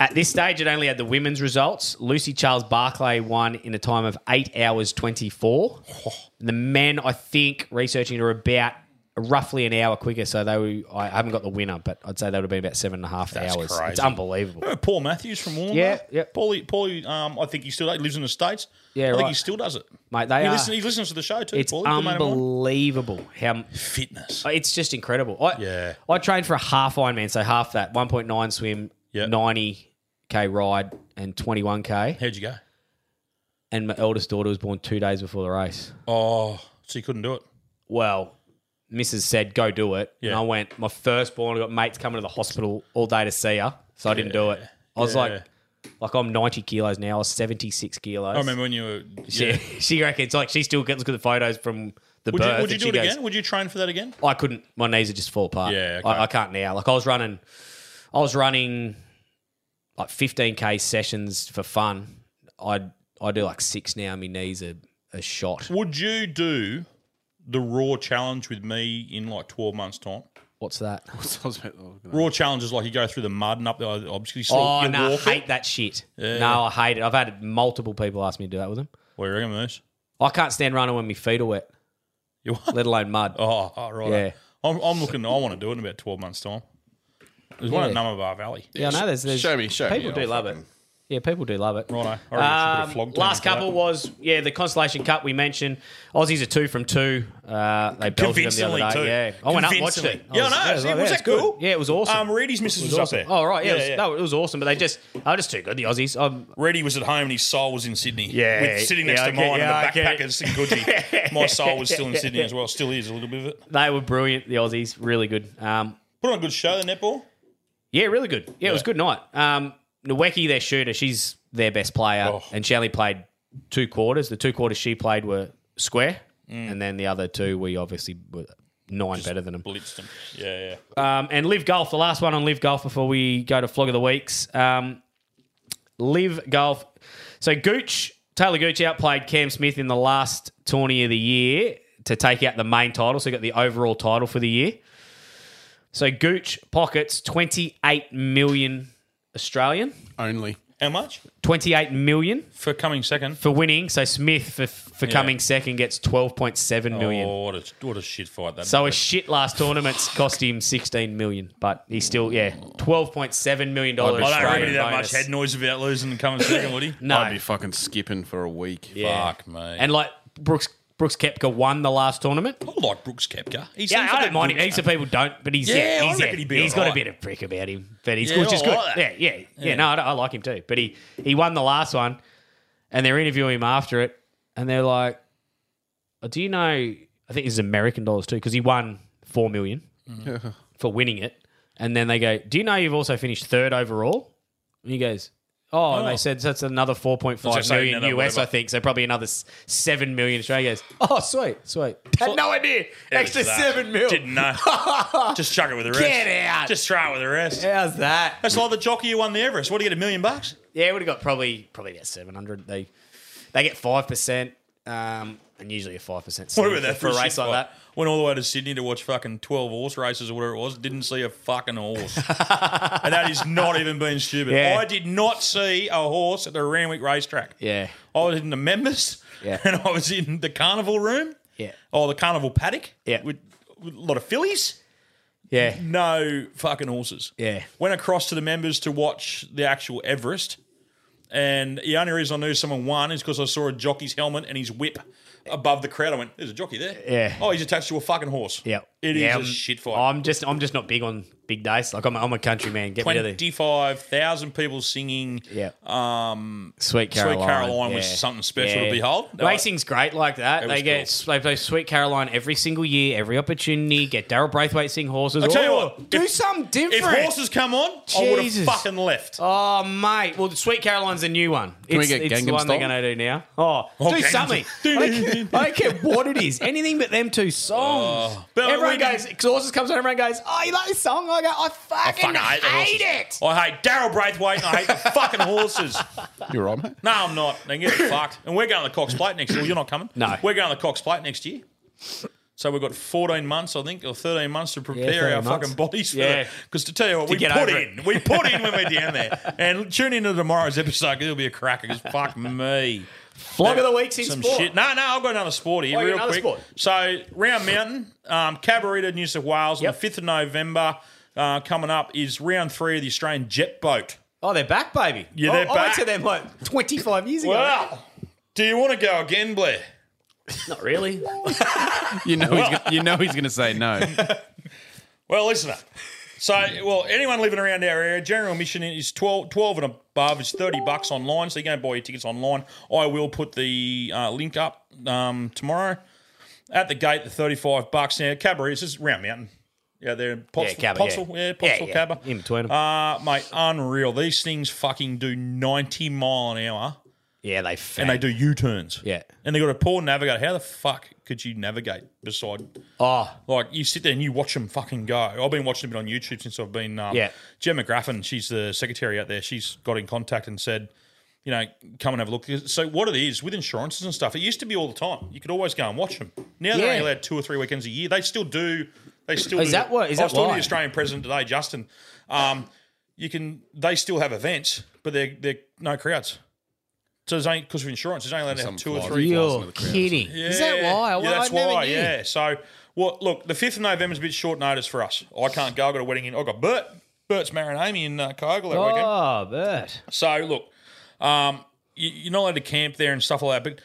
Speaker 1: at this stage it only had the women's results. Lucy Charles Barclay won in a time of eight hours twenty four. The men, I think, researching it are about roughly an hour quicker. So they, were, I haven't got the winner, but I'd say that would have been about seven and a half
Speaker 5: That's
Speaker 1: hours. It's
Speaker 5: crazy.
Speaker 1: unbelievable.
Speaker 5: Remember Paul Matthews from Wollongong?
Speaker 1: Yeah,
Speaker 5: yeah. Paulie, Paulie um, I think he still he lives in the States.
Speaker 1: Yeah,
Speaker 5: I think
Speaker 1: right.
Speaker 5: he still does it.
Speaker 1: Mate, they
Speaker 5: he
Speaker 1: are-
Speaker 5: Listen, he listens to the show too,
Speaker 1: It's
Speaker 5: Paulie. good mate of mine.
Speaker 1: unbelievable how
Speaker 5: fitness.
Speaker 1: It's just incredible. I, yeah, I trained for a half Ironman, so half that one point nine swim, ninety k ride, and twenty one k.
Speaker 5: How'd you go?
Speaker 1: And my eldest daughter was born two days before the race.
Speaker 5: Oh, so you couldn't do it?
Speaker 1: Well, Mrs. said go do it, and
Speaker 5: Yeah.
Speaker 1: I went. My firstborn, I got mates coming to the hospital all day to see her, so I didn't do it. I was
Speaker 5: Yeah.
Speaker 1: like, like I'm ninety kilos now. I was seventy six kilos.
Speaker 5: I remember when you were.
Speaker 1: [LAUGHS] She,
Speaker 5: yeah.
Speaker 1: she reckons like she still gets look at the photos from the
Speaker 5: Would
Speaker 1: birth.
Speaker 5: you, would you
Speaker 1: and
Speaker 5: do
Speaker 1: she
Speaker 5: it
Speaker 1: goes,
Speaker 5: again? Would you train for that again?
Speaker 1: I couldn't. My knees would just fall apart.
Speaker 5: Yeah, okay.
Speaker 1: I, I can't now. Like I was running, I was running like 15k sessions for fun. I I do like six now. My knees are a shot.
Speaker 5: Would you do the Raw challenge with me in like 12 months' time?
Speaker 1: What's that?
Speaker 5: Raw challenge is like you go through the mud and up the obviously. You
Speaker 1: oh
Speaker 5: you
Speaker 1: no, I
Speaker 5: walk it.
Speaker 1: hate that shit.
Speaker 5: Yeah.
Speaker 1: No, I hate it. I've had multiple people ask me to do that with them.
Speaker 5: What do you reckon, Moose?
Speaker 1: I can't stand running when my feet are
Speaker 5: [LAUGHS]
Speaker 1: wet. Let alone mud.
Speaker 5: Oh, oh, right.
Speaker 1: Yeah.
Speaker 5: I'm, I'm looking. I want to do it in about 12 months' time. There's one at
Speaker 1: Yeah.
Speaker 5: Nummbar Valley.
Speaker 1: Yeah, I know. There's, there's people do love it. Yeah, people do love it.
Speaker 5: Right, I
Speaker 1: Um, last couple was yeah the Constellation Cup we mentioned. Aussies are two from two. Uh, they belted them the other
Speaker 5: Convincingly
Speaker 1: day.
Speaker 5: too.
Speaker 1: Yeah, I went up and watched it.
Speaker 5: Yeah, I
Speaker 1: was- was
Speaker 5: know. See,
Speaker 1: like,
Speaker 5: was
Speaker 1: yeah,
Speaker 5: that
Speaker 1: it's good.
Speaker 5: cool?
Speaker 1: Yeah, it was awesome.
Speaker 5: Um, Reedy's missus was,
Speaker 1: awesome.
Speaker 5: up there.
Speaker 1: Oh right, yeah, it was, no, it was awesome. But they just, I was just too good. The Aussies. Um,
Speaker 5: Reedy was at home and his soul was in Sydney.
Speaker 1: Yeah,
Speaker 5: With, sitting
Speaker 1: yeah,
Speaker 5: next
Speaker 1: I
Speaker 5: to
Speaker 1: get-
Speaker 5: mine
Speaker 1: yeah, I
Speaker 5: and the
Speaker 1: get it.
Speaker 5: backpackers in
Speaker 1: [LAUGHS]
Speaker 5: Coogee. My soul was still in Sydney as well. Still is a little bit of it.
Speaker 1: They were brilliant. The Aussies, really good. Um,
Speaker 5: Put on a good show, the netball.
Speaker 1: yeah, really good. Yeah, it was a good night. Um, Nweki, their shooter, she's their best player, and she only played two quarters. The two quarters she played were square, and then the other two we obviously were nine better than them.
Speaker 5: Blitzed them. Yeah, yeah.
Speaker 1: Um, and Live Golf, the last one on Live Golf before we go to Flog of the Weeks. Um, Live Golf. So Gooch, Taylor Gooch outplayed Cam Smith in the last tourney of the year to take out the main title. So he got the overall title for the year. So Gooch pockets 28 million Australian.
Speaker 6: Only.
Speaker 5: How much?
Speaker 1: 28 million.
Speaker 5: For coming second.
Speaker 1: For winning. So Smith, for, for
Speaker 5: Yeah.
Speaker 1: coming second, gets 12.7 million.
Speaker 5: Oh, what a, what a shit fight that
Speaker 1: So a shit last tournament's cost him sixteen million, but he still yeah twelve point seven million dollars.
Speaker 5: I don't really that much head noise about losing and coming second, would he?
Speaker 1: [LAUGHS] No.
Speaker 6: I'd be fucking skipping for a week.
Speaker 5: Yeah. Fuck, mate.
Speaker 1: And like Brooks Brooks Kepka won the last tournament.
Speaker 5: I like Brooks Kepka. He
Speaker 1: yeah,
Speaker 5: seems
Speaker 1: I
Speaker 5: like
Speaker 1: don't
Speaker 5: a
Speaker 1: mind
Speaker 5: good
Speaker 1: him. Heaps of people don't, but he's
Speaker 5: Yeah,
Speaker 1: yeah,
Speaker 5: I
Speaker 1: he's, yeah,
Speaker 5: reckon he'd be
Speaker 1: he's got a
Speaker 5: alright.
Speaker 1: bit of prick about him, but he's
Speaker 5: Yeah,
Speaker 1: good, which is
Speaker 5: I
Speaker 1: good.
Speaker 5: like
Speaker 1: yeah,
Speaker 5: that.
Speaker 1: yeah, yeah,
Speaker 5: Yeah.
Speaker 1: No, I, I like him too. But he he won the last one, and they're interviewing him after it, and they're like, oh, "Do you know?" I think it's American dollars too, because he won four million
Speaker 10: Mhm.
Speaker 1: for winning it, and then they go, "Do you know you've also finished third overall?" And he goes. Oh,
Speaker 10: Oh.
Speaker 1: and they said that's another four point
Speaker 10: Let's just
Speaker 1: five
Speaker 10: say
Speaker 1: million
Speaker 10: another
Speaker 1: US, I
Speaker 10: whatever.
Speaker 1: think. So probably another s- seven million Australian.
Speaker 5: [LAUGHS]
Speaker 1: Goes, oh, sweet, sweet. Had no idea.
Speaker 5: Yeah,
Speaker 1: Extra
Speaker 5: it's that.
Speaker 1: seven mil.
Speaker 5: Didn't know. [LAUGHS] Just chuck it with the rest.
Speaker 1: Get out.
Speaker 5: Just throw it with the
Speaker 1: [LAUGHS]
Speaker 5: rest.
Speaker 1: How's that?
Speaker 5: That's like the jockey who won the Everest. What do you get? A million bucks?
Speaker 1: Yeah, would have got probably probably about seven hundred. They they get five percent, um, and usually a five percent.
Speaker 5: What about that
Speaker 1: for a race like that?
Speaker 5: Went all the way to Sydney to watch fucking twelve horse races or whatever it was. Didn't see a
Speaker 1: [LAUGHS]
Speaker 5: fucking horse, and that is not even being stupid.
Speaker 1: Yeah.
Speaker 5: I did not see a horse at the Randwick racetrack.
Speaker 1: Yeah,
Speaker 5: I was in the members,
Speaker 1: Yeah.
Speaker 5: [LAUGHS] and I was in the carnival room,
Speaker 1: yeah,
Speaker 5: or the carnival paddock,
Speaker 1: yeah,
Speaker 5: with, with a lot of fillies.
Speaker 1: Yeah,
Speaker 5: Mm. no fucking horses.
Speaker 1: Yeah,
Speaker 5: went across to the members to watch the actual Everest. And the only reason I knew someone won is because I saw a jockey's helmet and his whip above the crowd. I went, "There's a jockey there."
Speaker 1: Yeah.
Speaker 5: Oh, he's attached to a fucking horse.
Speaker 1: yeah.
Speaker 5: It is
Speaker 1: yeah,
Speaker 5: a
Speaker 1: I'm-
Speaker 5: shit fight.
Speaker 1: I'm just I'm just not big on big days. Like I'm a, I'm a country man. Get rid of the
Speaker 5: Twenty-five thousand people singing.
Speaker 1: Yeah.
Speaker 5: Um,
Speaker 1: Sweet Caroline.
Speaker 5: Sweet Caroline was
Speaker 1: Yeah.
Speaker 5: something special
Speaker 1: Yeah.
Speaker 5: to behold.
Speaker 1: Racing's great like that.
Speaker 5: It
Speaker 1: They
Speaker 5: was
Speaker 1: get they play Sweet Caroline every single year, every opportunity. Get Daryl Braithwaite sing horses.
Speaker 5: I tell you
Speaker 1: Oh,
Speaker 5: what,
Speaker 1: do
Speaker 5: if-
Speaker 1: something
Speaker 5: if
Speaker 1: different.
Speaker 5: horses come on, I would've fucking left.
Speaker 1: Oh mate, well the Sweet Caroline's a new one.
Speaker 5: Can we
Speaker 1: it's
Speaker 5: get
Speaker 1: it's the
Speaker 5: Gangnam
Speaker 1: one
Speaker 5: Style?
Speaker 1: they're going to do now. Oh,
Speaker 5: Oh,
Speaker 1: do
Speaker 5: Gangnam
Speaker 1: something. I
Speaker 5: Style.
Speaker 1: don't, care, I don't care what it is. Anything but them two songs.
Speaker 5: Oh. but
Speaker 1: everyone
Speaker 5: we
Speaker 1: goes. Horses comes on. Everyone goes. Oh, you like this song? I go. I fucking,
Speaker 5: fucking hate the
Speaker 1: hate, it.
Speaker 5: horses. I hate Daryl Braithwaite and I hate the
Speaker 1: [LAUGHS]
Speaker 5: fucking horses.
Speaker 10: You're right, mate.
Speaker 5: No, I'm not. They can get fucked. And we're going to the Cox Plate next year. Well, you're not coming. No. We're going to the Cox Plate next year. So we've got 14 months, I think, or 13 months to prepare
Speaker 1: 13
Speaker 5: our
Speaker 1: months.
Speaker 5: fucking bodies for
Speaker 1: Yeah.
Speaker 5: Because to tell you what,
Speaker 1: To
Speaker 5: we
Speaker 1: get
Speaker 5: put
Speaker 1: over
Speaker 5: in. We put in when
Speaker 1: [LAUGHS]
Speaker 5: we're down there. And tune into tomorrow's episode 'cause it'll be a cracker. 'cause fuck me.
Speaker 1: Flog of the week's in
Speaker 5: Some
Speaker 1: sport.
Speaker 5: shit. No, no, I've got another sport here
Speaker 1: Oh, you
Speaker 5: real
Speaker 1: got another
Speaker 5: quick.
Speaker 1: sport.
Speaker 5: So Round Mountain, um, Cabarita, New South Wales, on the 5th of November uh, coming up is round three of the Australian Jet Boat.
Speaker 1: Oh, they're back, baby.
Speaker 5: Yeah,
Speaker 1: I-
Speaker 5: they're
Speaker 1: I went
Speaker 5: back.
Speaker 1: to them like 25 years ago.
Speaker 5: Wow. Do you want to go again, Blair?
Speaker 1: Not really.
Speaker 6: You know, he's gonna, you know he's going to
Speaker 5: [LAUGHS]
Speaker 6: say no.
Speaker 5: Well, listen up. So,
Speaker 1: [LAUGHS]
Speaker 5: well, anyone living around our area, general admission is 12, 12 and above. It's 30 bucks online, so you can buy your tickets online. I will put the uh, link up um, tomorrow. At the gate, the 35 bucks. Now, Cabaret is just round mountain. Yeah, they're in Potts-
Speaker 1: Cabba,
Speaker 5: Pottsville.
Speaker 1: yeah.
Speaker 5: Yeah, Pottsville
Speaker 1: Yeah, yeah.
Speaker 5: Cabba.
Speaker 1: In between 'em.
Speaker 5: Uh, mate, unreal. These things fucking do 90 mile an hour.
Speaker 1: Yeah, they
Speaker 5: And they do U-turns.
Speaker 1: Yeah.
Speaker 5: And they got a poor navigator. How the fuck could you navigate beside?
Speaker 1: Oh,
Speaker 5: like you sit there and you watch them fucking go. I've been watching a bit on YouTube since I've been. Um,
Speaker 1: Yeah.
Speaker 5: Gemma Graffin, she's the secretary out there. She's got in contact and said, you know, come and have a look. So what it is with insurances and stuff, it used to be all the time. You could always go and watch them. Now they're
Speaker 1: Yeah.
Speaker 5: only allowed two or three weekends a year. They still do. They still
Speaker 1: Is
Speaker 5: do
Speaker 1: that what- is
Speaker 5: I was
Speaker 1: that
Speaker 5: talking to
Speaker 1: why?
Speaker 5: the Australian president today, Justin. Um, you can. They still have events, but they're they're no crowds. So there's only because of insurance. There's only allowed to have
Speaker 1: Some
Speaker 5: two or
Speaker 1: flies-
Speaker 5: three.
Speaker 1: You're
Speaker 5: flies into the crowd.
Speaker 1: kidding. Is that why? Well,
Speaker 5: Yeah, that's
Speaker 1: I never
Speaker 5: why.
Speaker 1: knew.
Speaker 5: Yeah. So what? look, the fifth of November is a bit short notice for us. I can't go. I got a wedding in. I got Bert. Bert's marrying Amy in uh, Kyogle that weekend.
Speaker 1: Oh, Bert.
Speaker 5: So look, um, you, you're not allowed to camp there and stuff like that, but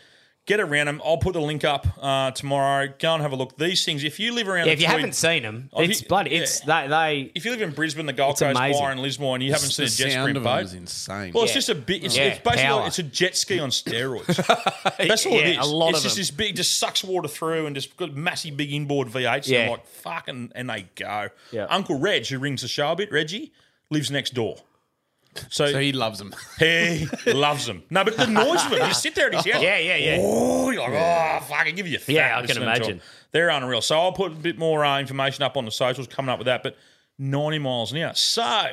Speaker 5: get around them. I'll put the link up uh, tomorrow. Go and have a look. These things, if you live around,
Speaker 1: Yeah,
Speaker 5: the
Speaker 1: if you
Speaker 5: Tweed-
Speaker 1: haven't seen them,
Speaker 5: Oh, if
Speaker 1: it's
Speaker 5: you-
Speaker 1: bloody. It's they. they
Speaker 5: if you live in Brisbane, the Gold
Speaker 1: It's
Speaker 5: Coast,
Speaker 1: amazing.
Speaker 5: Byron, Lismore, and you haven't
Speaker 1: The
Speaker 5: seen a jet
Speaker 1: sound
Speaker 5: ski
Speaker 1: of 'em
Speaker 5: boat,
Speaker 1: is
Speaker 6: insane.
Speaker 5: Well, it's
Speaker 1: Yeah.
Speaker 5: just a bit. It's,
Speaker 1: Yeah,
Speaker 5: it's basically
Speaker 1: power.
Speaker 5: like- it's a jet ski
Speaker 1: [LAUGHS]
Speaker 5: on steroids. That's all it
Speaker 1: Yeah,
Speaker 5: is.
Speaker 1: a lot
Speaker 5: it's
Speaker 1: of
Speaker 5: just
Speaker 1: 'em.
Speaker 5: this big, just sucks water through and just got massive big inboard V8s.
Speaker 1: Yeah.
Speaker 5: And like fucking, and they go. Uncle Reg, who rings the show a bit, Reggie lives next door. So,
Speaker 6: he loves them.
Speaker 5: He loves them. No, but the noise of them. You just sit there
Speaker 1: [LAUGHS]
Speaker 5: at his house.
Speaker 1: Yeah, yeah, yeah.
Speaker 5: Oh, you're like, oh, fuck, I give you a fat
Speaker 1: Yeah, I can
Speaker 5: listening to
Speaker 1: imagine.
Speaker 5: them. They're unreal. So I'll put a bit more uh, information up on the socials coming up with that, but 90 miles an hour. So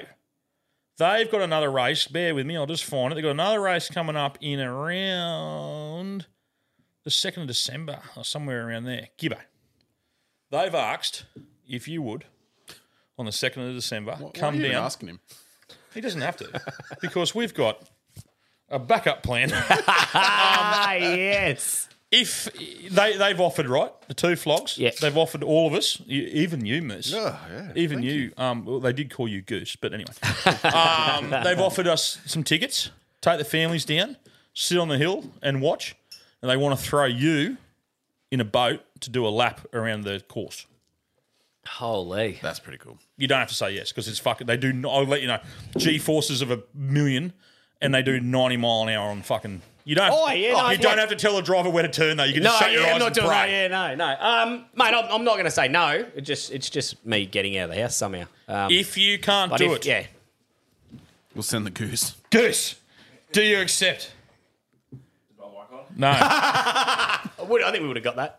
Speaker 5: they've got another race. Bear with me. I'll just find it. They've got another race coming up in around the 2nd of December or somewhere around there. Gibbo. They've asked if you would, on the 2nd of December, come
Speaker 6: you even
Speaker 5: down.
Speaker 6: asking him?
Speaker 5: He doesn't have to because we've got a backup plan.
Speaker 1: Ah, yes.
Speaker 5: If they they've offered right the two flogs, yes. they've offered all of us, y- even you, Moose,
Speaker 10: Oh, yeah,
Speaker 5: even you. Um, well, they did call you Goose, but anyway, [LAUGHS] um, they've offered us some tickets. Take the families down, sit on the hill and watch, and they want to throw you in a boat to do a lap around the course.
Speaker 1: Holy,
Speaker 16: that's pretty cool.
Speaker 5: You don't have to say yes because it's fucking. They do. I'll let you know. G forces of a million, and they do ninety mile an hour on fucking. You don't.
Speaker 1: Oh, yeah, no, yeah.
Speaker 5: you don't have to tell the driver where to turn though. You can just shut your
Speaker 1: yeah,
Speaker 5: eyes
Speaker 1: I'm not
Speaker 5: and
Speaker 1: doing
Speaker 5: pray.
Speaker 1: that. Yeah, no, no. Um, mate, I'm, I'm not going to say no. It just it's just me getting out of the house somehow. Um,
Speaker 5: If you can't
Speaker 1: but
Speaker 5: do
Speaker 1: if-
Speaker 5: it,
Speaker 1: yeah.
Speaker 16: We'll send the goose.
Speaker 5: Goose, do you accept?
Speaker 6: [LAUGHS]
Speaker 5: No.
Speaker 1: I, would, I think we would have got that.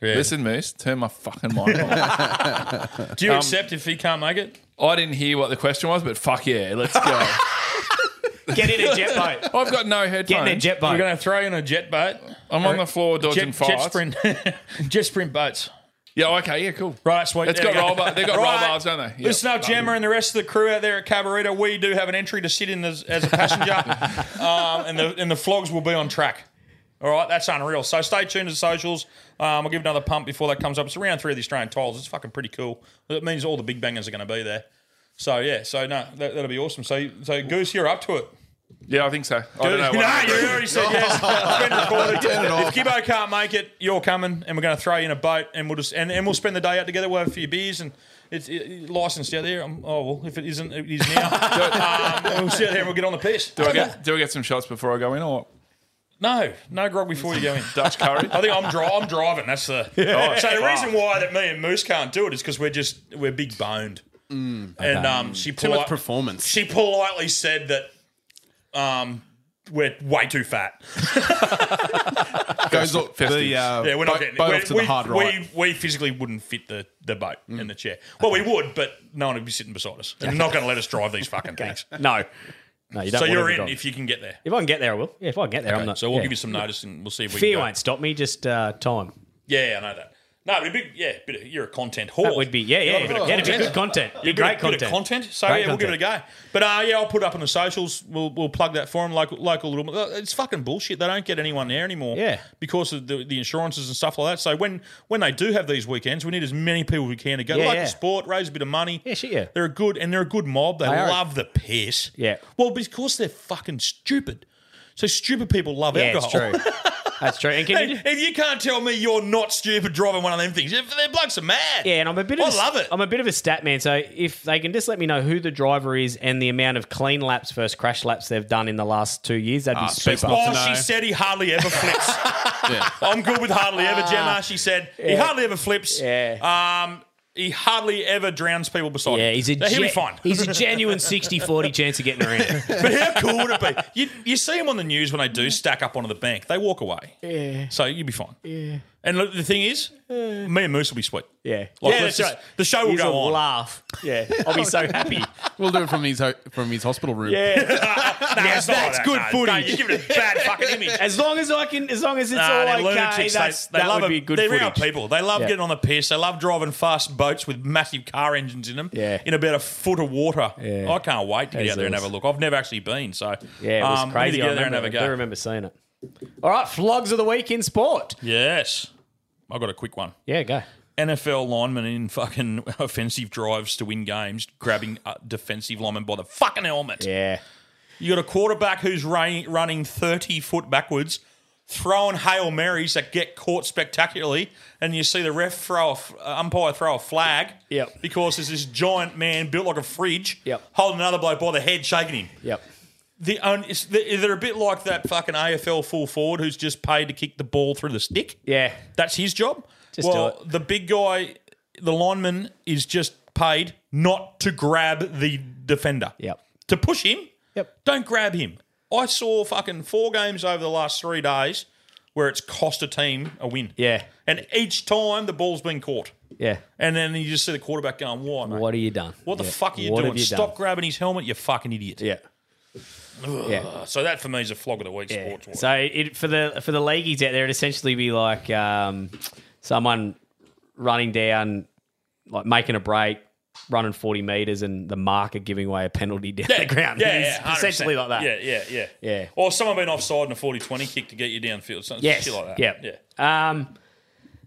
Speaker 6: Listen, Moose, turn my fucking
Speaker 5: [LAUGHS]
Speaker 6: mic on.
Speaker 5: Do you accept if he can't make it?
Speaker 6: I didn't hear what the question was, but fuck yeah, let's
Speaker 5: [LAUGHS]
Speaker 6: go.
Speaker 1: Get in a jet boat.
Speaker 6: I've got no headphones.
Speaker 5: Get in a jet boat. You're going to throw you in a jet boat.
Speaker 6: I'm on the floor dodging
Speaker 5: jet,
Speaker 6: farts.
Speaker 5: Jet sprint, jet sprint [LAUGHS] boats.
Speaker 6: Yeah, okay, yeah, cool.
Speaker 5: Right, sweet.
Speaker 6: It's
Speaker 5: there
Speaker 6: got
Speaker 5: you go.
Speaker 6: roll bar- they've got roll bars, don't they? Yeah.
Speaker 5: Listen up, Gemma and the rest of the crew out there at Cabarita. We do have an entry to sit in as, as a
Speaker 6: [LAUGHS]
Speaker 5: passenger, um, and the and the flogs will be on track. All right, that's unreal. So stay tuned to the socials. Um, I'll give another pump before that comes up. It's around three of the Australian tiles. It's fucking pretty cool. It means all the big bangers are going to be there. So yeah, so no, that, that'll be awesome. So so Goose, you're up to it.
Speaker 6: Yeah, I think so. I
Speaker 5: Dude,
Speaker 6: don't know.
Speaker 5: [LAUGHS] no,
Speaker 6: what I'm
Speaker 5: you
Speaker 6: doing.
Speaker 5: already said yes.
Speaker 6: [LAUGHS]
Speaker 5: It's been recorded.
Speaker 6: Turn it
Speaker 5: If Gibbo can't make it, you're coming, and we're going to throw you in a boat, and we'll just and, and we'll spend the day out together. We'll have a few beers, and it's it, licensed out there. Um oh well, if it isn't, it is
Speaker 6: [LAUGHS]
Speaker 5: now. um, we'll sit out there and we'll get on the piss.
Speaker 6: Do I get do I get some shots before I go in or what?
Speaker 5: No, no grog before you go in.
Speaker 6: Dutch curry.
Speaker 5: I think I'm dri- I'm driving. That's the
Speaker 6: [LAUGHS] Yeah.
Speaker 5: so the
Speaker 6: Right.
Speaker 5: reason why that me and Moose can't do it is because we're just we're big boned. And
Speaker 6: Mm,
Speaker 16: Okay.
Speaker 5: um, she
Speaker 16: Too much
Speaker 5: poli-
Speaker 16: performance.
Speaker 5: She politely said that um, we're way too fat.
Speaker 16: Goes up the uh,
Speaker 5: yeah, we're not
Speaker 16: boat-
Speaker 5: getting
Speaker 16: boat
Speaker 5: we-
Speaker 16: off to
Speaker 5: we,
Speaker 16: the hard
Speaker 5: we-
Speaker 16: right.
Speaker 5: we physically wouldn't fit the, the boat
Speaker 1: Mm.
Speaker 5: in the chair. Well, we would, but no one would be sitting beside us. They're not going to let us drive these fucking things.
Speaker 1: No. No, you don't
Speaker 5: so
Speaker 1: want
Speaker 5: you're
Speaker 1: every
Speaker 5: in
Speaker 1: dog.
Speaker 5: if you can get there.
Speaker 1: If I can get there, I will. Yeah, if I can get there,
Speaker 5: Okay,
Speaker 1: I'm not.
Speaker 5: so we'll
Speaker 1: yeah.
Speaker 5: give you some notice and we'll see if we
Speaker 1: Fear
Speaker 5: can go.
Speaker 1: won't stop me. Just uh, time.
Speaker 5: Yeah, I know that. No, but a big, yeah, bit of, you're a content whore.
Speaker 1: That would be- yeah,
Speaker 5: You
Speaker 1: yeah,
Speaker 5: love a bit
Speaker 1: yeah,
Speaker 5: of
Speaker 1: it'd be good content.
Speaker 5: You
Speaker 1: Be
Speaker 5: do a
Speaker 1: great
Speaker 5: bit of
Speaker 1: content.
Speaker 5: content. So
Speaker 1: Great
Speaker 5: yeah, we'll give it a go. But uh, yeah, I'll put it up on the socials. We'll we'll plug that for them. Local local little. uh, It's fucking bullshit. They don't get anyone there anymore.
Speaker 1: Yeah.
Speaker 5: because of the, the insurances and stuff like that. So when when they do have these weekends, we need as many people as we can to go.
Speaker 1: Yeah,
Speaker 5: like
Speaker 1: yeah.
Speaker 5: the sport, raise a bit of money. Yeah,
Speaker 1: shit, yeah.
Speaker 5: They're a good and they're a good mob. They,
Speaker 1: They are.
Speaker 5: love the piss.
Speaker 1: Yeah.
Speaker 5: Well, because they're fucking stupid. So stupid people love
Speaker 1: yeah,
Speaker 5: alcohol.
Speaker 1: it's true. That's true. And
Speaker 5: [LAUGHS]
Speaker 1: can you
Speaker 5: Hey, [LAUGHS] if you can't tell me you're not stupid driving one of them things, if- their blokes are mad.
Speaker 1: Yeah, and I'm a bit.
Speaker 5: I
Speaker 1: of a-
Speaker 5: love it.
Speaker 1: I'm a bit of a stat man. So if they can just let me know who the driver is and the amount of clean laps versus crash laps they've done in the last two years, that'd
Speaker 5: Ah,
Speaker 1: be super.
Speaker 5: Oh, she said he hardly
Speaker 1: [LAUGHS]
Speaker 5: ever flips. I'm good with hardly ever,
Speaker 1: Ah.
Speaker 5: Gemma. She said he
Speaker 1: Yeah.
Speaker 5: hardly ever flips. Yeah. Um, he hardly ever drowns people beside him.
Speaker 1: Yeah, he's a
Speaker 5: Now, he'll be
Speaker 1: gen-
Speaker 5: fine.
Speaker 1: he's a genuine
Speaker 5: [LAUGHS]
Speaker 1: 60-40 chance of getting around.
Speaker 5: but how cool would it be? You, you see him on the news when they do stack up onto the bank. They walk away.
Speaker 1: Yeah.
Speaker 5: So you'll be fine.
Speaker 1: Yeah.
Speaker 5: And look, the thing is, me and Moose will be sweet.
Speaker 1: Yeah.
Speaker 5: Like,
Speaker 1: yeah,
Speaker 5: let's
Speaker 1: that's
Speaker 5: just-
Speaker 1: right.
Speaker 5: The show will
Speaker 1: He's
Speaker 5: go
Speaker 1: a
Speaker 5: on.
Speaker 1: Laugh. Yeah, I'll be
Speaker 5: [LAUGHS]
Speaker 1: so happy.
Speaker 16: We'll do it from his ho- from his hospital room.
Speaker 1: Yeah.
Speaker 5: No,
Speaker 1: Now
Speaker 5: it's not
Speaker 1: that's
Speaker 5: like that.
Speaker 1: good
Speaker 5: No, no,
Speaker 1: footage.
Speaker 5: you're giving it a bad fucking image.
Speaker 1: [LAUGHS] As long as I can, as long as it's
Speaker 5: Nah,
Speaker 1: all
Speaker 5: they're
Speaker 1: okay,
Speaker 5: lunatics. They-
Speaker 1: that's,
Speaker 5: they
Speaker 1: that
Speaker 5: love
Speaker 1: would
Speaker 5: it.
Speaker 1: be good.
Speaker 5: They're
Speaker 1: footage.
Speaker 5: real people. They love
Speaker 1: Yeah.
Speaker 5: getting on the piss. They love driving fast boats with massive car engines in them.
Speaker 1: Yeah.
Speaker 5: in about a foot of water. I can't wait to get
Speaker 1: Jeez,
Speaker 5: out there and
Speaker 1: it
Speaker 5: have a
Speaker 1: was-
Speaker 5: look. I've never actually been, so
Speaker 1: Yeah, it was
Speaker 5: um, we
Speaker 1: crazy. I,
Speaker 5: Need to get out there and
Speaker 1: remember-
Speaker 5: have a
Speaker 1: I do
Speaker 5: go.
Speaker 1: remember seeing it. All right, flogs of the week in sport.
Speaker 5: Yes, I got a quick one.
Speaker 1: Yeah, go.
Speaker 5: NFL linemen in fucking [LAUGHS] offensive drives to win games, grabbing uh, defensive linemen by the fucking helmet.
Speaker 1: Yeah.
Speaker 5: You got a quarterback who's ra- running 30 foot backwards, throwing Hail Marys that get caught spectacularly, and you see the ref throw a f- uh, umpire throw a flag
Speaker 1: Yep.
Speaker 5: because there's this giant man built like a fridge holding another bloke by the head, shaking him.
Speaker 1: Yep.
Speaker 5: The only, it's, they're a bit like that fucking AFL full forward who's just paid to kick the ball through the stick.
Speaker 1: Yeah.
Speaker 5: That's his job.
Speaker 1: Just
Speaker 5: well,
Speaker 1: do
Speaker 5: the big guy, the lineman, is just paid not to grab the defender. Yep. To push him. Yep. Don't grab him. I saw fucking four games over the last three days where it's cost a team a win.
Speaker 1: Yeah.
Speaker 5: And each time the ball's been caught.
Speaker 1: Yeah.
Speaker 5: And then you just see the quarterback going, why, mate?
Speaker 1: What have you done?
Speaker 5: What the
Speaker 1: Yeah.
Speaker 5: fuck are you
Speaker 1: What
Speaker 5: doing?
Speaker 1: have you
Speaker 5: Stop
Speaker 1: done?
Speaker 5: grabbing his helmet, you fucking idiot.
Speaker 1: Yeah.
Speaker 5: yeah.
Speaker 1: Yeah.
Speaker 5: So that for me is a flog of the week sports one.
Speaker 1: So it, for the for the leagueies out there, it'd essentially be like um, someone running down, like making a break, running forty meters, and the marker giving away a [LAUGHS] penalty down the ground.
Speaker 5: Yeah,
Speaker 1: It's
Speaker 5: yeah, 100%.
Speaker 1: essentially like that.
Speaker 5: Yeah, yeah, yeah.
Speaker 1: Yeah.
Speaker 5: Or someone been offside in a 40 20 kick to get you downfield. Something
Speaker 1: Yes.
Speaker 5: shit like that.
Speaker 1: Yep.
Speaker 5: Yeah.
Speaker 1: Um,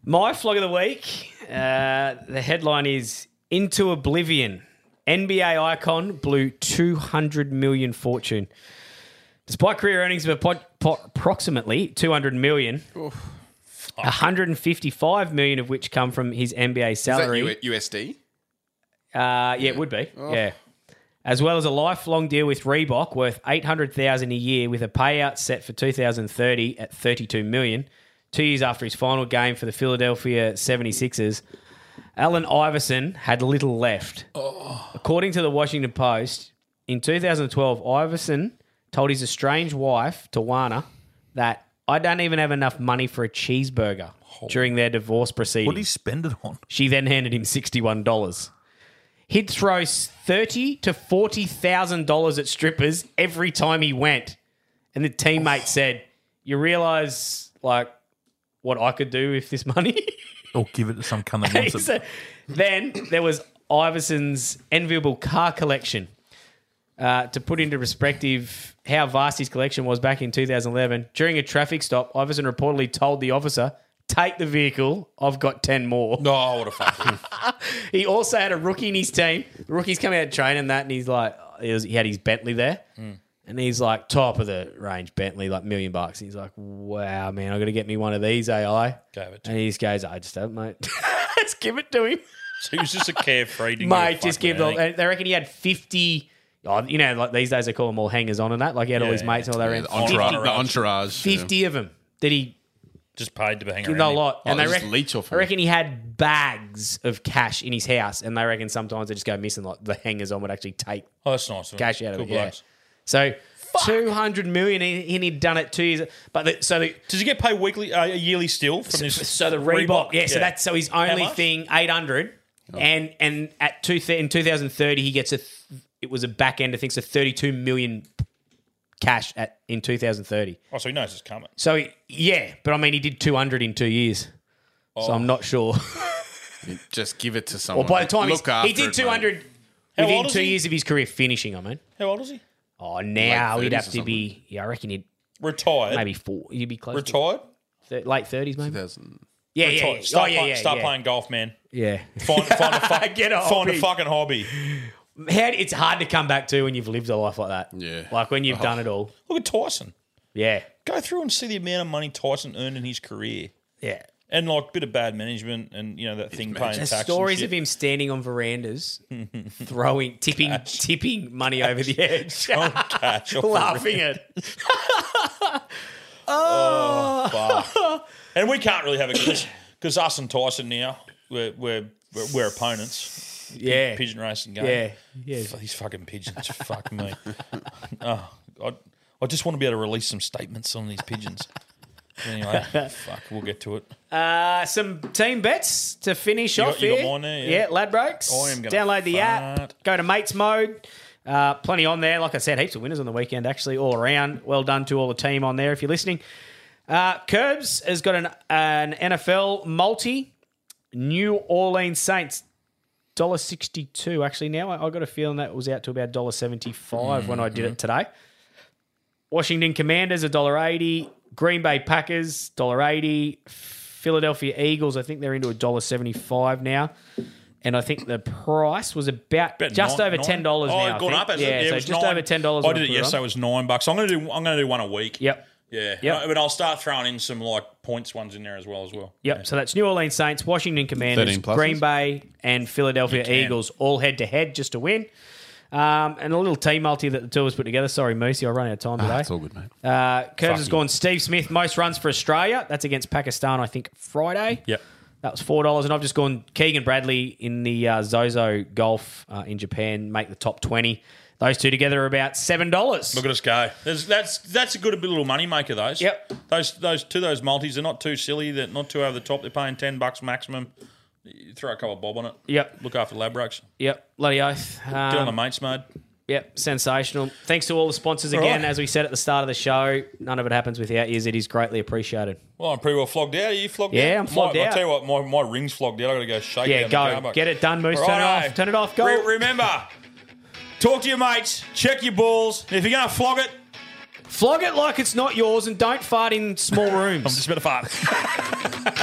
Speaker 1: my flog of the week. Uh, the headline is "Into Oblivion." NBA icon blew two hundred million fortune. Despite career earnings of appo- po- approximately two hundred million, 155 million of which come from his NBA salary.
Speaker 6: Is that U- USD?
Speaker 1: Uh, yeah, it would be.
Speaker 6: Oh.
Speaker 1: Yeah. As well as a lifelong deal with Reebok worth 800,000 a year with a payout set for 2030 at 32 million, 2 years after his final game for the Philadelphia 76ers. Allen Iverson had little left. According to the Washington Post, in 2012, Iverson told his estranged wife, Tawana, that I don't even have enough money for a cheeseburger during their divorce proceedings. What did he
Speaker 5: spend it on?
Speaker 1: She then handed him $61. He'd throw thirty to forty thousand dollars at strippers every time he went, and the teammate said, "You realize like what I could do with this money?"
Speaker 5: [LAUGHS] Or give it to some cunt
Speaker 1: [LAUGHS]
Speaker 5: that wants
Speaker 1: So
Speaker 5: it.
Speaker 1: then there was Iverson's enviable car collection. Uh, to put into perspective how vast his collection was back in 2011, during a traffic stop, Iverson reportedly told the officer, "Take the vehicle. I've got ten more."
Speaker 6: No,
Speaker 5: Oh,
Speaker 6: what a fuck.
Speaker 1: he also had a rookie in his team. The rookie's coming out of training and that, and he's like, he, was- he had his Bentley there,
Speaker 5: Hmm.
Speaker 7: Mm.
Speaker 1: and he's like top of the range Bentley, like million bucks. He's like, wow, man, I got to get me one of these AI.
Speaker 5: Gave it,
Speaker 1: and he just goes, I just haven't, mate. [LAUGHS] Let's give it to him.
Speaker 5: So [LAUGHS] he was just a carefree. Didn't give
Speaker 1: mate,
Speaker 5: a
Speaker 1: just
Speaker 5: fuck,
Speaker 1: give
Speaker 5: man.
Speaker 1: them. They reckon he had fifty. Oh, you know, like these days they call them all hangers on and that. Like he had all
Speaker 5: Yeah,
Speaker 1: his mates and all
Speaker 5: yeah.
Speaker 1: that.
Speaker 5: Yeah,
Speaker 1: around. 50
Speaker 5: the entourage. The
Speaker 6: Oh, entourage, yeah.
Speaker 1: Fifty of them. Did he?
Speaker 5: Just paid to hang
Speaker 1: Give
Speaker 5: around.
Speaker 1: them a
Speaker 5: him.
Speaker 1: lot, and they reckon, I reckon he had bags of cash in his house, and they reckon sometimes they just go missing. Like the hangers on would actually take
Speaker 5: Oh, that's nice. of him.
Speaker 1: cash out of
Speaker 5: Good
Speaker 1: it. Yeah.
Speaker 5: blokes.
Speaker 1: So two hundred million, and and he'd done it two years. But the, so the,
Speaker 5: does he get paid weekly, uh, yearly still from this?
Speaker 1: So the Reebok, yeah, So that's so his
Speaker 5: How
Speaker 1: only
Speaker 5: much?
Speaker 1: thing eight hundred, and and at two th- in two thousand thirty he gets a th- it was a back end of things so thirty two million cash at in two thousand thirty.
Speaker 5: Oh, so he knows it's coming.
Speaker 1: So he- yeah, but I mean he did two hundred in two years, so
Speaker 5: Oh.
Speaker 1: I'm not sure.
Speaker 6: Just give it to
Speaker 1: Well,
Speaker 6: someone.
Speaker 1: by the time
Speaker 6: Look
Speaker 1: he's,
Speaker 6: after
Speaker 1: he did
Speaker 6: it,
Speaker 1: two
Speaker 6: mate.
Speaker 1: hundred
Speaker 5: How old
Speaker 1: within
Speaker 5: is
Speaker 1: two
Speaker 5: he?
Speaker 1: years of his career finishing. I mean,
Speaker 5: How old is he?
Speaker 1: oh now
Speaker 5: Late
Speaker 1: he'd
Speaker 5: 30s
Speaker 1: have
Speaker 5: or
Speaker 1: to be yeah, I reckon he'd
Speaker 5: retired,
Speaker 1: maybe four. He'd be close.
Speaker 5: Retired,
Speaker 1: to, Thir- late thirties maybe.
Speaker 6: 2000.
Speaker 1: Yeah, yeah,
Speaker 5: Retire.
Speaker 1: yeah.
Speaker 5: Start,
Speaker 1: oh, yeah,
Speaker 5: play-
Speaker 1: yeah,
Speaker 5: start
Speaker 1: yeah.
Speaker 5: playing golf, man.
Speaker 1: Yeah.
Speaker 5: Find, find a, fuck,
Speaker 1: Get a
Speaker 5: find
Speaker 1: hobby.
Speaker 5: a fucking hobby.
Speaker 1: [LAUGHS] How, it's hard to come back to when you've lived a life like that. Yeah. Like when you've
Speaker 5: Oh.
Speaker 1: done it all.
Speaker 5: Look at Tyson.
Speaker 1: Yeah.
Speaker 5: Go through and see the amount of money Tyson earned in his career.
Speaker 1: Yeah.
Speaker 5: And like bit of bad management and you know that thing paying
Speaker 1: There's
Speaker 5: tax. and
Speaker 1: stories
Speaker 5: shit. [LAUGHS]
Speaker 1: of him standing on verandas, throwing, tipping, tipping money over
Speaker 5: [LAUGHS]
Speaker 1: the edge,
Speaker 5: Oh,
Speaker 1: [LAUGHS]
Speaker 5: cash off
Speaker 1: laughing
Speaker 5: verandas.
Speaker 1: at. oh,
Speaker 5: Fuck. and we can't really have it because us and Tyson now we're we're, we're, we're opponents.
Speaker 1: Yeah.
Speaker 5: pigeon racing game.
Speaker 1: Yeah. Yeah.
Speaker 5: F- these fucking pigeons. fuck me. [LAUGHS] Oh, I I just want to be able to release some statements on these pigeons.
Speaker 1: [LAUGHS]
Speaker 5: Anyway, fuck, we'll get to it.
Speaker 1: Uh, some team bets to finish
Speaker 5: You got-
Speaker 1: off
Speaker 5: you got
Speaker 1: here.
Speaker 5: mine there, yeah.
Speaker 1: Ladbrokes.
Speaker 5: I am gonna
Speaker 1: download the app. Go to mates mode. Uh, plenty on there. Like I said, heaps of winners on the weekend. Actually, all around. Well done to all the team on there. If you're listening, uh, Curbs has got an an NFL multi. New Orleans Saints. Dollar sixty two. Actually, now I, I got a feeling that was out to about dollar seventy five when I did
Speaker 5: Mm-hmm.
Speaker 1: it today. Washington Commanders a dollar eighty. Green Bay Packers dollar eighty. Philadelphia Eagles, I think they're into a dollar seventy five now. And I think the price was about,
Speaker 5: About
Speaker 1: just
Speaker 5: nine-
Speaker 1: over
Speaker 5: nine?
Speaker 1: ten dollars.
Speaker 5: Oh,
Speaker 1: now,
Speaker 5: it's gone
Speaker 1: I
Speaker 5: up.
Speaker 1: think.
Speaker 5: hasn't it?
Speaker 1: Yeah,
Speaker 5: it
Speaker 1: so
Speaker 5: was
Speaker 1: just
Speaker 5: nine-
Speaker 1: over ten dollars.
Speaker 5: I did it yesterday. It was nine bucks. I'm gonna do. I'm gonna do one a week.
Speaker 1: Yep.
Speaker 5: Yeah.
Speaker 1: Yep.
Speaker 5: And I- But I'll start throwing in some like points ones in there as well as well.
Speaker 1: Yep. So that's New Orleans Saints, Washington Commanders,
Speaker 5: 13 pluses.
Speaker 1: Green Bay, and Philadelphia Eagles all head to head just to win. Um, and a little team multi that the two of us put together. Sorry, Moosey, I run out of time today.
Speaker 6: That's Ah, all good, mate.
Speaker 1: Uh,
Speaker 6: Fuck
Speaker 1: Curves has
Speaker 6: you.
Speaker 1: gone Steve Smith, most runs for Australia. That's against Pakistan, I think, Friday.
Speaker 5: Yep.
Speaker 1: That was $4. And I've just gone Keegan Bradley in the uh, Zozo Golf uh, in Japan, make the top 20. Those two together are about $7.
Speaker 5: Look at us go. There's, that's that's a good little money maker. Those. Yep. Those those two those multis. They're not too silly. They're not too over the top. They're paying ten bucks maximum. You throw a couple of bob on it.
Speaker 1: Yep.
Speaker 5: Look after lab rocks.
Speaker 1: Yep. Bloody oath.
Speaker 5: Get on
Speaker 1: Um,
Speaker 5: the mates mode.
Speaker 1: Yep, sensational. Thanks to all the sponsors again.
Speaker 5: Alright.
Speaker 1: As we said at the start of the show, none of it happens without you. It is greatly appreciated.
Speaker 5: Well, I'm pretty well flogged out. Are you flogged out?
Speaker 1: Yeah, I'm flogged
Speaker 5: my,
Speaker 1: out.
Speaker 5: I tell you what, my, my ring's flogged out. I got to go shake.
Speaker 1: Yeah,
Speaker 5: down
Speaker 1: go.
Speaker 5: The car
Speaker 1: Get it done, Moose. Turn it off. Turn it off. Go.
Speaker 5: remember, talk to your mates. Check your balls. If you're gonna flog it,
Speaker 1: flog it like it's not yours, and don't fart in small rooms. [LAUGHS] I'm just
Speaker 5: about to fart.